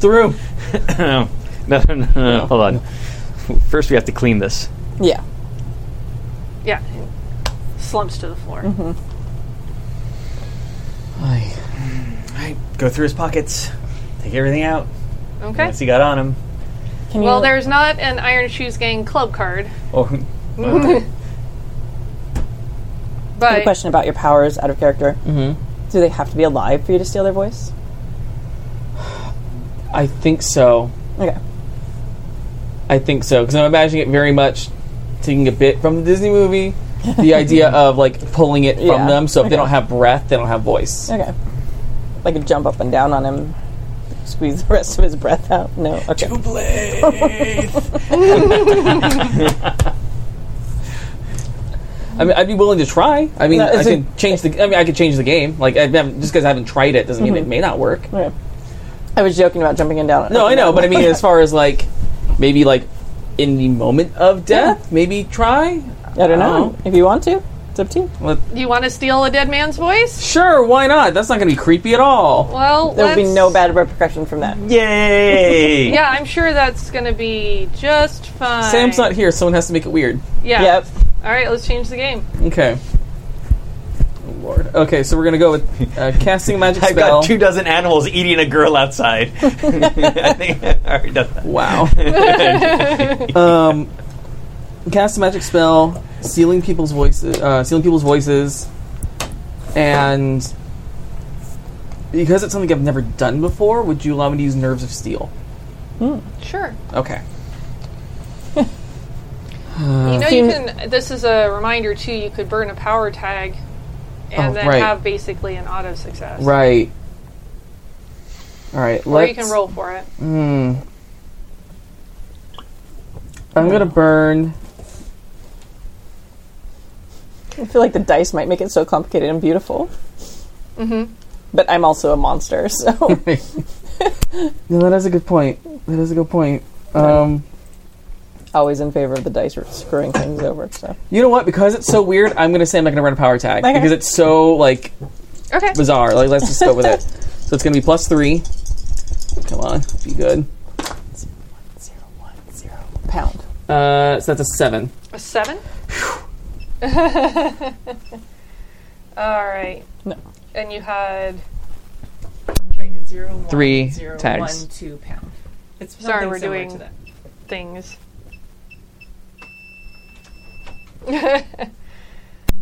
E: the room.
G: no, no, no, no, no, Hold on. First, we have to clean this.
B: Yeah.
C: Yeah. Slumps to the floor.
B: Mm-hmm.
E: Aye.
G: Right, go through his pockets, take everything out.
C: Okay.
G: What's he got on him?
B: Can
C: Well,
B: you,
C: there's not an Iron Shoes Gang club card,
G: Oh,
B: I have a
C: but
B: question about your powers out of character. Mm-hmm. Do they have to be alive for you to steal their voice?
E: I think so.
B: Okay.
E: I think so because I'm imagining it very much taking a bit from the Disney movie. The idea of like pulling it from
B: Yeah.
E: them, so if they
B: Okay.
E: don't have breath, they don't have voice.
B: Okay. Like a jump up and down on him, squeeze the rest of his breath out. No. Okay.
E: I mean, I'd be willing to try. I mean,
B: No,
E: I
B: it's a-
E: could change the. I mean, I could change the game. Like, I haven't, just because I haven't tried it doesn't mean it may not work.
B: Okay. I was joking about jumping and down.
E: No, I know, but I mean, as far as like maybe like in the moment of death, maybe try.
B: I don't know.
E: Oh.
B: If you want to, it's up to you.
E: Let-
C: you want to steal a dead man's voice?
E: sure, why not? That's not going to be creepy at all.
C: Well,
B: There will be
C: let's-
B: no bad repercussion from that.
G: yay!
C: Yeah, I'm sure that's going to be just fine.
E: Sam's not here. Someone has to make it weird.
C: Yeah.
B: Yep.
C: All right, let's change the game.
E: Okay. Oh, Lord. Okay, so we're gonna go with uh, casting a magic
G: I've
E: spell.
G: got two dozen animals eating a girl outside. I think I already done that.
E: Wow. um, cast a magic spell, sealing people's voices, uh, sealing people's voices, and because it's something I've never done before, would you allow me to use nerves of steel?
C: Sure.
E: Okay.
C: You know,
B: Seem-
E: Uh,
C: you can. This is a reminder too. You could burn a power tag and
E: Oh,
C: then
E: right.
C: have basically an auto success.
E: Right. All right.
C: Or
E: let's,
C: you can roll for it.
E: Hmm. I'm gonna burn.
B: I feel like the dice might make it so complicated and beautiful. Mm-hmm. But I'm also a monster, so
E: No, that is a good point. That is a good point. Um,
B: always in favor of the dice screwing things over. So
E: you know what? Because it's so weird, I'm gonna say I'm not gonna run a power tag
B: Okay.
E: because it's so like
C: Okay.
E: bizarre. Like let's just go with it. So it's gonna be plus three. Come on, be good.
B: zero one zero pound.
E: Uh, so that's a seven.
C: A seven? All right.
B: No.
C: And you had.
H: Traded zero, one,
E: Three
H: zero,
E: tags.
H: one, two pound. It's
C: Sorry,
H: something
C: we're
H: similar
C: doing-
H: to that.
C: things.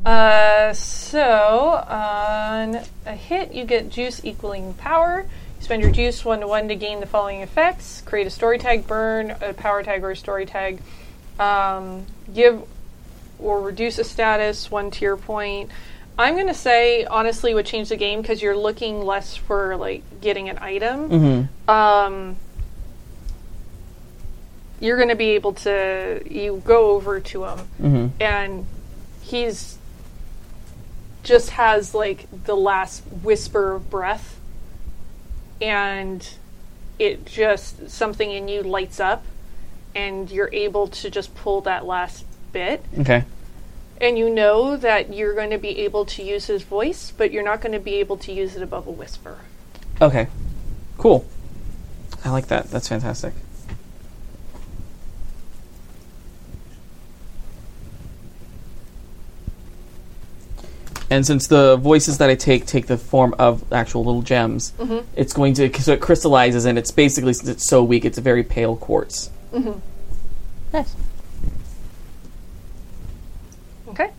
C: uh, so, on a hit, you get juice equaling power. You spend your juice one to one to gain the following effects create a story tag, burn a power tag or a story tag, um, give or reduce a status one tier point. I'm going to say, honestly, would change the game because you're looking less for like getting an item. Um, you're going to be able to you go over to him and he's just has like the last whisper of breath and it just something in you lights up and you're able to just pull that last bit
E: Okay.
C: and you know that you're going to be able to use his voice but you're not going to be able to use it above a whisper
E: Okay. Cool. I like that. That's fantastic. And since the voices that I take take the form of actual little gems,
H: Mm-hmm.
E: it's going to so it crystallizes and it's basically since it's so weak, it's a very pale quartz.
B: Nice.
C: Okay.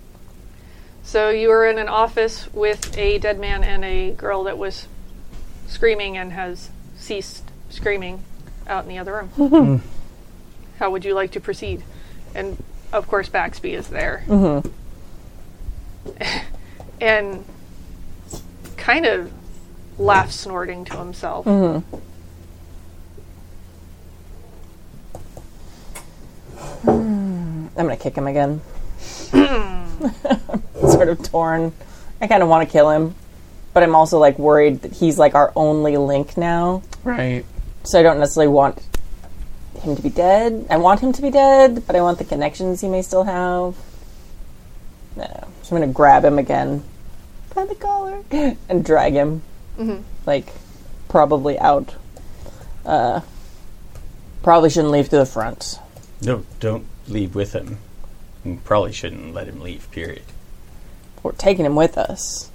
C: So you were in an office with a dead man and a girl that was screaming and has ceased screaming out in the other room. How would you like to proceed? And of course, Baxby is there. and kind of laughs snorting to himself.
B: I'm gonna kick him again. sort of torn. I kind of want to kill him, but I'm also like worried that he's like our only link now.
E: Right.
B: So I don't necessarily want him to be dead. I want him to be dead, but I want the connections he may still have. No. So I'm gonna grab him again by the collar and drag him, like probably out. Uh, probably shouldn't leave through the front.
D: No, don't leave with him. You probably shouldn't let him leave, period.
B: We're taking him with us.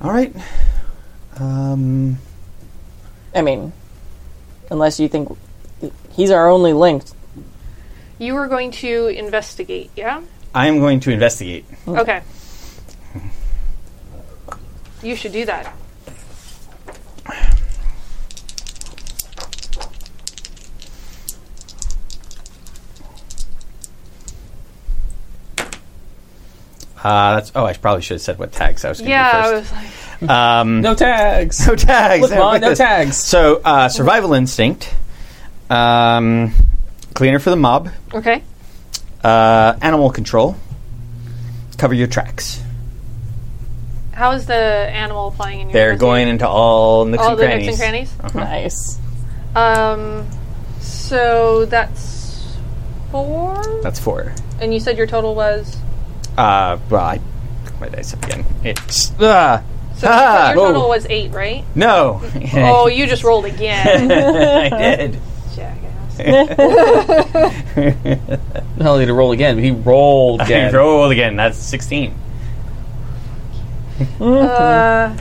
D: All right. Um,
B: I mean, unless you think he's our only link.
C: You were going to investigate, yeah?
D: I am going to investigate.
C: Okay. You should do that.
D: Uh, that's, oh, I probably should have said what tags I was going to
C: Yeah, I
D: do
C: was like,
D: first. Um,
E: No tags.
D: no tags.
E: Look,
D: I'm
E: Ma,
D: with
E: no
D: this.
E: tags.
D: So, uh, survival instinct, um, cleaner for the mob,
C: okay.
D: uh, animal control, cover your tracks.
C: How is the animal flying in your
D: They're
C: investigation?
D: going into all nooks
C: all
D: and
C: the
D: crannies. Oh.
C: nooks and
B: Nice.
C: crannies. Um, so that's four.
D: That's four.
C: And you said your total was.
D: Uh, well, I took my dice up again. It's ah,
C: So
D: Ah,
C: your
D: whoa.
C: total was eight, right?
D: no.
C: Oh, you just rolled again.
D: I did.
C: Jackass.
E: Not only to roll again, but he rolled again.
D: I rolled again. That's sixteen.
C: Uh,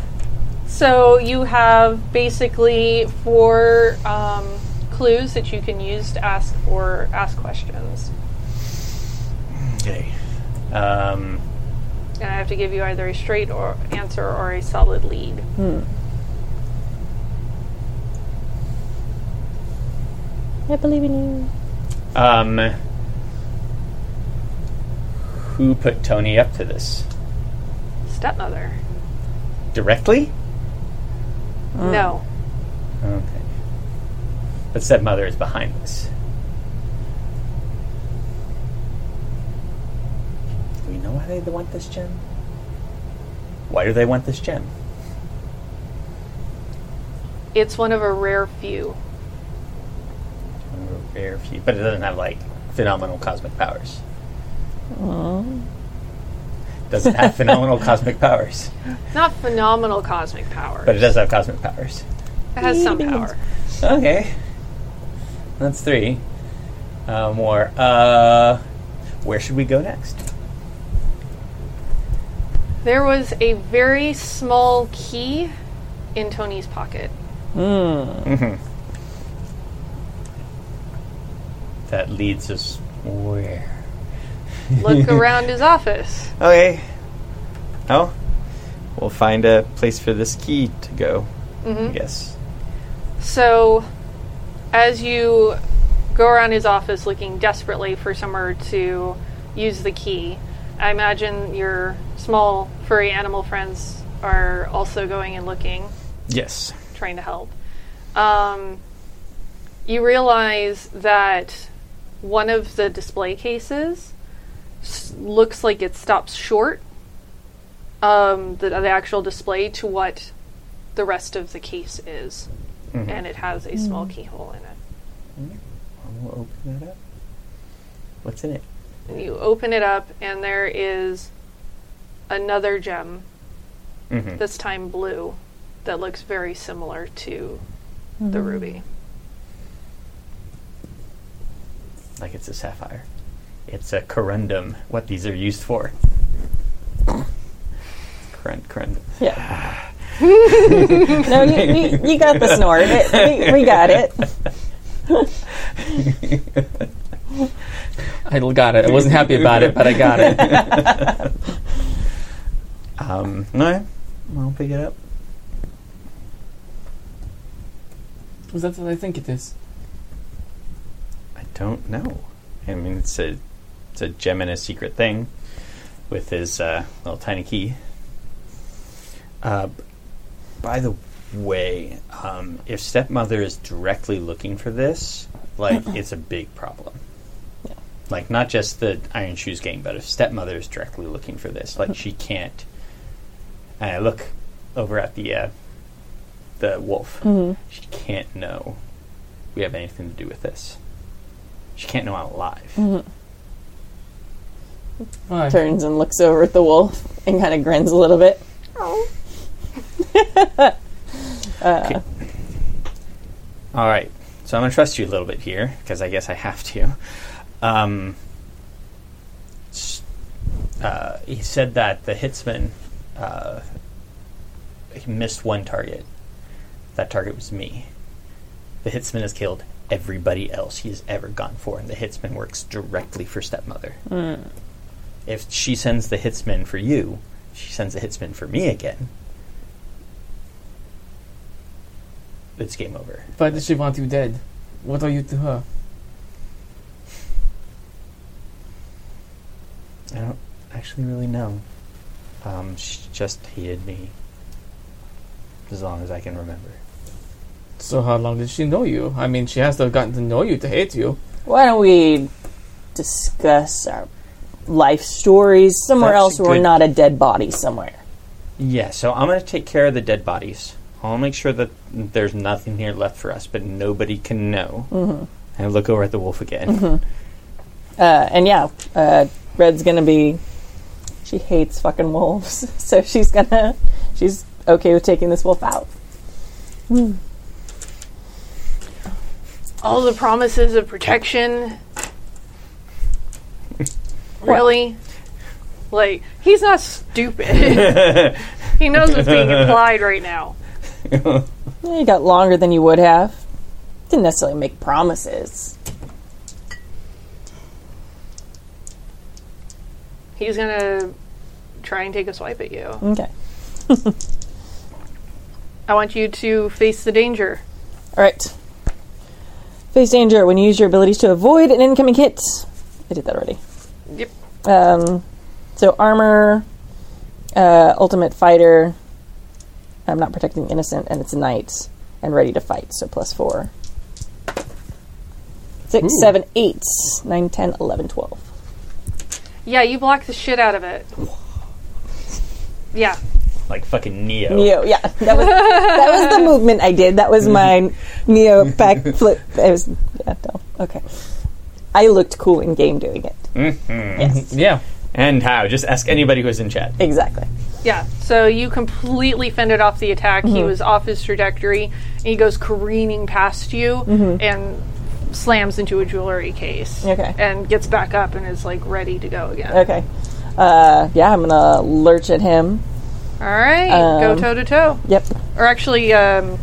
C: so you have basically four um, clues that you can use to ask for ask questions,
D: Okay. Um,
C: and I have to give you either a straight or answer or a solid lead.
B: I believe in you.
D: um, who put Tony up to this?
C: stepmother.
D: Directly?
C: No.
D: Okay. But stepmother is behind this. Do we know why they want this gem? Why do they want this gem?
C: It's one of a rare few.
D: One of a Rare few, but it doesn't have like phenomenal cosmic powers. Doesn't have phenomenal cosmic powers,
C: Not phenomenal cosmic power.
D: but it does have cosmic powers.
C: It has some power.
D: Okay. That's three. Uh, more. Uh, where should we go next?
C: There was a very small key in Tony's pocket.
D: That leads us where?
C: Look around his office.
D: Okay. Oh, we'll find a place for this key to go. I guess.
C: So, as you go around his office looking desperately for somewhere to use the key, I imagine your small furry animal friends are also going and looking,
D: Yes.
C: trying to help. Um, you realize that one of the display cases s- looks like it stops short um, the, the actual display to what the rest of the case is, and it has a small keyhole in it.
D: We'll open that up. What's in it?
C: And you open it up, and there is another gem,
D: Mhm.
C: this time blue, that looks very similar to the ruby.
D: Like it's a sapphire. It's a corundum. What these are used for. Corund, corundum.
B: Yeah. no, you, you, you got the snort. It, we, we got it.
E: I got it. I wasn't happy about it, but I got it.
D: Um, no. I'll pick it up.
E: Was that what I think it is?
D: I don't know. I mean, it's a it's a gem and a secret thing with his uh, little tiny key. Uh, b- by the way, um, if stepmother is directly looking for this, like it's a big problem. Like not just the Iron Shoes gang, but if stepmother is directly looking for this, like she can't. And I look over at the uh, the wolf. She can't know we have anything to do with this. She can't know I'm alive.
E: Why?
B: Turns and looks over at the wolf and kind of grins a little bit.
D: All right, so I'm gonna trust you a little bit here because I guess I have to. Um, s- uh, he said that the hitsman uh, he missed one target. That target was me. The hitsman has killed everybody else he has ever gone for, and the hitsman works directly for stepmother. If she sends the hitsman for you, she sends the hitsman for me again. It's game over.
E: Why does she want you dead? What are you to her?
D: I don't actually really know. Um, she just hated me. As long as I can remember.
E: So how long did she know you? I mean, she has to have gotten to know you to hate you.
B: Why don't we discuss our life stories somewhere
D: That's
B: else where we're
D: good.
B: not a dead body somewhere?
D: Yeah, so I'm going to take care of the dead bodies. I'll make sure that there's nothing here left for us, but nobody can know. Mm-hmm. And I look over at the wolf again.
B: Uh, and yeah, uh, Red's gonna be. She hates fucking wolves, so she's gonna. She's okay with taking this wolf out.
C: All the promises of protection. really? Like, he's not stupid. he knows what's being implied right now.
B: Yeah, you got longer than you would have. Didn't necessarily make promises.
C: He's gonna try and take a swipe at you.
B: Okay.
C: I want you to face the danger.
B: All right. Face danger when you use your abilities to avoid an incoming hit. I did that already.
C: Yep.
B: Um, so armor. uh, Ultimate Fighter. I'm not protecting innocent, and it's knight and ready to fight. So plus four. Six, seven, eight, nine, ten, eleven, twelve.
C: Yeah, you block the shit out of it. Yeah.
G: Like fucking Neo.
B: Neo, yeah, that was that was the movement I did. That was my neo back flip. It was yeah, no, okay. I looked cool in game doing it.
E: Mm-hmm. Yeah.
G: And how? Just ask anybody who's in chat.
B: Exactly.
C: Yeah, so you completely fended off the attack. He was off his trajectory, and he goes careening past you and slams into a jewelry case.
B: Okay.
C: And gets back up and is like ready to go again.
B: Okay. Uh, yeah, I'm gonna lurch at him.
C: All right, go toe to toe.
B: Yep.
C: Or actually, um,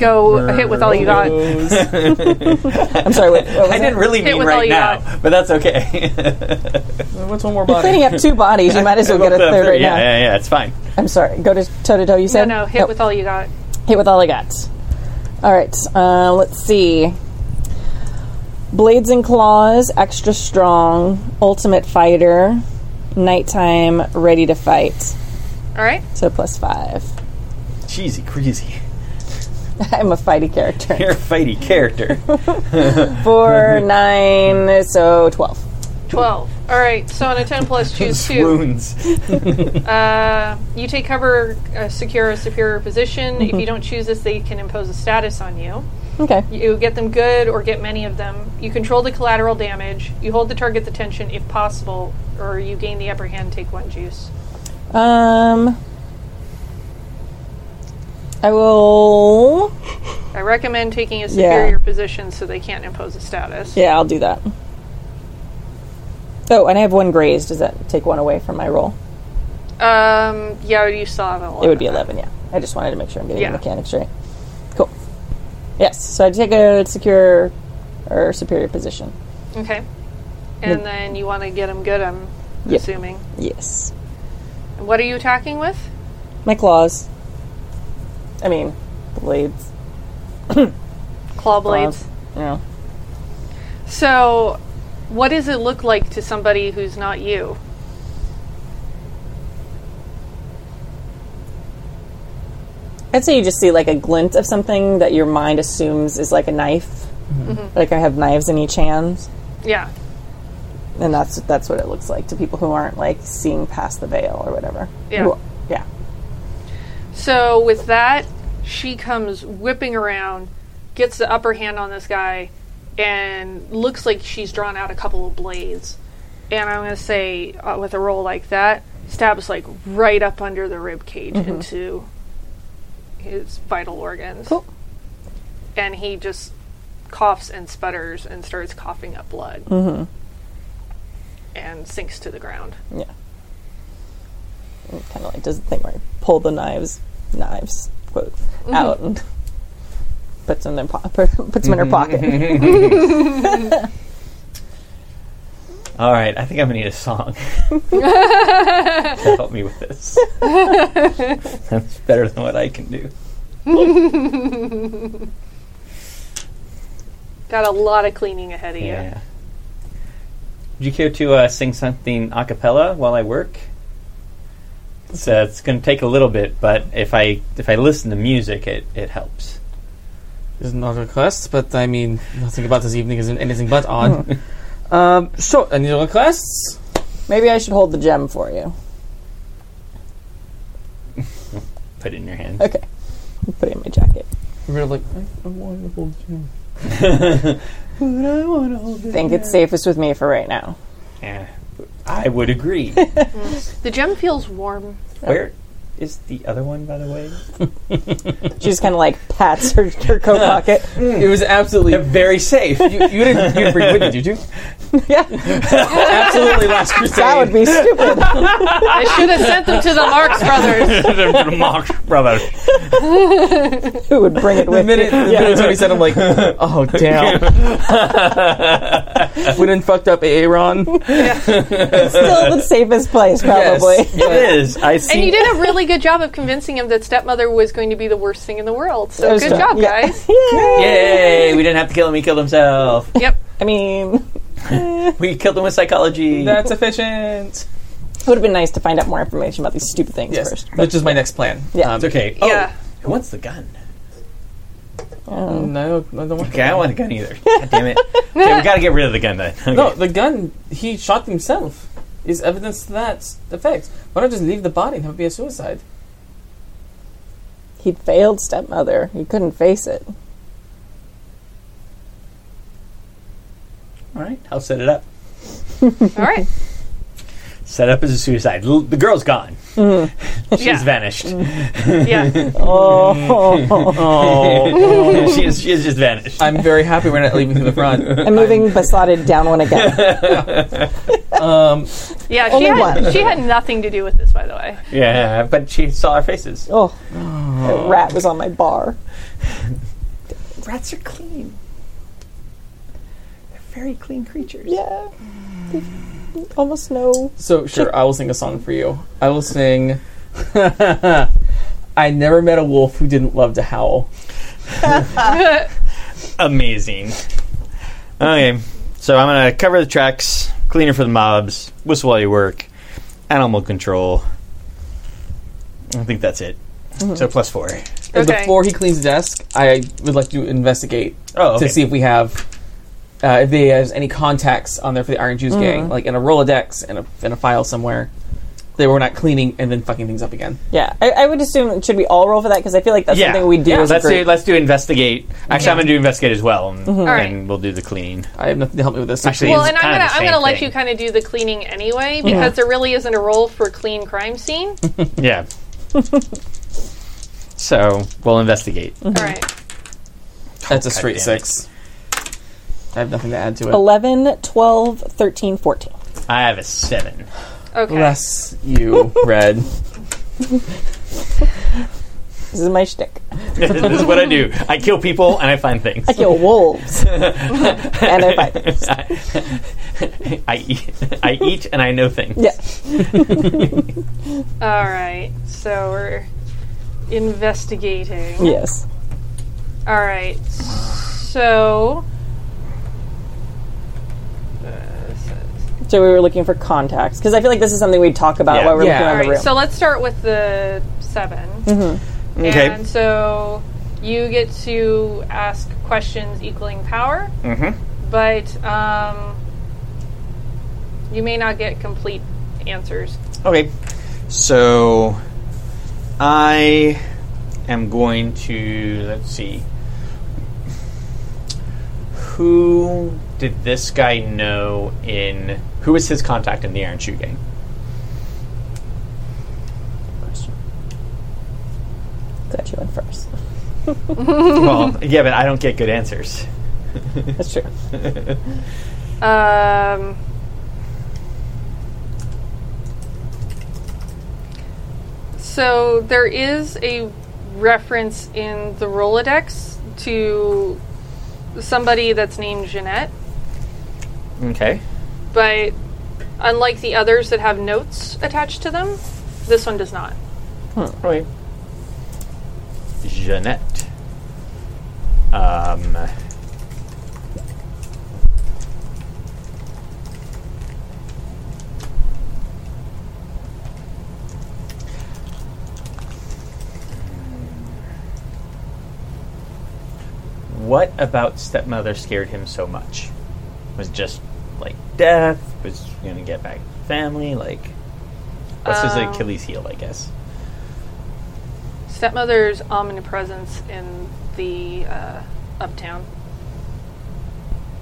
C: go hit with all you got.
B: I'm sorry. Wait, what was
G: I
B: it?
G: didn't really
C: Hit
G: mean
C: with all
G: right
C: you
G: now, but that's okay.
E: What's one more
B: Cleaning
E: body?
B: up two bodies, you might as well get
D: uh,
B: a third right
G: yeah,
B: now.
G: yeah, yeah, it's fine.
B: I'm sorry. Go to toe to toe. You
C: No,
B: said
C: no, hit
B: Nope.
C: with all you got.
B: Hit with all I got. All right, uh, let's see. Blades and Claws, Extra Strong, Ultimate Fighter, Nighttime, Ready to Fight.
C: All right.
B: So plus five.
G: Cheesy, crazy.
B: I'm a fighty character.
G: You're a fighty character.
B: Four, nine, so 12.
C: 12. All right, so on a 10 plus, choose 2.
G: Swoons.
C: Uh, you take cover, uh, secure a superior position. If you don't choose this, they can impose a status on you.
B: Okay.
C: You get them good or get many of them. You control the collateral damage. You hold the target's attention if possible, or you gain the upper hand, take one juice.
B: Um, I will.
C: I recommend taking
B: Yeah.
C: a superior position so they can't impose a status.
B: Yeah, I'll do that. Oh, and I have one grazed. Does that take one away from my roll?
C: Um, yeah, you still have a
B: It would be 11, yeah. I just wanted to make sure I'm getting
C: Yeah.
B: the mechanics right. Cool. Yes, so I take a secure or superior position.
C: Okay. And then you want to get them good, I'm
B: Yep.
C: assuming.
B: Yes.
C: And What are you attacking with?
B: My claws. I mean, blades.
C: Claw
B: claws,
C: blades.
B: You know.
C: So, what does it look like to somebody who's not you?
B: I'd say you just see like a glint of something that your mind assumes is like a knife.
C: Mm-hmm.
B: Like I have knives in each hand,
C: Yeah.
B: and that's that's what it looks like to people who aren't like seeing past the veil or whatever.
C: Yeah.
B: Who- yeah.
C: So with that, she comes whipping around, gets the upper hand on this guy, and looks like she's drawn out a couple of blades. And I'm going to say, uh, with a roll like that, stabs like right up under the rib cage into his vital organs.
B: Cool.
C: And he just coughs and sputters and starts coughing up blood. And sinks to the ground.
B: Kind of like does the thing where I pull the knives, knives quote
E: Mm-hmm.
B: out and puts them in their po- puts them
E: Mm-hmm.
B: in her pocket.
G: All right, I think I'm gonna need a song to help me with this. That's better than what I can do.
C: Got a lot of cleaning ahead of you.
G: Yeah. Would you care to uh, sing something a cappella while I work? So it's going to take a little bit, but if I if I listen to music, it, it helps.
E: It's not a request, but I mean, nothing about this evening is anything but odd. um, sure, any requests?
B: Maybe I should hold the gem for you.
G: Put it in your hand.
B: Okay, put it in my jacket.
E: We're like, I, I want to hold you.
B: think it's safest with me for right now.
G: Yeah. I would agree.
C: The gem feels warm.
G: Where is the other one, by the way?
B: She just kind of like pats her, her coat pocket.
E: It was absolutely. You,
G: Very safe.
E: you didn't. You didn't bring Whitney, did you? absolutely, last crusade.
B: That would be stupid.
C: I should have sent them to the Marx Brothers.
G: Mox brother.
B: Who would bring it
E: the
B: with
E: minute,
B: me?
E: the minute Tony said, I'm like, oh damn. we done fucked up Aaron.
B: Still the safest place, probably.
G: It is. I see.
C: And you did a really good job of convincing him that stepmother was going to be the worst thing in the world.
B: That
C: So
B: was
C: good
B: fun.
C: job,
B: Yeah.
C: guys.
G: Yay! We didn't have to kill him. He killed himself.
C: Yep.
B: I mean,
G: We killed him with psychology.
E: That's efficient.
B: It would have been nice to find out more information about these stupid things
E: Yes,
B: first.
E: which is my next plan.
B: Yeah.
E: Um,
D: It's okay. Oh,
C: Yeah.
D: who wants the gun?
E: No, I don't want
D: Okay, I don't want a gun either. God damn it. Okay, we gotta get rid of the gun then. Okay.
E: No, the gun he shot himself is evidence to that effect. Why not just leave the body and have it be a suicide?
B: He failed stepmother. He couldn't face it.
D: All right, I'll set it up.
C: All right.
D: Set up as a suicide. L- the girl's gone. She's
C: Yeah.
D: vanished.
C: Yeah.
B: Oh,
D: she's, she's just vanished.
E: I'm very happy we're not leaving through the front.
B: I'm moving besotted down one again.
E: Um,
C: Yeah. She
B: Only
C: had,
B: one.
C: she had nothing to do with this, by the way.
D: yeah, but she saw our faces.
B: Oh, that rat was on my bar.
D: Rats are clean. They're very clean creatures.
B: Yeah, almost no.
E: so sure, I will sing a song for you. I will sing. I never met a wolf who didn't love to howl.
D: Amazing. Okay, so I'm gonna cover the tracks, cleaner for the mobs, whistle while you work, animal control. I think that's it.
B: Mm-hmm.
D: So plus four.
E: And
C: Okay.
E: Before he cleans the desk, I would like to investigate
D: Oh, okay.
E: to see if we have uh, if they has any contacts on there for the Iron Jews
C: Mm.
E: gang, like in a Rolodex and a in a file somewhere. They were not cleaning and then fucking things up again.
B: Yeah, I, I would assume should we all roll for that because I feel like that's
D: yeah,
B: something we do
D: Yeah,
B: as a
D: let's do
B: group.
D: let's do investigate. Actually, I'm gonna do investigate as well, and,
B: Mm-hmm.
D: and
C: right.
D: we'll do the clean.
E: I have nothing to help me with this.
D: Actually,
E: Well,
C: Well,
D: It's
C: and I'm
D: kinda
C: gonna
D: the
C: I'm
D: same
C: gonna let
D: thing.
C: you kind of do the cleaning anyway because there really isn't a role for clean crime scene.
D: Yeah. so we'll investigate.
B: Mm-hmm.
C: All right.
E: that's a straight
D: God damn it.
E: six. I have nothing to add to it.
B: 11, 12, 13, 14.
D: I have a seven.
C: Okay.
E: Bless you, Red.
C: Mm-hmm.
B: This is my shtick.
D: this is what I do. I kill people and I find things.
B: I kill wolves. and I fight.
D: I eat, I eat and I know things.
B: Yeah.
C: All right. So we're investigating.
B: Yes.
C: All right. So. uh,
B: So we were looking for contacts because I feel like this is something we talk about
D: Yeah.
B: while we're
E: Yeah.
B: looking
C: All
B: around the
C: right,
B: room.
C: so let's start with the 7
D: Okay.
C: And so you get to ask questions equaling power,
D: Mhm.
C: but um, you may not get complete answers.
D: Okay. So I am going to let's see. Who did this guy know in who was his contact in the Iron Shoe gang?
B: Got you in first.
D: well, yeah, but I don't get good answers.
B: That's true.
C: Um, so there is a reference in the Rolodex to somebody that's named Jeanette.
D: Okay.
C: but unlike the others that have notes attached to them, this one does not.
D: Wait. Jeanette. Um. What about stepmother scared him so much? Was just like death? Was gonna get back to family? Like, what's
C: Um,
D: his Achilles heel? I guess.
C: Stepmother's omnipresence in the uh, uptown.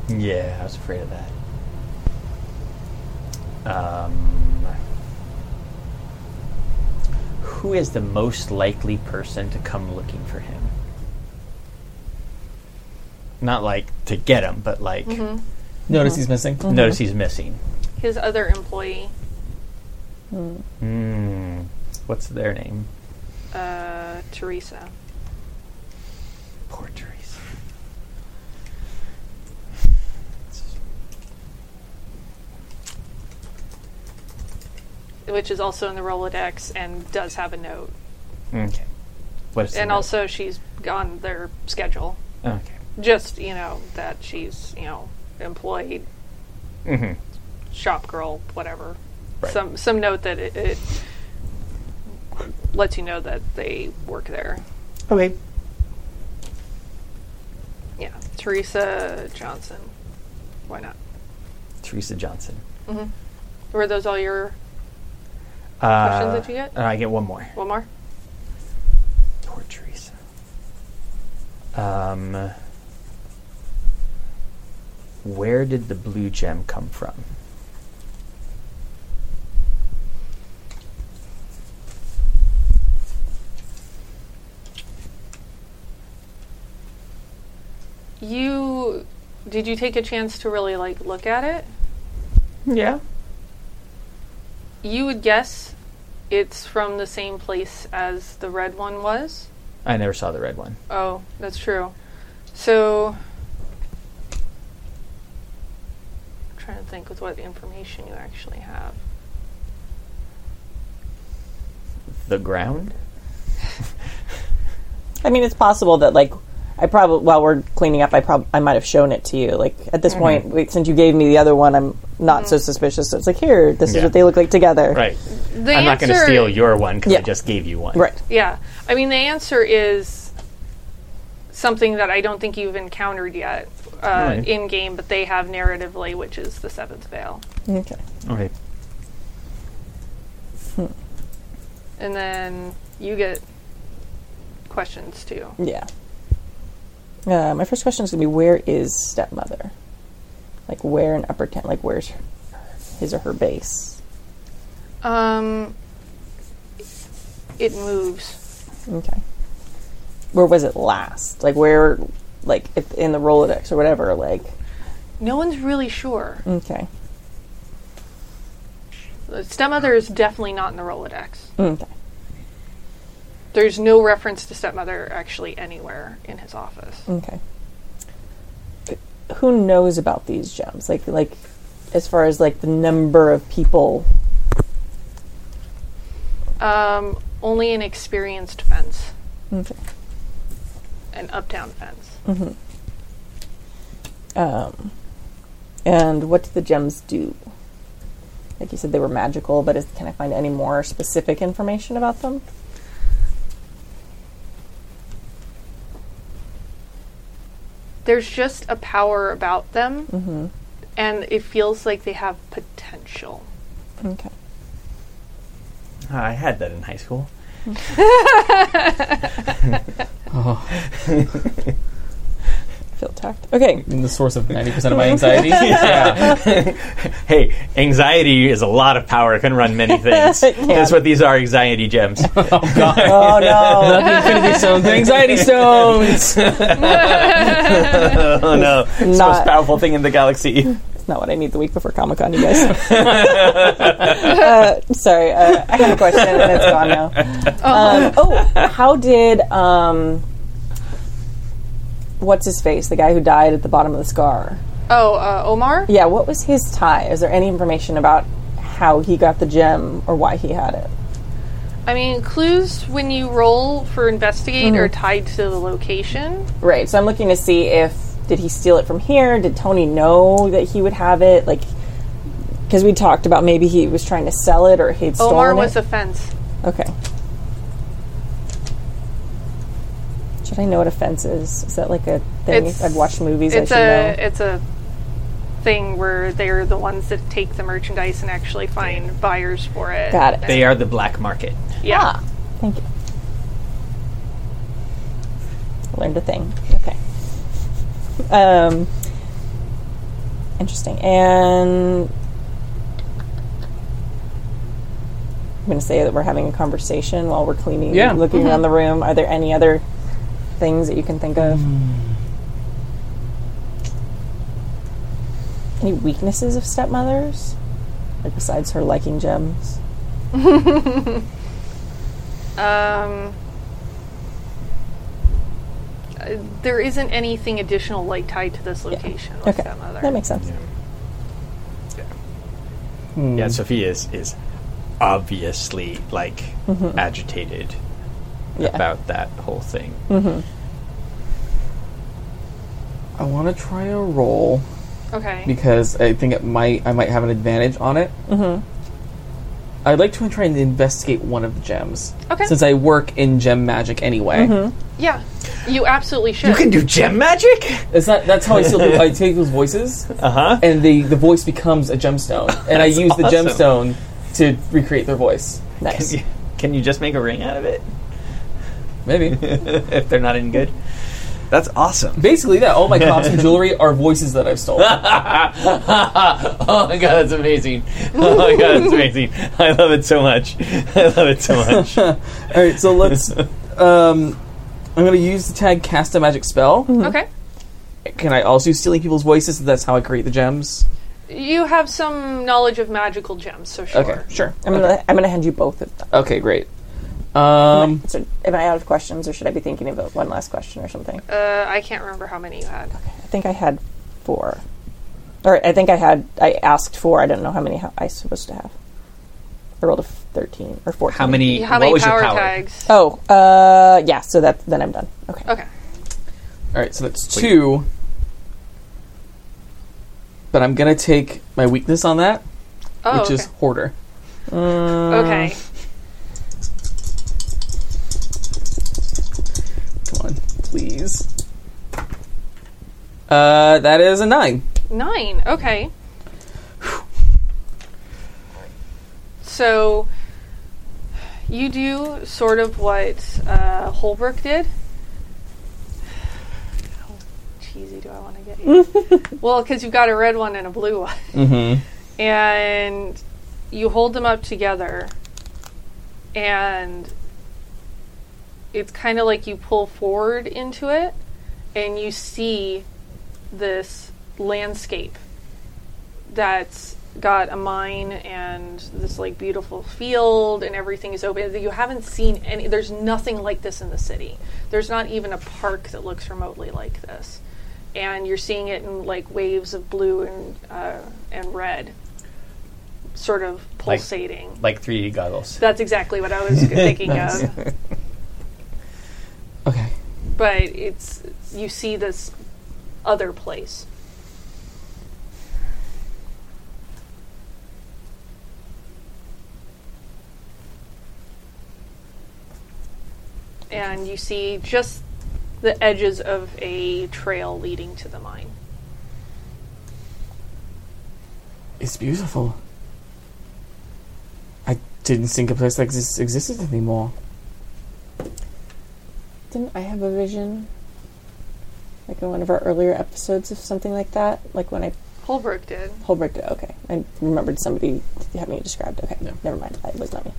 D: Yeah, I was afraid of that. Um, who is the most likely person to come looking for him? Not like to get him, but like
C: Mm-hmm.
E: Notice he's missing.
D: notice he's missing.
C: His other employee,
D: Hmm. What's their name?
C: uh, Teresa.
D: Poor Teresa.
C: Which is also in the Rolodex and does have a note.
D: Okay. What is the
C: and
D: name?
C: also, she's on their schedule.
D: okay.
C: Just, you know, that she's, you know, employed,
D: Mm-hmm.
C: shop girl, whatever.
G: Right.
C: some some note that it, it lets you know that they work there.
G: Okay.
C: Yeah, Teresa Johnson. Why not?
G: Teresa Johnson.
C: Were those all your
G: Uh,
C: Questions that you get?
G: uh, I get one more.
C: one more?
G: Poor Teresa. Um, where did the blue gem come from?
C: You did you take a chance to really like look at it?
G: Yeah.
C: You would guess it's from the same place as the red one was.
G: I never saw the red one.
C: Oh, that's true. So I'm trying to think with what information you actually have.
G: The ground?
B: I mean, it's possible that like I probably while we're cleaning up, I prob I might have shown it to you. Like at
G: Mm-hmm.
B: this point, we, since you gave me the other one, I'm not so suspicious. So it's like here, this
G: Yeah.
B: is what they look like together.
G: Right.
C: The
G: I'm not going to
C: answer-
G: steal your one because I
B: Yeah.
G: just gave you one.
B: Right.
C: Yeah. I mean, the answer is something that I don't think you've encountered yet uh,
G: Really?
C: in game, but they have narratively, which is the Seventh Veil.
B: Okay.
G: Okay.
C: And then you get questions too.
B: Yeah. Uh, my first question is gonna be where is stepmother? Like where in Upper Kent? Like where's her, his or her base?
C: Um, it moves.
B: Okay. Where was it last? Like where? Like if in the Rolodex or whatever. Like
C: No one's really sure.
B: okay.
C: The stepmother is definitely not in the Rolodex.
B: Okay.
C: There's no reference to stepmother actually anywhere in his office.
B: Okay. Who knows about these gems? Like, like, as far as like the number of people.
C: Um, only an experienced fence,
B: Okay.
C: an uptown fence.
B: Um, and what do the gems do? Like you said, they were magical, but is, can I find any more specific information about them?
C: there's just a power about them, and it feels like they have potential.
B: Okay.
G: I had that in high school.
B: Feel attacked. Okay.
E: the source of 90% of my anxiety. yeah.
G: Hey, anxiety is a lot of power. It can run many things. That's what these are anxiety gems.
B: Oh no.
E: The Infinity Stones, the Anxiety Stones!
G: oh no. It's the most
B: Not-
G: powerful thing in the galaxy.
B: It's not what I need the week before Comic Con, you guys. uh, sorry, uh, I have a question and it's gone now. Um, oh, how did um, what's his face, the guy who died at the bottom of the scar?
C: Oh, uh, Omar?
B: Yeah, what was his tie? Is there any information about how he got the gem or why he had it?
C: I mean, clues when you roll for investigate are
B: Mm-hmm.
C: tied to the location.
B: Right. So I'm looking to see if did he steal it from here? Did Tony know that he would have it? Like, because we talked about maybe he was trying to sell it or he'd stolen
C: Omar
B: it.
C: was a fence.
B: Okay. Should I know what offense is? Is that like a thing?
C: It's-
B: I've watched movies. I
C: It's
B: should
C: a
B: know.
C: it's a thing where they're the ones that take the merchandise and actually find buyers for it.
B: Got it. Ah.
G: They are the black market.
C: Yeah.
B: Thank you. Learned a thing. Okay. Um, interesting. And I'm going to say that we're having a conversation while we're cleaning,
E: Yeah.
B: looking around the room. Are there any other things that you can think of? Any weaknesses of stepmothers? Like besides her liking gems?
C: Um, uh, there isn't anything additional like tied to this location with
B: Okay.
C: stepmother.
B: That makes sense.
G: Yeah, Sophia is, is obviously like Mm-hmm. agitated
B: Yeah.
G: about that whole thing.
E: I want to try a roll
C: okay.
E: because I think it might I might have an advantage on it. Mm-hmm. I'd like to try and investigate one of the gems.
C: Okay. Mm-hmm.
E: Since I work in gem magic anyway,
C: Yeah, you absolutely should.
G: You can do gem magic?
E: it's not. That's how I steal. I take people's voices,
G: Uh huh.
E: and the the voice becomes a gemstone, and I use the gemstone to recreate their voice.
B: Nice.
G: Can you just make a ring out of it
E: Maybe.
G: if they're not any good? That's awesome.
E: Basically, yeah. All my cops and jewelry are voices that I've stolen.
G: oh my god, that's amazing. Oh my god, that's amazing. I love it so much. I love it so much.
E: All right, so let's. Um, I'm going to use the tag cast a magic spell.
C: okay.
E: Can I also use stealing people's voices? That's how I create the gems.
C: You have some knowledge of magical gems, so sure.
E: Okay, sure.
B: I'm gonna I'm gonna hand you both of them.
E: Okay, great. Um,
B: So, am I out of questions, or should I be thinking about one last question or something?
C: Uh, I can't remember how many you had.
B: I think I had four, or I think I had I asked four. I don't know how many ho- I was supposed to have. I rolled a f- thirteen or fourteen.
D: How many?
C: How
D: what
C: many
D: was
C: power,
D: your power?
C: tags?
B: Oh, uh, yeah. So that then I'm done. Okay.
C: Okay.
E: all right, so that's two. But I'm going to take my weakness on that,
C: Oh,
E: which
C: okay.
E: is hoarder.
B: Uh,
C: okay.
E: Come on, please. Uh, that is a nine.
C: Nine. Okay. So you do sort of what uh, Holbrook did. How cheesy do I want to get you? well, because you've got a red one and a blue one,
E: Mm-hmm.
C: and you hold them up together, and it's kind of like you pull forward into it, and you see this landscape that's got a mine and this like beautiful field and everything is open you haven't seen any there's nothing like this in the city there's not even a park that looks remotely like this and you're seeing it in like waves of blue and uh, and red sort of
D: Like-
C: pulsating
D: Like 3D goggles.
C: that's exactly what i was thinking of
E: Okay.
C: but it's you see this other place. And you see just the edges of a trail leading to the mine.
E: It's beautiful. I didn't think a place like this existed anymore.
B: Didn't I have a vision, like in one of our earlier episodes, of something like that? Like when I
C: Holbrook did.
B: Holbrook. Okay, I remembered somebody having it described. Okay,
E: Yeah.
B: never mind. It was not me.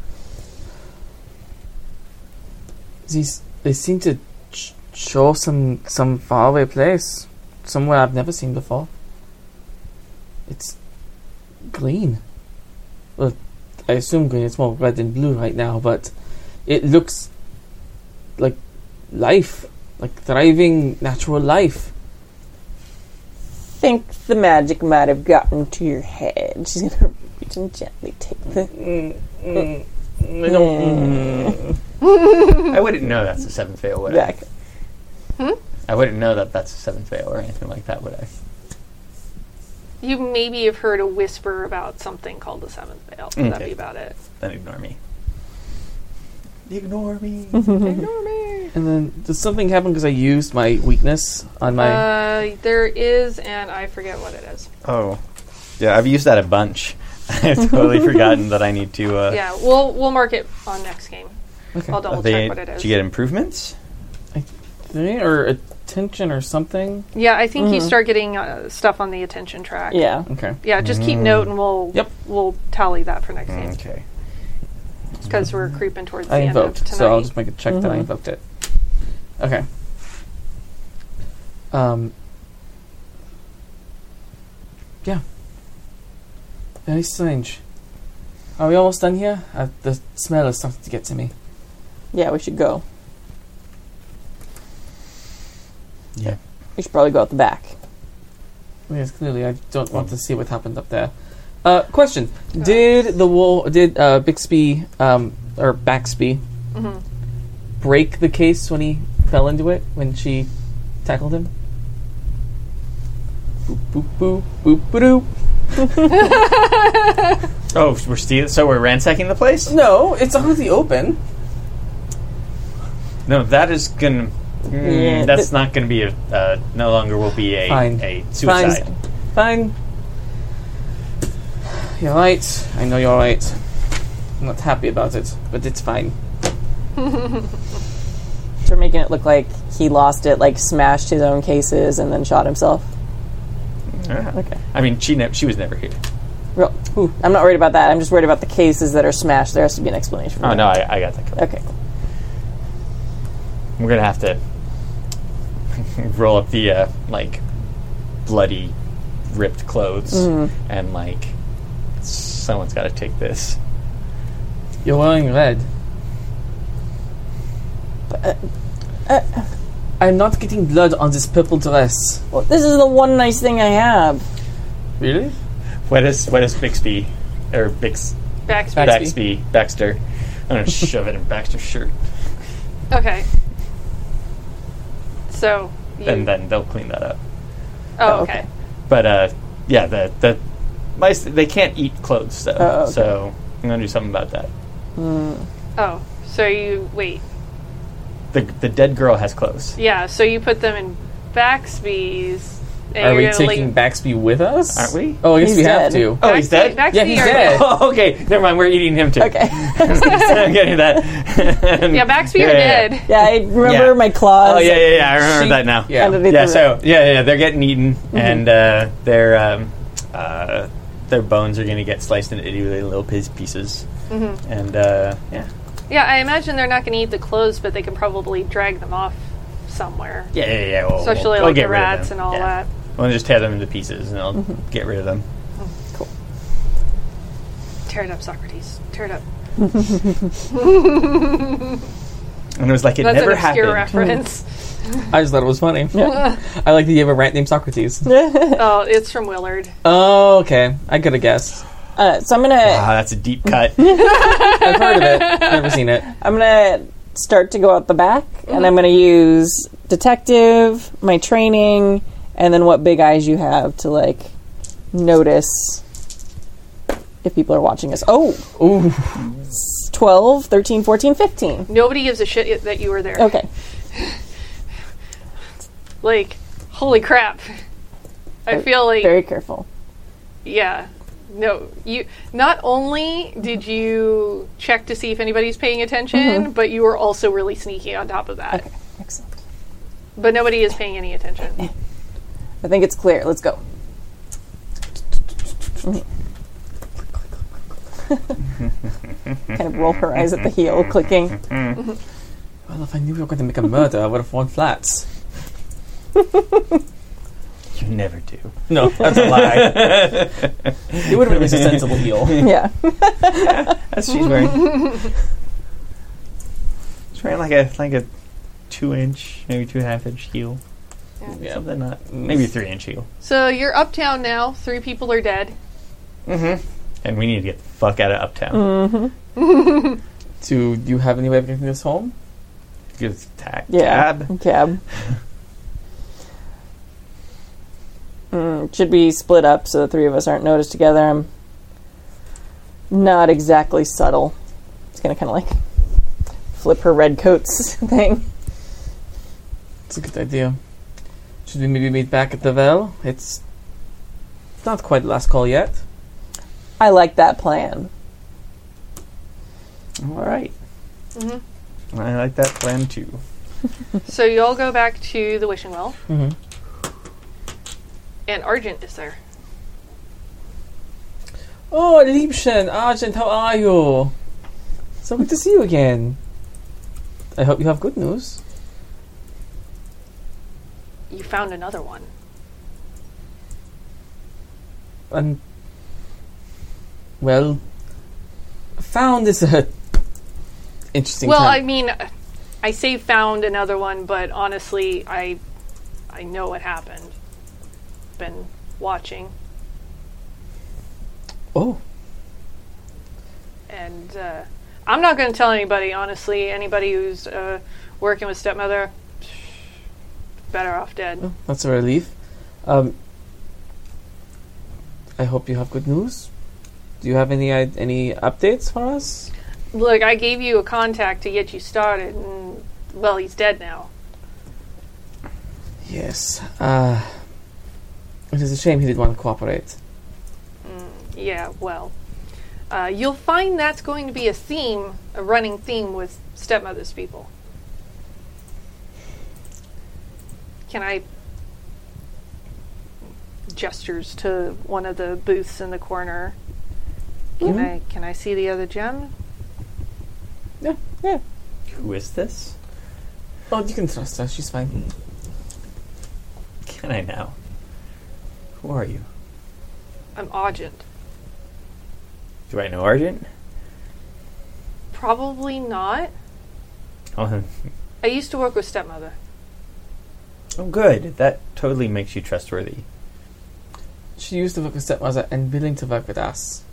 E: These they seem to ch- show some some faraway place, somewhere I've never seen before. It's green. Well, I assume green. It's more red and blue right now, but it looks like life, like thriving natural life.
B: think the magic might have gotten to your head. She's gonna reach and gently take the.
G: Mm,
E: I don't-
D: I wouldn't know that's a seven fail, would I?
B: Back.
D: I wouldn't know that that's a seven fail or anything like that, would I?
C: You maybe have heard a whisper about something called the Seventh Veil. but That'd
D: Okay.
C: be about it.
D: Then ignore me. Ignore me.
C: Ignore me.
E: And then did something happen because I used my weakness on my?
C: Uh, there is, and I forget what it is.
G: Oh. Yeah, I've used that a bunch. I've totally forgotten that I need to. Uh,
C: Yeah, we'll we'll mark it on next game.
E: Okay.
C: I'll double
G: they,
C: check what it is.
G: Do you get improvements?
E: Three or attention or something.
C: yeah, I think you start getting uh, stuff on the attention track.
B: Yeah.
E: Okay.
C: yeah. Just keep note, and we'll
E: Yep.
C: we'll tally that for next
D: Mm.
C: game
G: Okay.
C: because we're creeping towards
E: I
C: the end of
E: invoked,
C: tonight.
E: so I'll just make a check that I invoked it. Okay. Um. Yeah. Very strange. Are we almost done here? Uh, the smell is starting to get to me.
B: Yeah, we should go.
G: Yeah.
B: We should probably go out the back.
E: Yes, clearly I don't want to see what happened up there. Uh, question: Did the wall? Did uh, Bixby um, or Baxby break the case when he fell into it when she tackled him? Boop boop boop boop boop.
G: Oh, we're stealing. So we're ransacking the place?
E: No, it's on the open.
G: No, that is gonna. mm,
B: Yeah,
G: that's not gonna be a. Uh, no longer will be a
E: Fine.
G: a suicide.
E: Fine. Fine. You're right. I know you're right. I'm not happy about it, but it's fine.
B: For making it look like he lost it, like smashed his own cases and then shot himself. Okay.
G: I mean, she ne- she was never here.
B: Real, ooh, I'm not worried about that. I'm just worried about the cases that are smashed. There has to be an explanation. For
G: Oh
B: that.
G: no, I, I got that. covered.
B: Okay. cool.
G: We're gonna have to roll up the uh, like bloody, ripped clothes,
C: Mm-hmm.
G: and like someone's got to take this.
E: You're wearing red. I'm not getting blood on this purple dress.
B: Well, this is the one nice thing I have.
E: Really?
G: What is what is Bixby or Bix
C: Backspace.
G: Baxby Baxter? I'm gonna shove it in Baxter's shirt,
C: Okay. So. You,
G: and then they'll clean that up.
C: oh, okay.
G: But uh, yeah, the the mice they can't eat clothes though,
B: Oh, okay.
G: so I'm gonna do something about that.
C: Oh, so you wait.
G: The the dead girl has clothes.
C: Yeah, so you put them in Baxby's. And
E: Are
C: you're
E: we
C: gonna
E: taking
C: link-
E: Baxby with us?
G: Aren't we?
E: Oh, I guess
B: He's
E: we
B: dead.
E: have to.
G: Oh, he's
C: Baxby-
G: dead.
C: Baxby
E: Yeah, he's
C: are-
E: dead.
G: Oh, okay. Never mind. We're eating him too.
B: Okay.
G: I'm getting that.
C: Yeah, Baxby
G: Yeah,
C: are
G: yeah, yeah.
C: dead.
B: yeah, I remember
G: Yeah.
B: my claws.
G: Oh yeah, yeah, yeah. I remember
E: She-
G: that now.
E: Yeah.
B: Underneath
G: Yeah.
B: the-
G: So yeah, yeah. They're getting eaten, and uh, their um, uh, their bones are going to get sliced into itty bitty little piz- pieces.
C: Mm-hmm.
G: And uh, yeah,
C: Yeah, I imagine they're not going to eat the clothes, but they can probably drag them off somewhere.
G: yeah, yeah, yeah. We'll,
C: Especially
G: we'll, we'll
C: like
G: get
C: the
G: rid of
C: rats
G: them.
C: and all
G: Yeah.
C: that.
G: We'll just tear them into pieces, and I'll
D: Mm-hmm.
G: get rid of them.
C: Tear it up, Socrates. Tear it up.
G: And it was like it
C: That's an
G: never
C: obscure
G: happened.
C: reference.
E: I just thought it was funny. I like that you have a rat named Socrates.
C: oh, it's from Willard.
E: oh, okay. I could have guessed.
B: Uh, so I'm gonna
G: Ah, that's a deep cut.
E: I've heard of it. Never seen it.
B: I'm gonna start to go out the back, and I'm gonna use detective, my training, and then what big eyes you have to like notice if people are watching us. Oh,
E: Ooh.
B: 12, 13, 14, 15.
C: Nobody gives a shit that you were there.
B: Okay.
C: Like, holy crap. I feel like
B: Very careful.
C: Yeah. No, you. Not only did you check to see if anybody's paying attention,
B: Mm-hmm.
C: but you were also really sneaky on top of that.
B: Excellent.
C: But nobody is paying any attention.
B: I think it's clear. Let's go. kind of roll her eyes at the heel, clicking.
E: Well, if I knew we were going to make a murder, I would have worn flats.
G: you never do.
E: No, that's a lie. it would have been at least a sensible heel.
B: Yeah.
G: That's what she's wearing. she's wearing like a like a two inch, maybe two and a half inch heel.
E: Yeah.
G: Something not maybe three inch heel.
C: So you're uptown now. Three people are dead.
G: And we need to get the fuck out of uptown.
C: Mm-hmm.
E: Do you have any way of getting this home?
G: Give us a ta-
B: Yeah.
G: cab.
B: Cab. Mm, should be split up so the three of us aren't noticed together. I'm not exactly subtle. It's gonna kind of like flip her red coats thing.
E: It's a good idea. Should we maybe meet back at the Vell? It's not quite last call yet.
B: I like that plan.
G: All right. I like that plan too.
C: So you all go back to the wishing well,
E: Mhm.
C: and Argent is there.
E: Oh, Liebchen, Argent, how are you? So good to see you again. I hope you have good news.
C: You found another one.
E: And well, found is a interesting.
C: well, I
E: term.
C: mean, I say found another one, but honestly, I I know what happened. Been watching,
E: oh,
C: and uh, I'm not going to tell anybody. Honestly, anybody who's uh, working with stepmother, better off dead.
E: that's a relief. Um, I hope you have good news. Do you have any i- any updates for us?
C: Look, I gave you a contact to get you started, and well, he's dead now.
E: Yes. Uh, it is a shame he didn't want to cooperate.
C: Yeah, well, uh, you'll find that's going to be a theme, a running theme with stepmother's people. Can I gestures to one of the booths in the corner? Can I can I see the other gem?
D: Who is this?
E: Oh, you can trust her. She's fine.
D: Can I now? Who are you?
C: I'm Argent.
G: Do I know Argent?
C: Probably not.
G: Oh,
C: I used to work with stepmother.
G: oh, good. That totally makes you trustworthy.
E: She used to work with stepmother and willing to work with us.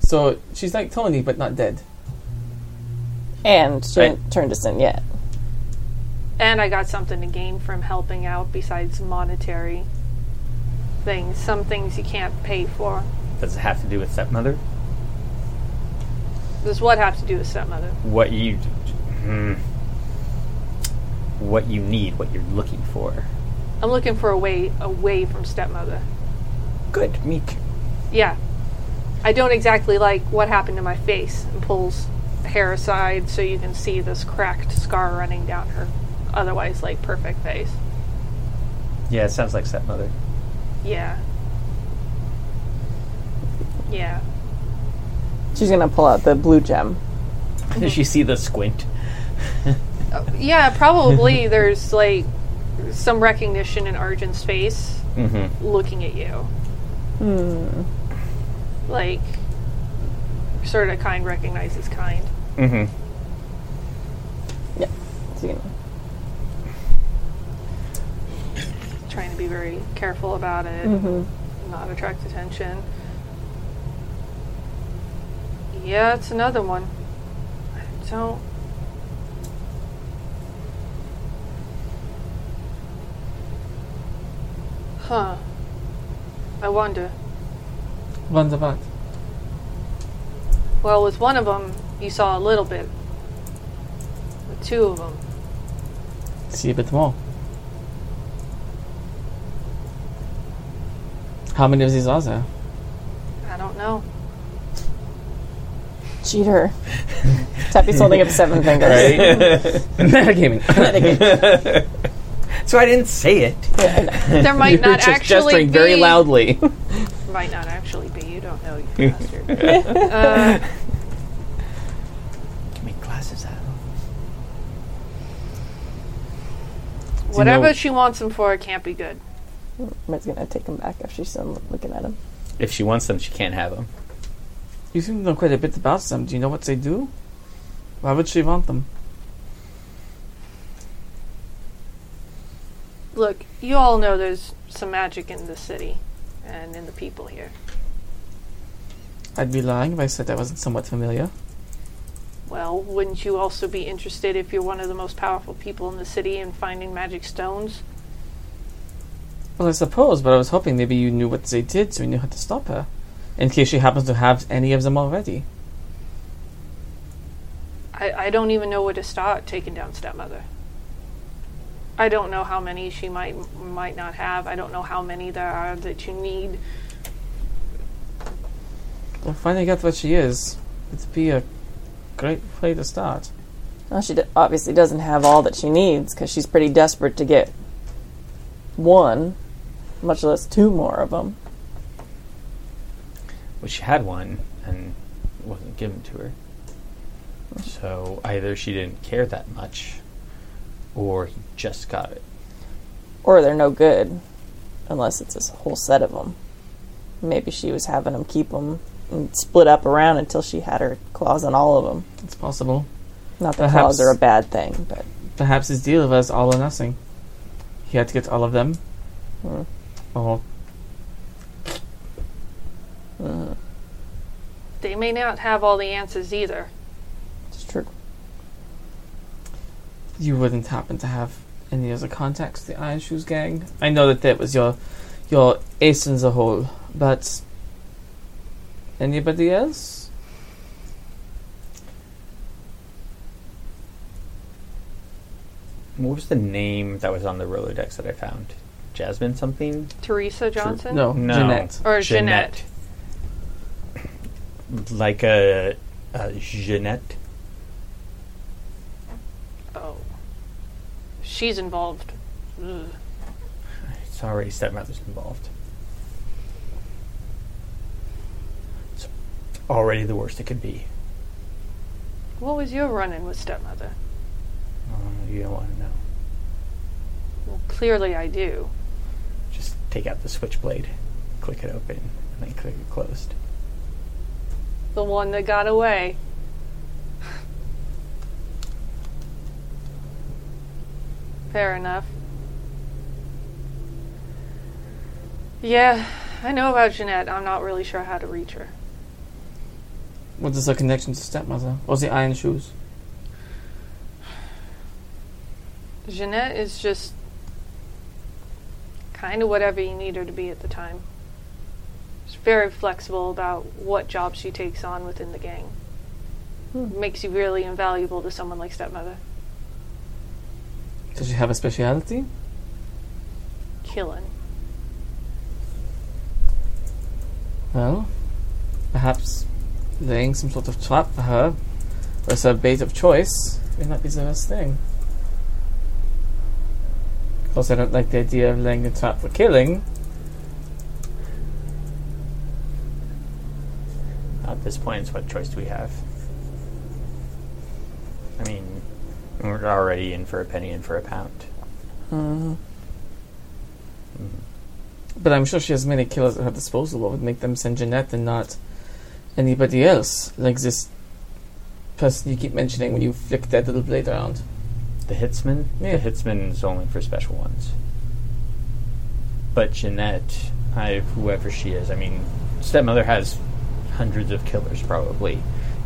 E: So she's like Tony, but not dead.
B: And she
G: I-
B: hasn't turned us in yet.
C: And I got something to gain from helping out besides monetary things. Some things you can't pay for.
G: Does it have to do with stepmother?
C: Does what have to do with stepmother?
G: What you, hmm. what you need, what you're looking for.
C: I'm looking for a way away from stepmother.
G: Good. Me too.
C: Yeah. I don't exactly like what happened to my face and pulls hair aside so you can see this cracked scar running down her otherwise like perfect face.
G: Yeah, it sounds like stepmother.
C: Yeah. Yeah.
B: She's gonna pull out the blue gem.
G: Does she see the squint?
C: Yeah, probably there's like some recognition in Arjun's face
G: Mm-hmm.
C: looking at you.
B: Hmm.
C: Like, sort of kind recognizes kind.
G: Mm-hmm.
B: She's gonna-
C: Trying to be very careful about it, not attract attention. Yeah, it's another one. I don't. Huh. I wonder.
E: Wonder what?
C: Well, with one of them, you saw a little bit. With two of them,
E: See a bit more. How many of these are there?
C: I don't know.
B: Cheater. Tappy's holding up seven fingers.
G: Mm-hmm.
E: Metagaming.
G: So I didn't say it.
C: There might
E: You're
C: not
E: just
C: actually
E: gesturing
C: be,
E: very loudly.
C: Might not actually be. You don't know, you bastard. uh,
G: Give me glasses out.
C: whatever
E: know-
C: she wants him for, it can't be good.
B: Mitt's gonna take him back if she's still looking at him.
G: If she wants them, she can't have them.
E: you seem to know quite a bit about them. Do you know what they do? Why would she want them?
C: Look, you all know there's some magic in the city and in the people here.
E: I'd be lying if I said I wasn't somewhat familiar.
C: Well, wouldn't you also be interested if you're one of the most powerful people in the city in finding magic stones?
E: Well, I suppose, but I was hoping maybe you knew what they did, so you knew how to stop her. In case she happens to have any of them already.
C: I, I don't even know where to start taking down stepmother. I don't know how many she might might not have. I don't know how many there are that you need.
E: Well, finding out what she is would be a great way to start.
B: Well, she d- obviously doesn't have all that she needs because she's pretty desperate to get one, much less two more of them.
G: Well, she had one and it wasn't given to her. So either she didn't care that much, or he just got it.
B: Or they're no good unless it's a whole set of them. Maybe she was having them keep them and split up around until she had her claws on all of them.
E: It's possible.
B: Not that
E: Perhaps-
B: claws are a bad thing, but
E: Perhaps his deal was all or nothing. He had to get all of them. Or
C: They may not have all the answers either.
B: it's true.
E: you wouldn't happen to have any other contacts to the Iron Shoes gang. I know that that was your your ace in the hole, but Anybody else?
D: What was the name that was on the Rolodex that I found? Jasmine something?
C: Teresa Johnson?
E: No,
D: No.
E: Jeanette.
C: Or Jeanette.
D: Like a, a Jeanette.
C: Oh. She's involved. Ugh.
D: It's already stepmother's involved. It's already the worst it could be.
C: What was your run in with stepmother?
D: Uh, you don't want to know.
C: Well, clearly I do.
D: Just take out the switchblade, click it open, and then click it closed.
C: The one that got away. Fair enough. Yeah, I know about Jeanette. I'm not really sure how to reach her.
E: What is her connection to stepmother? Or the Iron Shoes?
C: Jeanette is just kind of whatever you need her to be at the time. She's very flexible about what job she takes on within the gang. Makes you really invaluable to someone like stepmother.
E: Does she have a speciality?
C: Killing.
E: Well, perhaps laying some sort of trap for her as her bait of choice may not be the best thing. Of course, I don't like the idea of laying a trap for killing.
D: At this point, it's what choice do we have? I mean, we're already in for a penny and for a pound.
E: But I'm sure she has many killers at her disposal. What would make them send Jeanette and not anybody else? Like this person you keep mentioning when you flick that little blade around.
D: The Hitsman?
E: Yeah.
D: The Hitsman is only for special ones. But Jeanette, I, whoever she is, I mean, stepmother has hundreds of killers probably.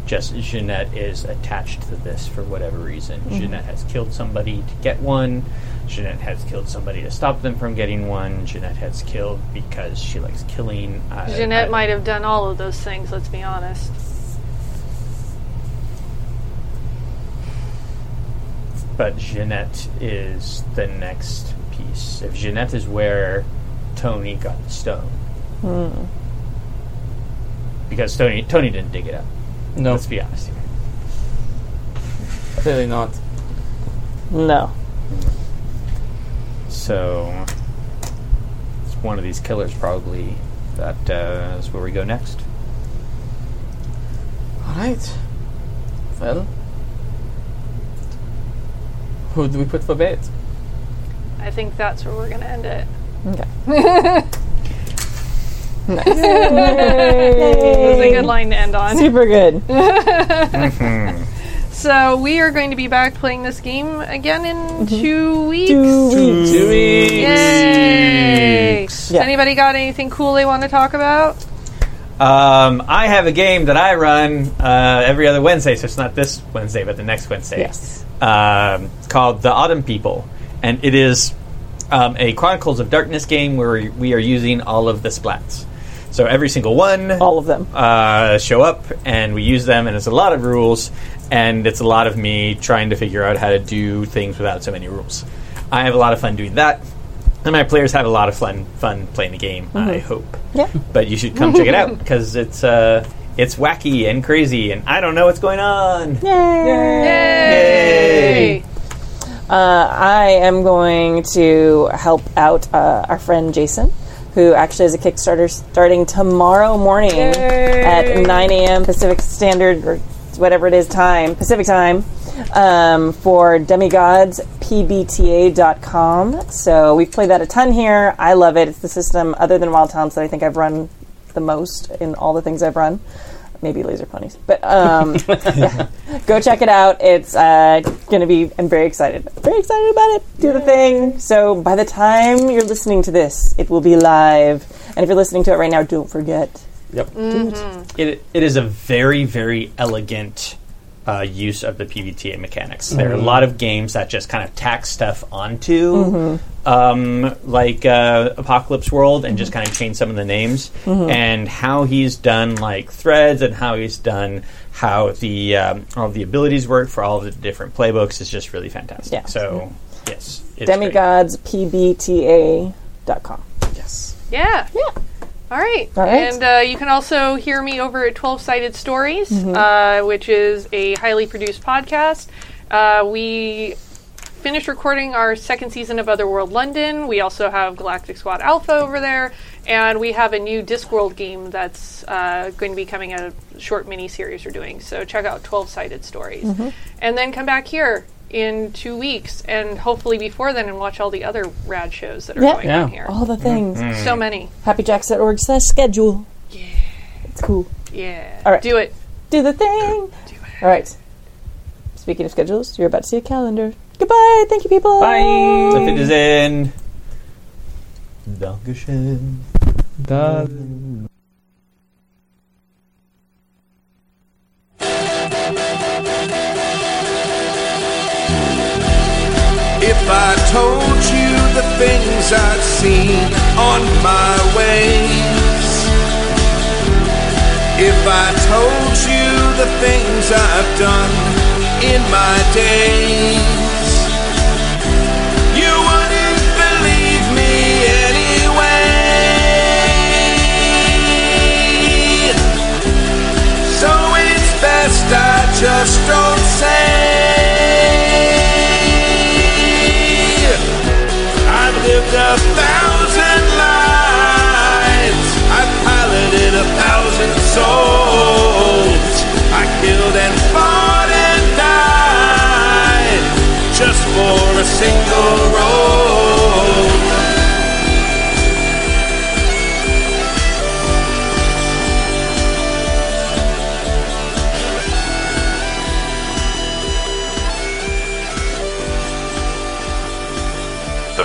D: Just Jeanette is attached to this for whatever reason. Jeanette has killed somebody to get one. Jeanette has killed somebody to stop them from getting one. Jeanette has killed because she likes killing. I-
C: Jeanette
D: I-
C: might have done all of those things, let's be honest.
D: but Jeanette is the next piece. If Jeanette is where Tony got the stone, because Tony Tony didn't dig it up.
E: No,
D: Let's be honest here.
E: clearly not.
B: No.
D: So it's one of these killers, probably. That uh, is where we go next.
E: Alright. Well. Who do we put for bait?
C: I think that's where we're going to end it. It was a good line to end on.
B: Super good.
C: So we are going to be back playing this game again in two weeks. Yay!
B: Yeah.
C: Anybody got anything cool they want to talk about?
D: Um, I have a game that I run uh, every other Wednesday, so it's not this Wednesday, but the next Wednesday.
B: Yes.
D: um, it's called The Autumn People, and it is um, a Chronicles of Darkness game where we are using all of the splats. So every single one,
B: All of them.
D: uh, show up, and we use them, and it's a lot of rules, and it's a lot of me trying to figure out how to do things without so many rules. I have a lot of fun doing that, and my players have a lot of fun fun playing the game. I hope.
B: Yeah.
D: But you should come check it out because it's uh, it's wacky and crazy, and I don't know what's going on.
C: Yay!
B: Uh, I am going to help out uh, our friend Jason, who actually has a Kickstarter starting tomorrow morning at 9 a.m. Pacific Standard or whatever it is time Pacific time um, for demigodspbta.com. So we've played that a ton here. I love it. It's the system other than Wild Towns that I think I've run the most in all the things I've run. Maybe laser ponies, but um, go check it out. It's uh, going to be, I'm very excited. Very excited about it. Do the thing. So by the time you're listening to this, it will be live. And if you're listening to it right now, don't forget.
D: It, it is a very very elegant
G: uh, use of the PBTA mechanics. There are a lot of games that just kind of tack stuff onto, um, like uh, Apocalypse World, and just kind of change some of the names and how he's done like threads and how he's done how the um, all the abilities work for all the different playbooks is just really fantastic.
B: Yeah.
G: So yes, it's great.
B: demigodspbta.com.
E: Yes.
C: Yeah. Yeah. All right.
B: All right.
C: And uh, you can also hear me over at 12 Sided Stories,
B: Mm-hmm.
C: uh, which is a highly produced podcast. Uh, we finished recording our second season of Otherworld London. We also have Galactic Squad Alpha over there. And we have a new Discworld game that's uh, going to be coming out, a short mini series we're doing. So check out 12 Sided Stories.
B: Mm-hmm.
C: And then come back here in two weeks and hopefully before then and watch all the other rad shows that are
B: Yeah.
C: going
E: Yeah.
C: on here.
B: All the things.
C: So many.
B: happyjacks.org slash schedule. Yeah. It's cool.
C: Yeah.
B: All right.
C: Do it.
B: Do the thing. All right. Speaking of schedules, you're about to see a calendar. Goodbye. Thank you, people.
G: Bye. Clip it is in. Dankeschön.
A: If I told you the things I've seen on my ways, if I told you the things I've done in my days, you wouldn't believe me anyway. So it's best I just don't say. I've lived a thousand lives. I've piloted a thousand souls. I killed and fought and died just for a single role.
I: The